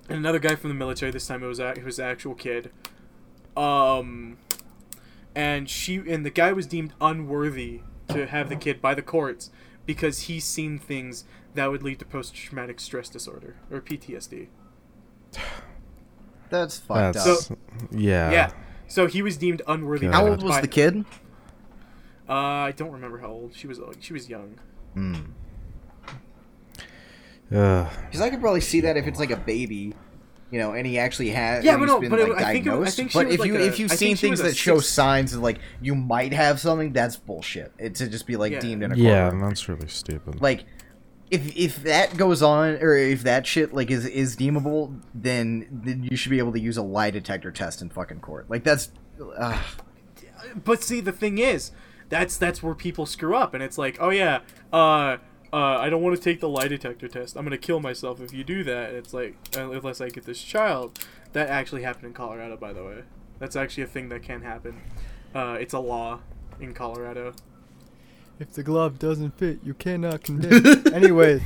S3: and another guy from the military. This time it was a, it was an actual kid. Um, and she and the guy was deemed unworthy to have the kid by the courts because he's seen things that would lead to post traumatic stress disorder or PTSD.
S1: That's fucked
S4: That's
S1: up.
S3: So-
S4: yeah.
S3: yeah. So he was deemed unworthy.
S4: Uh, God.
S1: How old was
S3: by-
S1: the kid?
S3: Uh, I don't remember how old she was. uh, She was young.
S4: Ugh.
S1: Because I could probably see that if it's like a baby, you know, and he actually has.
S3: Yeah,
S1: and
S3: but
S1: he's
S3: no,
S1: been,
S3: but it-
S1: like,
S3: I think it- I
S1: diagnosed.
S3: think she
S1: but
S3: was
S1: if
S3: like
S1: you
S3: a-
S1: if
S3: I
S1: you've
S3: think
S1: seen
S3: she was
S1: things
S3: a
S1: that show
S3: six-
S1: signs of like you might have something, that's bullshit. It to just be like
S3: Yeah.
S1: deemed in a
S4: Yeah,
S1: courtroom.
S4: that's really stupid.
S1: Like, if if that goes on, or if that shit like is is deemable, then then you should be able to use a lie detector test in fucking court. Like that's. Uh,
S3: But see, the thing is, that's that's where people screw up, and it's like, oh yeah, uh, uh, I don't want to take the lie detector test. I'm gonna kill myself if you do that. And it's like, uh, unless I get this child, that actually happened in Colorado, by the way. That's actually a thing that can happen. Uh, it's a law in Colorado.
S2: If the glove doesn't fit, you cannot convict. Anyways,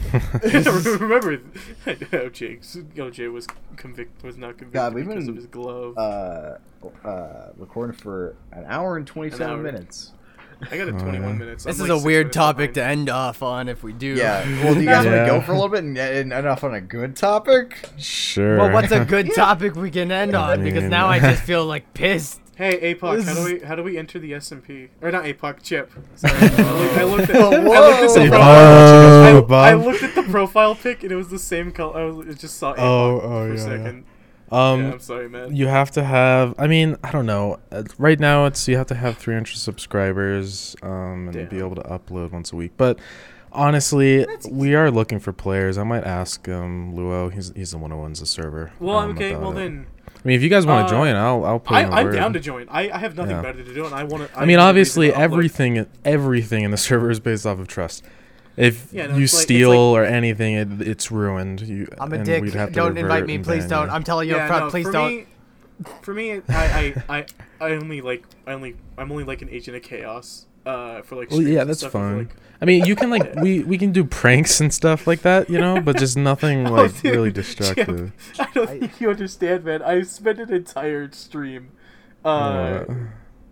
S3: Remember, oh, OJ, OJ was convicted, was not convicted
S1: God, we've
S3: because
S1: been-
S3: of his glove.
S1: uh, uh, recording for an hour and twenty
S3: An hour.
S1: seven minutes.
S3: I got it 21 minutes.
S5: This
S3: I'm
S5: is
S3: like
S5: a
S3: six
S5: weird
S3: minutes
S5: topic to
S3: behind.
S5: end off on if we do.
S1: Yeah. Well, do you guys
S4: Yeah.
S1: want to go for a little bit and, and end off on a good topic?
S4: sure.
S5: Well, what's a good topic we can end
S4: I
S5: on? Because
S4: mean-
S5: now I just feel like pissed.
S3: Hey, APOC, how do
S5: This-
S3: we how do we enter the S and P? Or not APOC, Chip. Sorry, I looked, I looked at, I looked at the
S1: Whoa.
S3: profile. I,
S4: Oh,
S3: I
S4: Bob.
S3: looked at the profile pic and it was the same color. I, was, I just saw APOC
S4: Oh, oh,
S3: for a
S4: yeah,
S3: second.
S4: um,
S3: yeah, I'm sorry, man.
S4: you have to have i mean i don't know Uh, right now it's you have to have 300 subscribers um, and be
S3: Damn.
S4: able to upload once a week but honestly we are looking for players i might ask um luo he's, he's the one who owns the server
S3: well,
S4: um,
S3: okay.
S4: about
S3: Well
S4: it.
S3: then,
S4: i mean if you guys want
S3: uh,
S4: to join i'll i'll put
S3: I,
S4: in a
S3: I'm
S4: word.
S3: down to join. I, I have nothing
S4: Yeah.
S3: better to do, and I want to.
S4: i mean obviously everything everything in the server is based off of trust if
S3: Yeah, no,
S4: you
S3: it's like- it's
S4: steal
S3: like-
S4: or anything it, it's ruined you
S5: I'm a
S4: and
S5: dick.
S4: we'd have to
S5: Don't invite
S4: revert
S5: me,
S4: and
S5: please
S4: ban
S5: don't.
S4: you.
S5: I'm telling you
S3: Yeah,
S5: up front,
S3: no,
S5: please
S3: for
S5: don't.
S3: Me, for me, I, I, I, I only like I only I'm only like an agent of chaos. Uh, for like.
S4: Well,
S3: streams
S4: yeah,
S3: and
S4: that's
S3: stuff, I feel
S4: fine.
S3: like-
S4: I mean, you can like we we can do pranks and stuff like that, you know, but just nothing
S3: Oh,
S4: like
S3: dude,
S4: really
S3: Jim,
S4: destructive.
S3: I don't think you understand, man. I spent an entire stream, uh,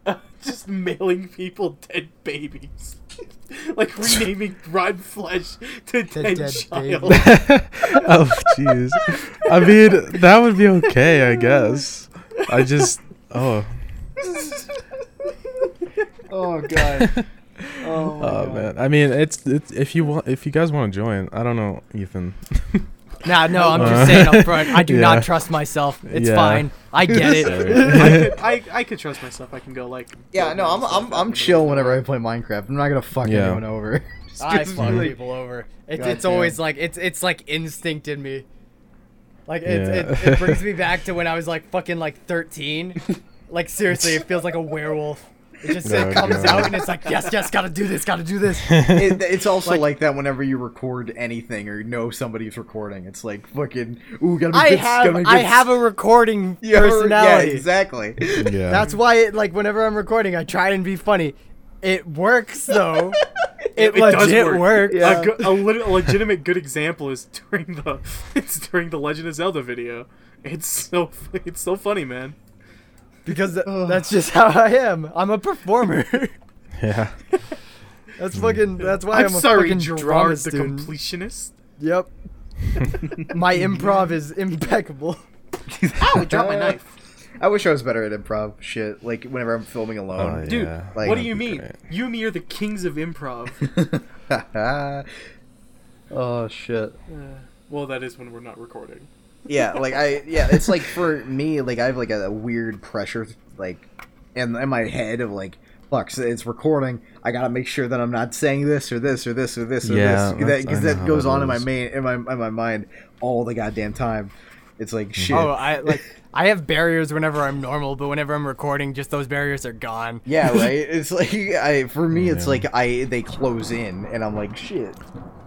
S4: Uh,
S3: just mailing people dead babies, like renaming rotten flesh to dead,
S2: dead
S3: child.
S4: oh jeez. I mean, that would be okay, I guess. I just oh,
S1: Oh god. Oh, my
S4: oh man. I mean, it's it's if you want if you guys want to join, I don't know, Ethan.
S5: Nah, no, I'm
S4: Uh,
S5: just saying up front. I do
S4: yeah.
S5: not trust myself. It's
S4: Yeah.
S5: fine. I get it.
S3: I, could, I, I could trust myself. I can go like.
S1: Yeah,
S3: build
S1: no,
S3: my own
S1: I'm
S3: stuff
S1: I'm
S3: out
S1: I'm
S3: and
S1: chill
S3: build
S1: whenever I play Minecraft. I'm not gonna fuck
S4: Yeah.
S1: anyone over. Just
S5: I
S1: gives me,
S5: fuck
S1: like-
S5: people over. It,
S1: God
S5: it's
S1: damn.
S5: always like it's it's like instinct in me. Like it, it,
S4: Yeah.
S5: it brings me back to when I was like fucking like 13. like seriously, it feels like a werewolf. It just
S4: Oh,
S5: it comes
S4: God.
S5: out and it's like yes, yes, gotta do this, gotta do this.
S1: It, it's also like, that whenever you record anything or know somebody's recording, it's like fucking ooh, gotta be
S5: I
S1: good,
S5: have
S1: gotta be
S5: I
S1: good-
S5: have a recording
S1: Yeah,
S5: personality.
S1: Yeah, exactly.
S4: Yeah.
S5: That's why it like whenever I'm recording, I try and be funny. It works though. it,
S3: It does
S5: legit
S3: work.
S5: works.
S1: Yeah.
S3: A, good, a lit- a legitimate good example is during the it's during the Legend of Zelda video. It's so it's so funny, man.
S5: because th- that's just how I am. I'm a performer.
S4: yeah.
S5: that's fucking. That's why
S3: I'm,
S5: I'm, a
S3: sorry,
S5: fucking drama
S3: Gerard the
S5: student.
S3: completionist.
S5: Yep. My improv is impeccable.
S3: Ow! Drop my knife.
S1: I wish I was better at improv shit. Like whenever I'm filming alone.
S4: Oh,
S3: Dude,
S4: Yeah.
S1: Like,
S3: what do
S1: that'd
S3: you
S4: be
S3: mean?
S4: great.
S3: You and me are the kings of improv.
S1: oh shit.
S3: well, that is when we're not recording.
S1: yeah like i yeah it's like for me like i have like a, weird pressure like in, in my head of like fuck so it's recording i gotta make sure that i'm not saying this or this or this or this or
S4: Yeah,
S1: this
S4: that's-
S1: because
S4: I
S1: that,
S4: know how
S1: goes
S4: that
S1: on in my
S4: is.
S1: main in my, in my mind all the goddamn time it's like
S4: Mm-hmm.
S1: shit
S5: Oh, I like. I have barriers whenever I'm normal, but whenever I'm recording, just those barriers are gone.
S1: yeah right it's like i for me it's
S4: Yeah.
S1: like i they close in and i'm like shit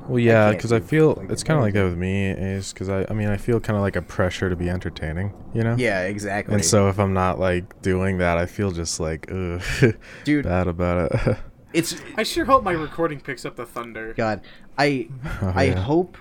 S4: Well, yeah,
S1: can't
S4: because I
S1: do
S4: feel
S1: like
S4: it's
S1: a
S4: kind of like that with me, is because I, I mean, I feel kind of like a pressure to be entertaining, you know?
S1: yeah exactly
S4: And so if I'm not like doing that, I feel just like ugh,
S1: Dude.
S4: bad about it.
S1: It's
S3: I sure hope my recording picks up the thunder.
S1: God, I
S4: Oh,
S1: I
S4: yeah.
S1: hope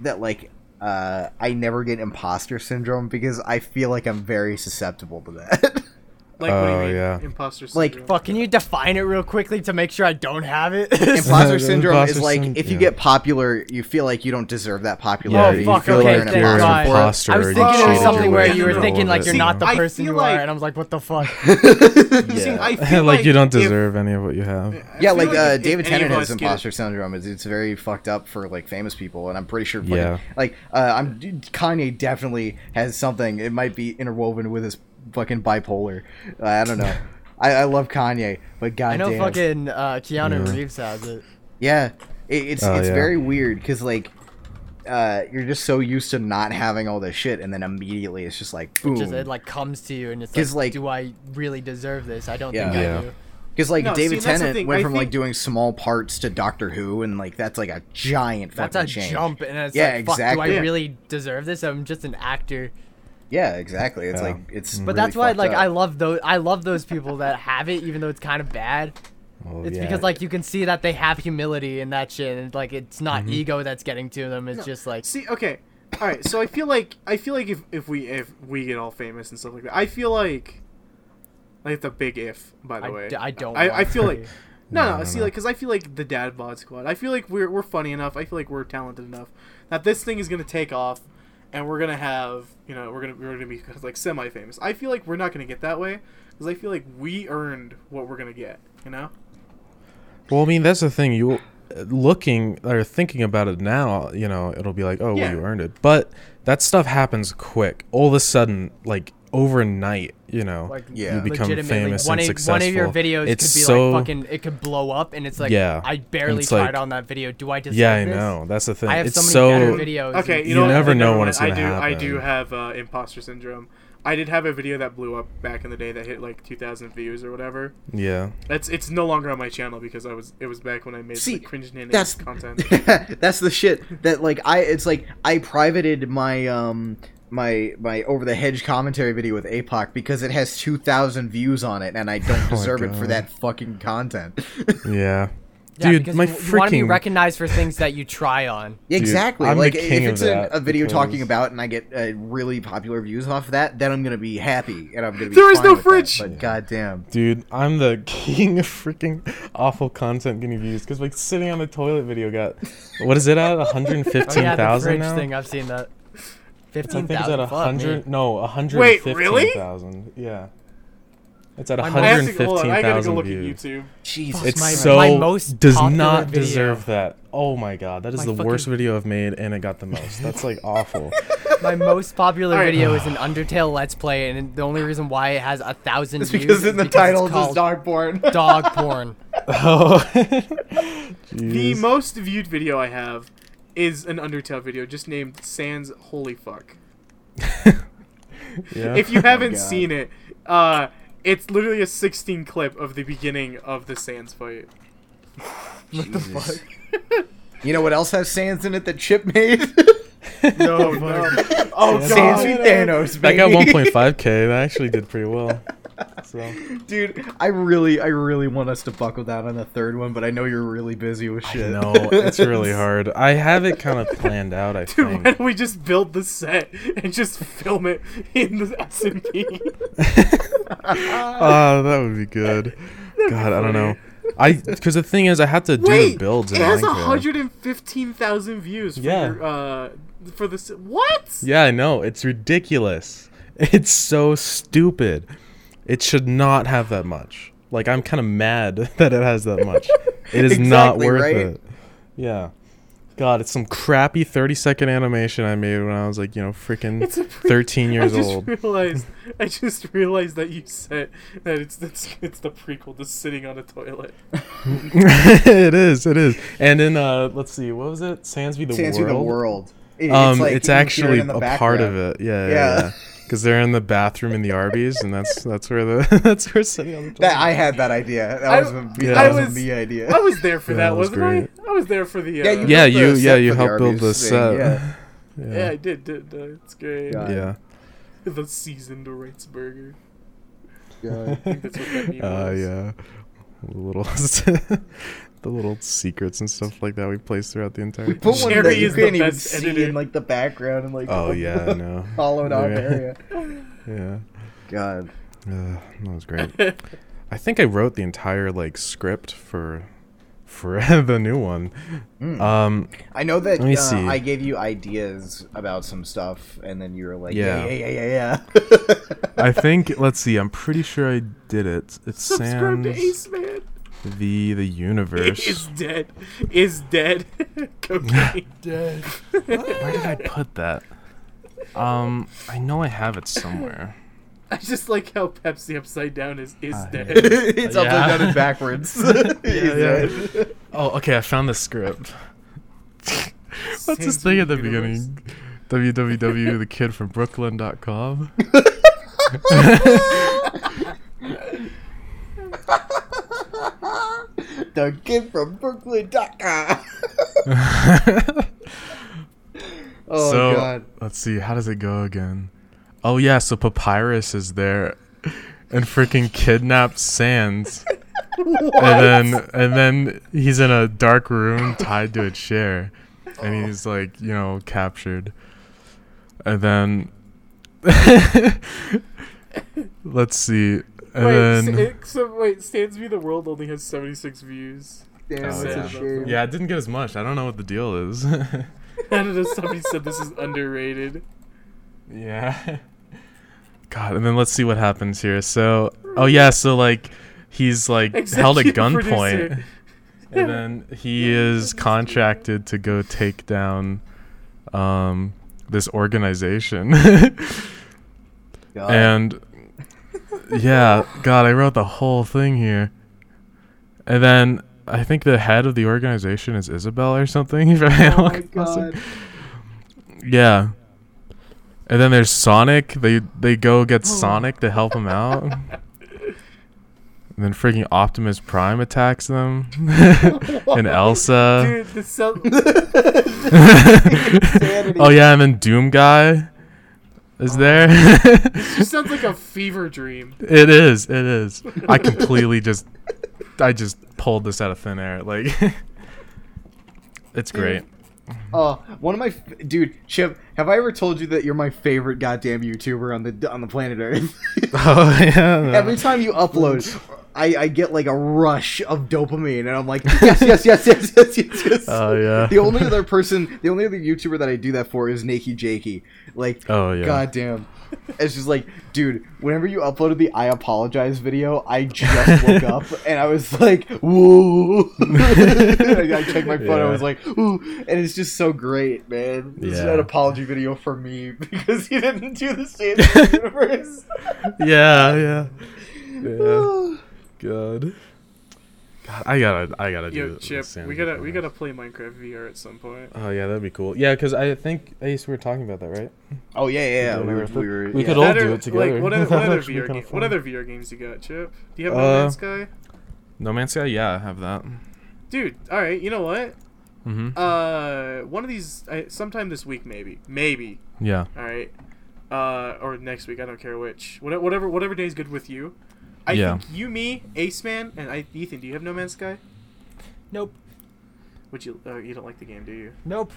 S1: that like uh I never get imposter syndrome because I feel like I'm very susceptible to that.
S3: Like, what do you
S4: Oh,
S3: mean,
S4: yeah.
S3: imposter
S1: Like,
S3: syndrome?
S5: Fuck, can you define it real quickly to make sure I don't have it?
S1: imposter
S4: Uh,
S1: syndrome
S4: imposter
S1: is like
S4: syn-
S1: if you
S4: yeah.
S1: get popular, you feel like you don't deserve that
S4: Yeah,
S1: popularity.
S4: you
S5: Oh, fuck,
S4: feel
S5: okay,
S4: like
S5: thank
S4: you're an
S5: God.
S4: imposter.
S5: I was
S4: or you
S5: thinking it
S4: cheated
S5: was
S4: your
S5: something
S4: way
S5: where
S4: through
S5: you were
S4: all
S5: thinking
S4: of
S5: like
S4: it.
S5: you're not the
S3: I
S5: person
S3: feel
S5: you
S3: like-
S5: are, and I was like, what the fuck?
S3: See,
S1: Yeah.
S3: I feel
S4: like you don't
S3: if-
S4: deserve any of what you have.
S3: I
S1: Yeah,
S3: feel
S1: like, uh,
S3: if- if
S1: David
S3: any
S1: Tennant
S3: of
S1: has
S3: us get-
S1: imposter syndrome. It's, it's very fucked up for like famous people, and I'm pretty sure. Fucking,
S4: Yeah.
S1: Like, uh, I'm dude, Kanye definitely has something. It might be interwoven with his fucking bipolar. Uh, I don't know. I, I love Kanye, but
S5: I
S1: goddamn,
S5: know fucking uh, Keanu
S4: Yeah.
S5: Reeves has it.
S1: yeah, it, it's
S4: Oh,
S1: it's
S4: yeah.
S1: very weird because like. Uh, you're just so used to not having all this shit, and then immediately it's just like boom.
S2: uh,
S5: Just it like comes to you, and it's
S1: 'Cause,
S5: like,
S1: like-
S5: do I really deserve this? I don't
S1: Yeah.
S5: think
S4: Yeah.
S5: I do.
S1: Because like
S3: No, see,
S1: David
S3: that's the
S1: Tennant
S3: thing.
S1: went
S3: I
S1: from like
S3: think-
S1: doing small parts to Doctor Who, and like that's like a giant fucking
S5: That's a
S1: change.
S5: jump, and it's
S1: Yeah,
S5: like, fuck, do
S1: exactly.
S5: I
S1: Yeah.
S5: really deserve this? I'm just an actor.
S1: Yeah, exactly. It's
S4: Yeah.
S1: like it's.
S2: Mm-hmm.
S5: But that's why, like, I love those. I love those people that have it, even though it's kind of bad.
S1: Oh,
S4: Well,
S5: It's
S4: yeah.
S5: because like you can see that they have humility and that shit, and like it's not
S1: Mm-hmm.
S5: ego that's getting to them. It's just like
S3: See, okay, all right. So I feel like I feel like if, if we if we get all famous and stuff like that, I feel like like the big if. By the
S5: I
S3: way,
S5: d- I don't
S3: I, I
S5: want
S3: feel
S5: to.
S3: like no, no.
S4: no,
S3: see,
S4: no.
S3: like because I feel like the dad bod squad. I feel like we're we're funny enough. I feel like we're talented enough that this thing is gonna take off, and we're gonna have you know we're gonna we're gonna be like semi famous. I feel like we're not gonna get that way because I feel like we earned what we're gonna get. You know.
S4: Well, I mean, that's the thing. You looking or thinking about it now, you know, it'll be like, oh,
S3: Yeah.
S4: well, you earned it. But that stuff happens quick. All of a sudden, like overnight, you know,
S5: Like,
S1: Yeah.
S4: you become
S5: legitimately,
S4: famous
S5: one
S4: and
S5: of,
S4: successful.
S5: One of your videos
S4: it's
S5: could be
S4: so,
S5: like fucking. It could blow up, and it's like,
S4: Yeah.
S5: I barely
S4: It's
S5: tried
S4: like-
S5: on that video. Do I deserve
S4: Yeah, I
S5: this?
S4: know. That's the thing.
S5: I have
S4: it's
S5: so many
S4: so
S5: better videos.
S3: Okay,
S5: and-
S3: you, know
S4: You
S3: what?
S4: never
S3: Never
S4: know
S3: mind.
S4: when it's
S3: I
S4: gonna
S3: do. I do
S4: happen.
S3: have uh, imposter syndrome. I did have a video that blew up back in the day that hit like 2,000 views or whatever.
S4: yeah.
S3: That's it's no longer on my channel because I was it was back when I made
S1: See,
S3: like, cringe nanny
S1: that's-
S3: content.
S1: that's the shit that like I. It's like I privated my um my my over the hedge commentary video with Apoc because it has two thousand views on it, and I don't
S4: my
S1: deserve it for
S4: God.
S1: that fucking content.
S4: Yeah.
S5: Yeah,
S4: Dude,
S5: because
S4: my
S5: you,
S4: freaking
S5: you want to be recognized for things that you try on.
S1: exactly.
S4: I'm the
S1: like
S4: king
S1: if
S4: of
S1: it's in
S4: that
S1: a video
S4: because-
S1: talking about and I get uh, really popular views off of that, then I'm gonna be happy and I'm gonna be.
S3: There is
S1: fine
S3: no
S1: with that,
S3: fridge!
S1: but goddamn.
S4: Dude, I'm the king of freaking awful content getting views because like sitting on the toilet video got what is it at
S5: Oh, yeah, the
S4: 115,000
S5: fridge
S4: now?
S5: thing. I've seen that.
S4: I
S5: Fifteen
S4: think it's
S5: thousand.
S4: at a hundred. No, a hundred.
S3: Wait,
S4: Wait,
S3: really?
S4: really? Thousand. Yeah. It's at a
S5: My
S3: I
S4: hundred
S3: have
S4: and
S3: to hold on. I
S4: fifteen
S3: gotta go
S4: thousand
S3: look
S4: views.
S3: at YouTube.
S1: Jesus.
S4: It's
S5: my-
S4: so
S5: my most
S4: does
S5: popular
S4: not
S5: video.
S4: deserve that. Oh my god, that is
S5: My
S4: the worst
S5: fucking-
S4: video I've made, and it got the most. That's like awful.
S5: My most popular
S3: Alright.
S5: video is an Undertale Let's Play, and the only reason why it has a thousand
S1: It's
S5: views
S1: because
S5: is
S1: in the
S5: because
S1: title
S5: it's
S1: it's just
S5: called
S1: dog porn.
S5: dog porn.
S4: oh.
S3: The
S4: Jeez.
S3: most viewed video I have is an Undertale video just named Sans Holy Fuck.
S4: Yeah.
S3: If you haven't
S1: Oh God.
S3: seen it, uh, it's literally a 16 clip of the beginning of the Sans fight.
S1: Jesus. You know what else has sands in it that Chip made?
S3: No, no. Oh,
S4: Sans
S1: sands
S3: God.
S1: with Thanos,
S4: that
S1: baby.
S4: got 1.5k, that actually did pretty well. So.
S1: Dude, I really, I really want us to buckle down on the third one, but I know you're really busy with shit.
S4: No, it's really hard. I have it kind of planned out. I
S3: Dude, why
S4: think.
S3: don't we just build the set and just film it in the SMP?
S4: Oh, that would be good. God, I don't know. I because the thing is, I had to do the
S3: Wait,
S4: builds.
S3: it
S4: In
S3: has
S4: Minecraft.
S3: 115,000 views for
S4: Yeah.
S3: your, uh for this what?
S4: Yeah, I know. It's ridiculous. It's so stupid. It should not have that much. Like I'm kind of mad that it has that much. It is not
S1: Exactly,
S4: worth
S1: right?
S4: it. Yeah. God, it's some crappy 30 second animation I made when I was like, you know, freaking
S3: It's a pre-
S4: 13 years
S3: I just
S4: old.
S3: realized I just realized that you said that it's it's, it's the prequel to sitting on a toilet.
S4: it is. It is. And then uh let's see. What was it? Sansby the
S1: Sands with the world. It-
S4: Um,
S1: like
S4: it's,
S1: you can hear it
S4: actually
S1: in the
S4: a part of
S1: background.
S4: it. Yeah,
S1: Yeah.
S4: yeah, yeah. Because they're in the bathroom in the Arby's, and that's that's where the that's where sitting on the
S1: That
S4: toilet.
S1: I had that idea. That
S3: I-
S1: was a,
S4: Yeah.
S1: that
S4: I
S1: was,
S3: was-
S1: a me idea.
S3: I was there for
S4: Yeah,
S3: that,
S4: that was
S3: wasn't I? I was there for the uh,
S1: Yeah, you-
S4: yeah,
S1: built the
S4: you yeah
S1: set
S4: you
S1: for the
S4: helped build the
S1: Arby's thing,
S4: set.
S1: yeah.
S3: yeah, I
S4: yeah,
S3: did, did, did. It's great.
S1: God.
S4: yeah.
S3: The seasoned Ritz burger.
S1: God.
S3: I think that's what that meme
S4: Uh,
S3: was.
S4: yeah. the little the little secrets and stuff like that we placed throughout the entire.
S1: We put one
S3: Jerry
S1: that you
S3: is the
S1: can't even
S3: best
S1: see
S3: editor.
S1: in like the background and like
S4: Oh
S1: the
S4: yeah, I know.
S1: hollowed out
S4: Yeah.
S1: area.
S4: Yeah,
S1: God,
S4: uh, that was great. I think I wrote the entire like script for for the new one.
S1: Hmm.
S4: Um,
S1: I know that
S4: Let me
S1: uh,
S4: see.
S1: I gave you ideas about some stuff, and then you were like, "Yeah,
S4: Yeah.
S1: yeah, yeah, yeah." yeah.
S4: I think let's see. I'm pretty sure I did it. It's
S3: Subscribe
S4: Sans
S3: to Ace Man.
S4: the the
S3: Is
S4: universe.
S3: dead. Is dead. Cocaine.
S4: Where did I put that? Um, I know I have it somewhere.
S3: I just like how Pepsi upside down is is
S4: Ah,
S3: dead.
S1: it's upside
S4: Yeah.
S1: down and backwards.
S4: yeah. Oh, okay. I found the script. What's this
S3: Sans
S4: thing at the
S3: universe.
S4: beginning? www.thekidfrombrooklyn.com.
S1: the kid from Brooklyn. Dhaka. oh
S4: so
S1: God.
S4: let's see. How does it go again? Oh yeah. So papyrus is there, and freaking kidnaps Sands. And then and then he's in a dark room tied to a chair, and he's like you know captured. And then let's see. And
S3: Wait,
S4: then,
S3: s- it- so wait, Stands Be the World only has 76 views.
S1: Damn,
S4: Oh,
S1: that's
S4: yeah.
S1: a shame.
S4: yeah, I didn't get as much. I don't know what the deal is.
S3: I don't know, somebody said this is underrated.
S4: Yeah. God, and then let's see what happens here. So, oh yeah, so like he's like held at
S3: Executive
S4: gunpoint,
S3: producer.
S4: and then he is contracted to go take down um this organization.
S1: God.
S4: and yeah, God, I wrote the whole thing here. And then I think the head of the organization is Isabel or something. if I
S1: oh my
S4: look-
S1: God.
S4: yeah. And then there's Sonic. They they go
S1: Oh.
S4: get Sonic to help him out. and then freaking Optimus Prime attacks them. and Elsa.
S3: Dude, this sounds.
S4: oh yeah, and then Doom Guy is
S1: Oh.
S4: there.
S3: This sounds like a fever dream.
S4: it is. It is. I completely just I just pulled this out of thin air. Like It's great.
S1: Oh, one of my f- dude, Chip. Have I ever told you that you're my favorite goddamn YouTuber on the on the planet Earth?
S4: Oh yeah.
S1: Every time you upload, I, I get like a rush of dopamine, and I'm like, yes, yes, yes, yes, yes, yes. yes.
S4: Oh, yeah.
S1: The only other person, the only other YouTuber that I do that for is Nakey Jakey. Like,
S4: Oh, yeah.
S1: goddamn. It's just like, dude. Whenever you uploaded the "I apologize" video, I just woke up and I was like, "Whoa!" I, I checked my phone. I
S4: Yeah.
S1: was like, "Ooh!" And it's just so great, man. This is
S4: Yeah.
S1: an apology video for me because you didn't do the same for the universe.
S4: yeah, yeah. Yeah. God. God, I gotta, I gotta do.
S3: Yo,
S4: the- the
S3: Chip,
S4: Santa
S3: we gotta
S4: Claus.
S3: we gotta play Minecraft VR at some point.
S4: Oh yeah, that'd be cool. Yeah, because I think Ace, we were talking about that, right?
S1: Oh yeah, yeah, yeah.
S4: Would
S1: We
S4: that be
S1: were,
S4: worth it?
S1: we were.
S4: We
S1: yeah.
S4: could all- do it together.
S3: Like, what other, what
S4: That'd
S3: other
S4: actually be
S3: VR
S4: kinda
S3: game,
S4: fun.
S3: what other VR games you got, Chip? Do you have No
S4: Uh,
S3: Man's Sky?
S4: No Man's Sky. Yeah, I have that.
S3: Dude, all right. You know what?
S4: Mhm.
S3: Uh, one of these I, sometime this week, maybe, maybe.
S4: Yeah.
S3: All right. Uh, or next week. I don't care which. Whate- Whatever. Whatever day is good with you. I
S4: Yeah.
S3: think you, me, Ace Man, and I, Ethan. Do you have No Man's Sky?
S5: Nope.
S3: Would you? Uh, you don't like the game, do you?
S5: Nope.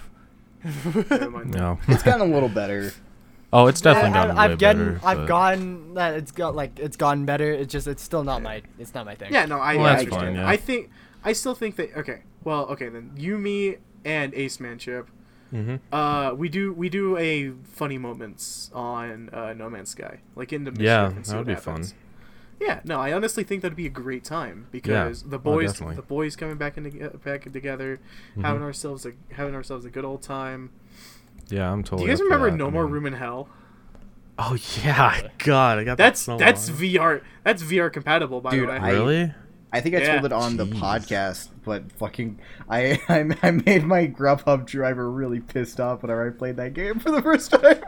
S3: Never mind.
S4: No.
S1: It's gotten a little better.
S4: oh, it's definitely
S5: I- I-
S4: gotten
S5: I've
S4: way
S5: gotten,
S4: better.
S5: I've
S4: but-
S5: gotten that it's got like it's gotten better. It's just it's still not my it's not my thing.
S3: Yeah. No. I.
S4: Well,
S3: I
S4: that's
S3: understand.
S4: fine, yeah.
S3: I think. I still think that. Okay. Well. Okay then. You, me, and Ace Man, Chip.
S4: Mhm.
S3: Uh, we do we do a funny moments on uh, No Man's Sky, like in the mission.
S4: Yeah,
S3: and see
S4: that
S3: what
S4: would be fun.
S3: happens. Yeah, no, I honestly think that'd be a great time because the
S4: oh,
S3: boys,
S4: definitely. Mm-hmm.
S3: the boys coming back into uh, back together, having ourselves a having ourselves a good old time.
S4: Oh, Yeah, I'm
S3: Do
S4: totally.
S3: you guys
S4: up for
S3: remember
S4: that,
S3: No
S4: I
S3: More
S4: mean-
S3: Room in Hell?
S4: Oh yeah, God, I got that
S3: That's
S4: so
S3: that's
S4: long.
S3: VR that's VR compatible by
S1: Dude,
S3: the way.
S1: I-
S4: really.
S1: I think I
S3: Yeah.
S1: told it on the
S4: Jeez.
S1: podcast, but fucking, I, I I made my Grubhub driver really pissed off whenever I played that game for the first time.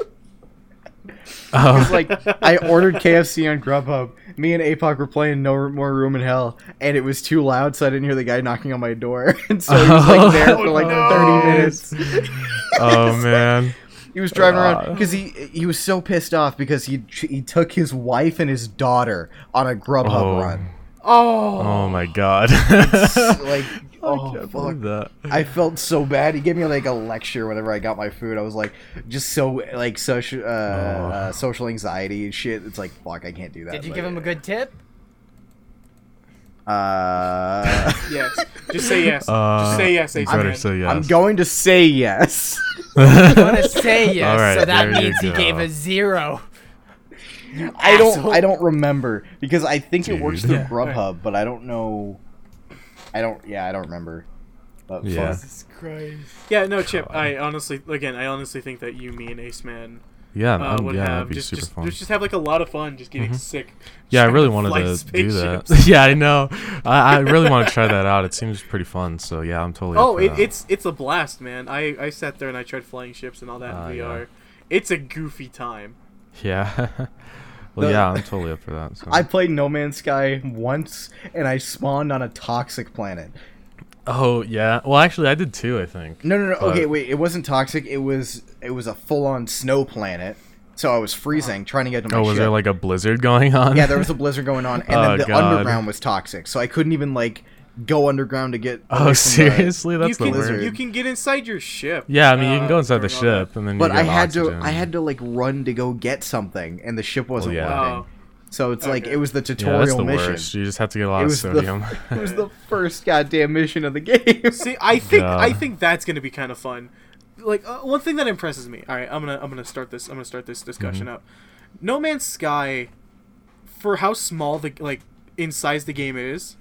S4: Oh,
S1: It's like I ordered KFC on Grubhub. Me and Apoc were playing No More Room in Hell, and it was too loud, so I didn't hear the guy knocking on my door. And so he was like there for like
S3: Oh, no.
S1: thirty minutes.
S4: oh man.
S1: He was driving around
S4: God.
S1: because he he was so pissed off because he he took his wife and his daughter on a Grubhub
S4: Oh.
S1: run.
S3: Oh,
S4: Oh my god.
S1: like
S4: I
S1: oh
S4: can't
S1: fuck.
S4: believe that.
S1: I felt so bad. He gave me like a lecture whenever I got my food. I was like, just so like social uh,
S4: Oh.
S1: uh, social anxiety and shit. It's like, fuck, I can't do that.
S5: Did you
S1: Like,
S5: give him a good tip?
S1: Uh,
S3: yes. Just say yes.
S4: Uh,
S3: Just say yes,
S4: you
S3: Ace
S4: better
S3: Man.
S4: say yes.
S1: I'm going to say yes.
S5: I'm gonna say yes,
S4: Alright,
S5: so that
S4: there you
S5: means he
S4: go.
S5: gave a zero.
S1: I don't.
S5: Asshole.
S1: I don't remember because I think it works
S4: Dude.
S1: through
S4: Yeah,
S1: Grubhub, but I don't know. I don't. Yeah, I don't remember. But
S4: Yeah.
S1: fuck.
S6: Jesus Christ.
S3: Yeah, no, Chip. I honestly, again, I honestly think that you, me, and Ace Man
S4: Yeah,
S3: uh,
S4: I'm-
S3: would
S4: yeah, that'd
S3: have
S4: be
S3: just
S4: super
S3: just,
S4: fun. Mm-hmm.
S3: just just have like a lot of fun, just getting sick.
S4: yeah, I
S3: trying
S4: really
S3: to fly
S4: wanted to do
S3: spaceships.
S4: that. yeah, I know. I, I really want to try that out. It seems pretty fun. So yeah, I'm totally. up
S3: Oh,
S4: for
S3: it,
S4: that.
S3: it's it's a blast, man. I I sat there and I tried flying ships and all that
S4: Ah,
S3: in
S4: yeah.
S3: VR. It's a goofy time.
S4: yeah. well,
S1: The-
S4: yeah, I'm totally up for that. So.
S1: I played No Man's Sky once, and I spawned on a toxic planet.
S4: oh yeah. Well, actually, I did too. I think.
S1: No, no, no.
S4: But-
S1: okay, wait. It wasn't toxic. It was. It was a full-on snow planet. So I was freezing, trying to get to my
S4: Oh, was
S1: ship.
S4: there like a blizzard going on?
S1: yeah, there was a blizzard going on, and
S4: Oh,
S1: then the
S4: God.
S1: underground was toxic. So I couldn't even like go underground to get. away from
S4: Oh,
S1: the-
S4: seriously? That's
S3: you
S4: the
S3: can
S1: Blizzard.
S4: word.
S3: you can get inside your ship.
S4: Yeah, I mean, you can go
S3: uh,
S4: inside the
S3: during all that.
S4: ship and then.
S1: But
S4: you
S1: I
S4: get
S1: had
S4: oxygen.
S1: to. I had to like run to go get something, and the ship wasn't
S4: yeah.
S3: Oh.
S1: working. So it's like
S3: Okay.
S1: it was the
S4: Yeah,
S1: tutorial
S4: that's the
S1: mission.
S4: worst. You just have to get a
S1: It
S4: lot of
S1: was,
S4: sodium.
S1: the, it was the first goddamn mission of the game.
S3: See, I think
S4: God.
S3: I think that's gonna be kind of fun. Like uh, one thing that impresses me. All right, I'm gonna I'm gonna start this. I'm gonna start this discussion
S4: Mm-hmm.
S3: up. No Man's Sky, for how small the like in size the game is,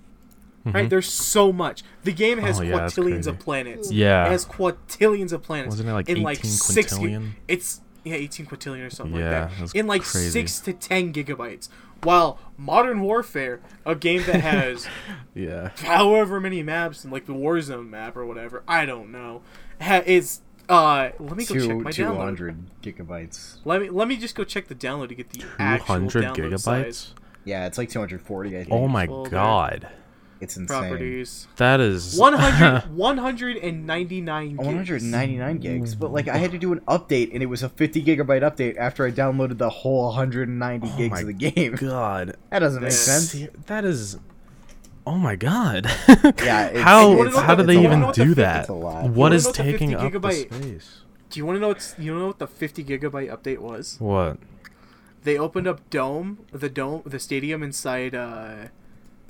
S3: right? There's so much. The game has
S4: Mm-hmm. Oh, yeah, that's
S3: quadrillions of
S4: crazy.
S3: planets.
S4: Yeah.
S3: it has quadrillions of planets.
S4: Wasn't it like
S3: in
S4: 18
S3: six? gi-
S4: quintillion?
S3: it's yeah, 18 quintillion or something
S4: Yeah,
S3: like
S4: that's
S3: that. In like
S4: crazy.
S3: six to ten gigabytes. While Modern Warfare, a game that has
S4: yeah.
S3: however many maps and like the Warzone map or whatever. I don't know. Ha- is uh let me go check
S1: Two
S3: my
S1: two
S3: download.
S1: hundred gigabytes.
S3: Let me let me just go check the download to get the actual
S4: 200
S3: download
S4: gigabytes.
S3: size.
S1: Yeah, it's like two hundred forty. I think.
S4: Oh my
S3: folder.
S4: god.
S1: It's insane.
S3: Properties.
S4: That is
S3: 100 199 gigs.
S1: 199 gigs, but like I had to do an update, and it was a 50 gigabyte update after I downloaded the whole 190 gigs
S4: Oh my
S1: of the game.
S4: god.
S1: That doesn't make
S3: That's-
S1: sense.
S4: See, That is Oh my god.
S1: Yeah, it's-
S4: how
S1: And you
S3: wanna know
S4: how
S3: what
S4: do
S3: the-
S4: they
S3: you wanna know
S4: even
S3: what the
S4: do
S3: fifty-
S4: that?
S1: It's a lot. You
S4: What
S3: wanna
S4: is
S3: know what the
S4: taking
S3: 50
S4: up the
S3: gigabyte-
S4: space?
S3: Do you want to know what's you know what the 50 gigabyte update was?
S4: What?
S3: They opened up Dome, the Dome, the stadium inside uh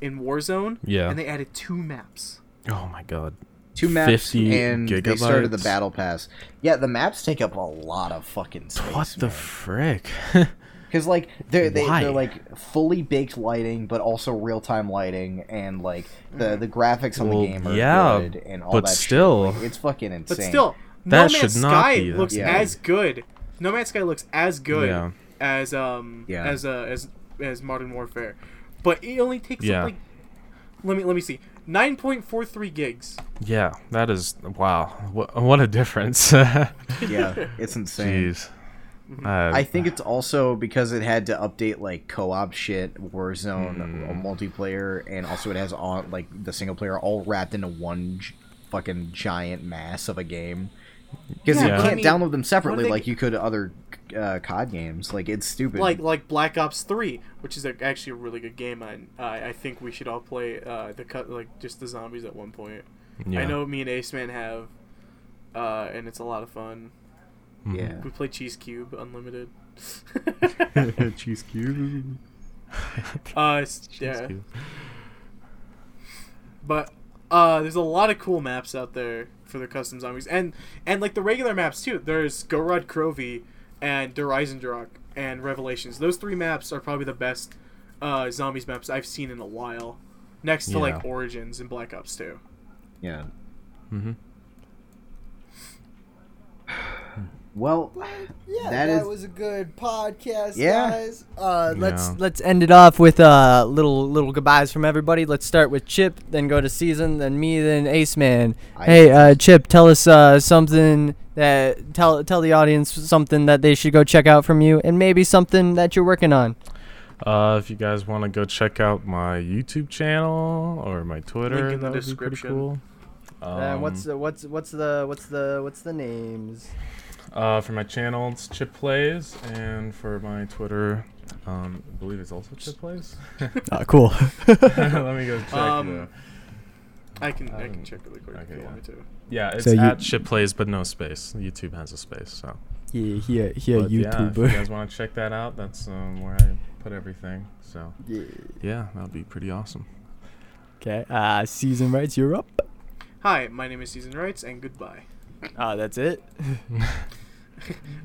S3: in Warzone,
S4: Yeah.
S3: and they added two maps.
S4: Oh my god.
S1: Two maps
S4: 50
S1: and they started the
S4: gigabytes?
S1: battle pass. Yeah, the maps take up a lot of fucking space.
S4: What the frick?
S1: Because like they're they,
S4: Why?
S1: they're like fully baked lighting, but also real time lighting, and like the the graphics on
S4: Well,
S1: the game are
S4: yeah,
S1: good and all
S4: but
S1: that. shit.
S4: still.
S1: Like, it's fucking insane.
S3: But still,
S4: That
S3: No Man's
S4: should not
S3: Sky
S4: be that
S3: looks
S1: bad.
S3: as good. No Man's Sky looks as good
S4: Yeah.
S3: as um
S1: Yeah.
S3: as uh, as as Modern Warfare, but it only takes
S4: Yeah.
S3: up like let me let me see nine point four three gigs.
S4: yeah, that is wow. What, what a difference.
S1: yeah, it's insane.
S4: Jeez.
S3: Mm-hmm.
S4: Uh,
S1: I think it's also because it had to update like co-op shit, Warzone, uh, multiplayer, and also it has all like the single player all wrapped into one g- fucking giant mass of a game. Because
S3: Yeah,
S1: you
S4: but
S1: can't
S4: I
S3: mean,
S1: download them
S3: what
S1: separately
S3: do they-
S1: like you could other uh, COD games. Like it's stupid.
S3: Like like Black Ops Three, which is like, actually a really good game, and uh, I think we should all play uh, the cut like just the zombies at one point. I
S4: yeah.
S3: know me and Ace Man have, uh, and it's a lot of fun.
S1: yeah,
S3: We play Cheese Cube Unlimited.
S1: cheese cube.
S3: uh, s- yeah.
S4: Jeez.
S3: But uh, there's a lot of cool maps out there for the custom zombies, and and like the regular maps too. There's Gorod Krovi and Der Eisendrach and Revelations. Those three maps are probably the best uh, zombies maps I've seen in a while, next to like
S4: Yeah.
S3: Origins and Black Ops 2.
S1: Yeah.
S3: Mm-hmm.
S4: Mhm.
S1: Well,
S6: Yeah,
S1: That
S6: that,
S1: is-
S6: was a good podcast,
S1: Yeah.
S6: guys. Uh,
S5: Let's
S4: Yeah.
S5: let's end it off with uh little little goodbyes from everybody. Let's start with Chip, then go to Season, then me, then Ace Man.
S1: I-
S5: hey, uh, Chip, tell us uh something that tell tell the audience something that they should go check out from you, and maybe something that you're working on.
S4: Uh, if you guys want to go check out my YouTube channel or my Twitter,
S3: Link in the
S4: that would be pretty
S3: description. Uh,
S4: cool. Um,
S5: the Uh, what's what's the what's the what's the names?
S4: uh, for my channel, it's Chip Plays, and for my Twitter, Um, I believe it's also Chip Place.
S5: Ah,
S2: Uh, cool.
S4: Let me go check.
S3: Um,
S4: the-
S3: I can I
S4: Um,
S3: can check really quick if
S4: okay,
S3: you
S4: yeah.
S3: want me to.
S4: yeah, it's
S2: so you-
S4: at Chip Plays, but no space. YouTube has a space, so.
S2: yeah, he a, he a
S4: But Yeah, if you
S2: YouTuber.
S4: guys want to check that out, that's um, where I put everything. So yeah, that'd be pretty awesome.
S2: Okay. Uh, season rights, you're up.
S3: Hi, my name is Season Rights, and goodbye.
S4: Ah,
S2: Uh, that's it.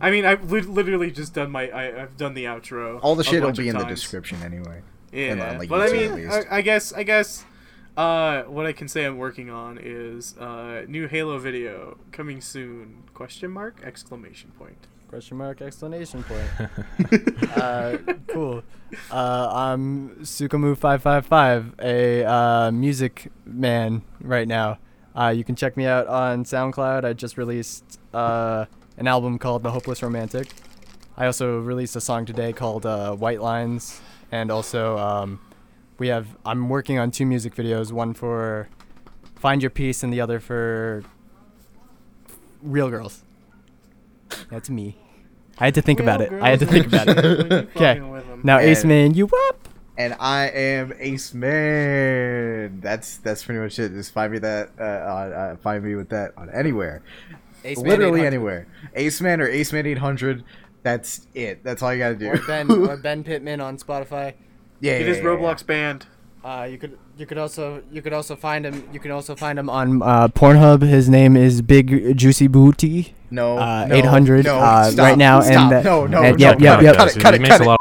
S3: I mean, I've lit literally just done my I, I've done the outro.
S1: All the
S3: a
S1: shit will
S3: bunch
S1: be
S3: of
S1: in the
S3: times.
S1: description anyway.
S3: Yeah,
S1: And on, like,
S3: but I
S1: YouTube at
S3: mean,
S1: least.
S3: I, I guess I guess uh, what I can say I'm working on is uh, new Halo video coming soon? Question mark exclamation point.
S2: Question mark explanation point. uh, cool. Uh, I'm Sukamu555, a uh, music man right now. Uh, you can check me out on SoundCloud. I just released uh, an album called The Hopeless Romantic. I also released a song today called uh, White Lines, and also um, we have. I'm working on two music videos. One for Find Your Peace, and the other for Real Girls. That's me. I had to think about it. I had to think about it. Okay.
S3: Now,
S2: Now, Ace
S1: And-
S2: Man, you up?
S1: And I am Ace Man. That's that's pretty much it. Just find me that uh, on, uh, find me with that on anywhere,
S2: Ace
S1: literally anywhere. Ace Man or Ace Man eight hundred. That's it. That's all you gotta do.
S2: Or Ben or Ben Pittman on Spotify.
S1: yeah,
S3: it
S1: yeah,
S3: is
S1: yeah,
S3: Roblox banned.
S2: Uh, you could you could also you could also find him you can also find him on uh, Pornhub. His name is Big Juicy Booty.
S1: yeah. No,
S2: Uh,
S1: no,
S2: 800,
S1: no,
S2: uh,
S1: stop,
S2: right now, and
S1: stop,
S2: that-
S1: no, no,
S2: and-
S1: no,
S2: yep,
S1: cut
S2: yep,
S1: it,
S2: yep.
S1: cut it, cut it,
S4: He makes
S1: cut
S4: a
S1: it.
S4: lot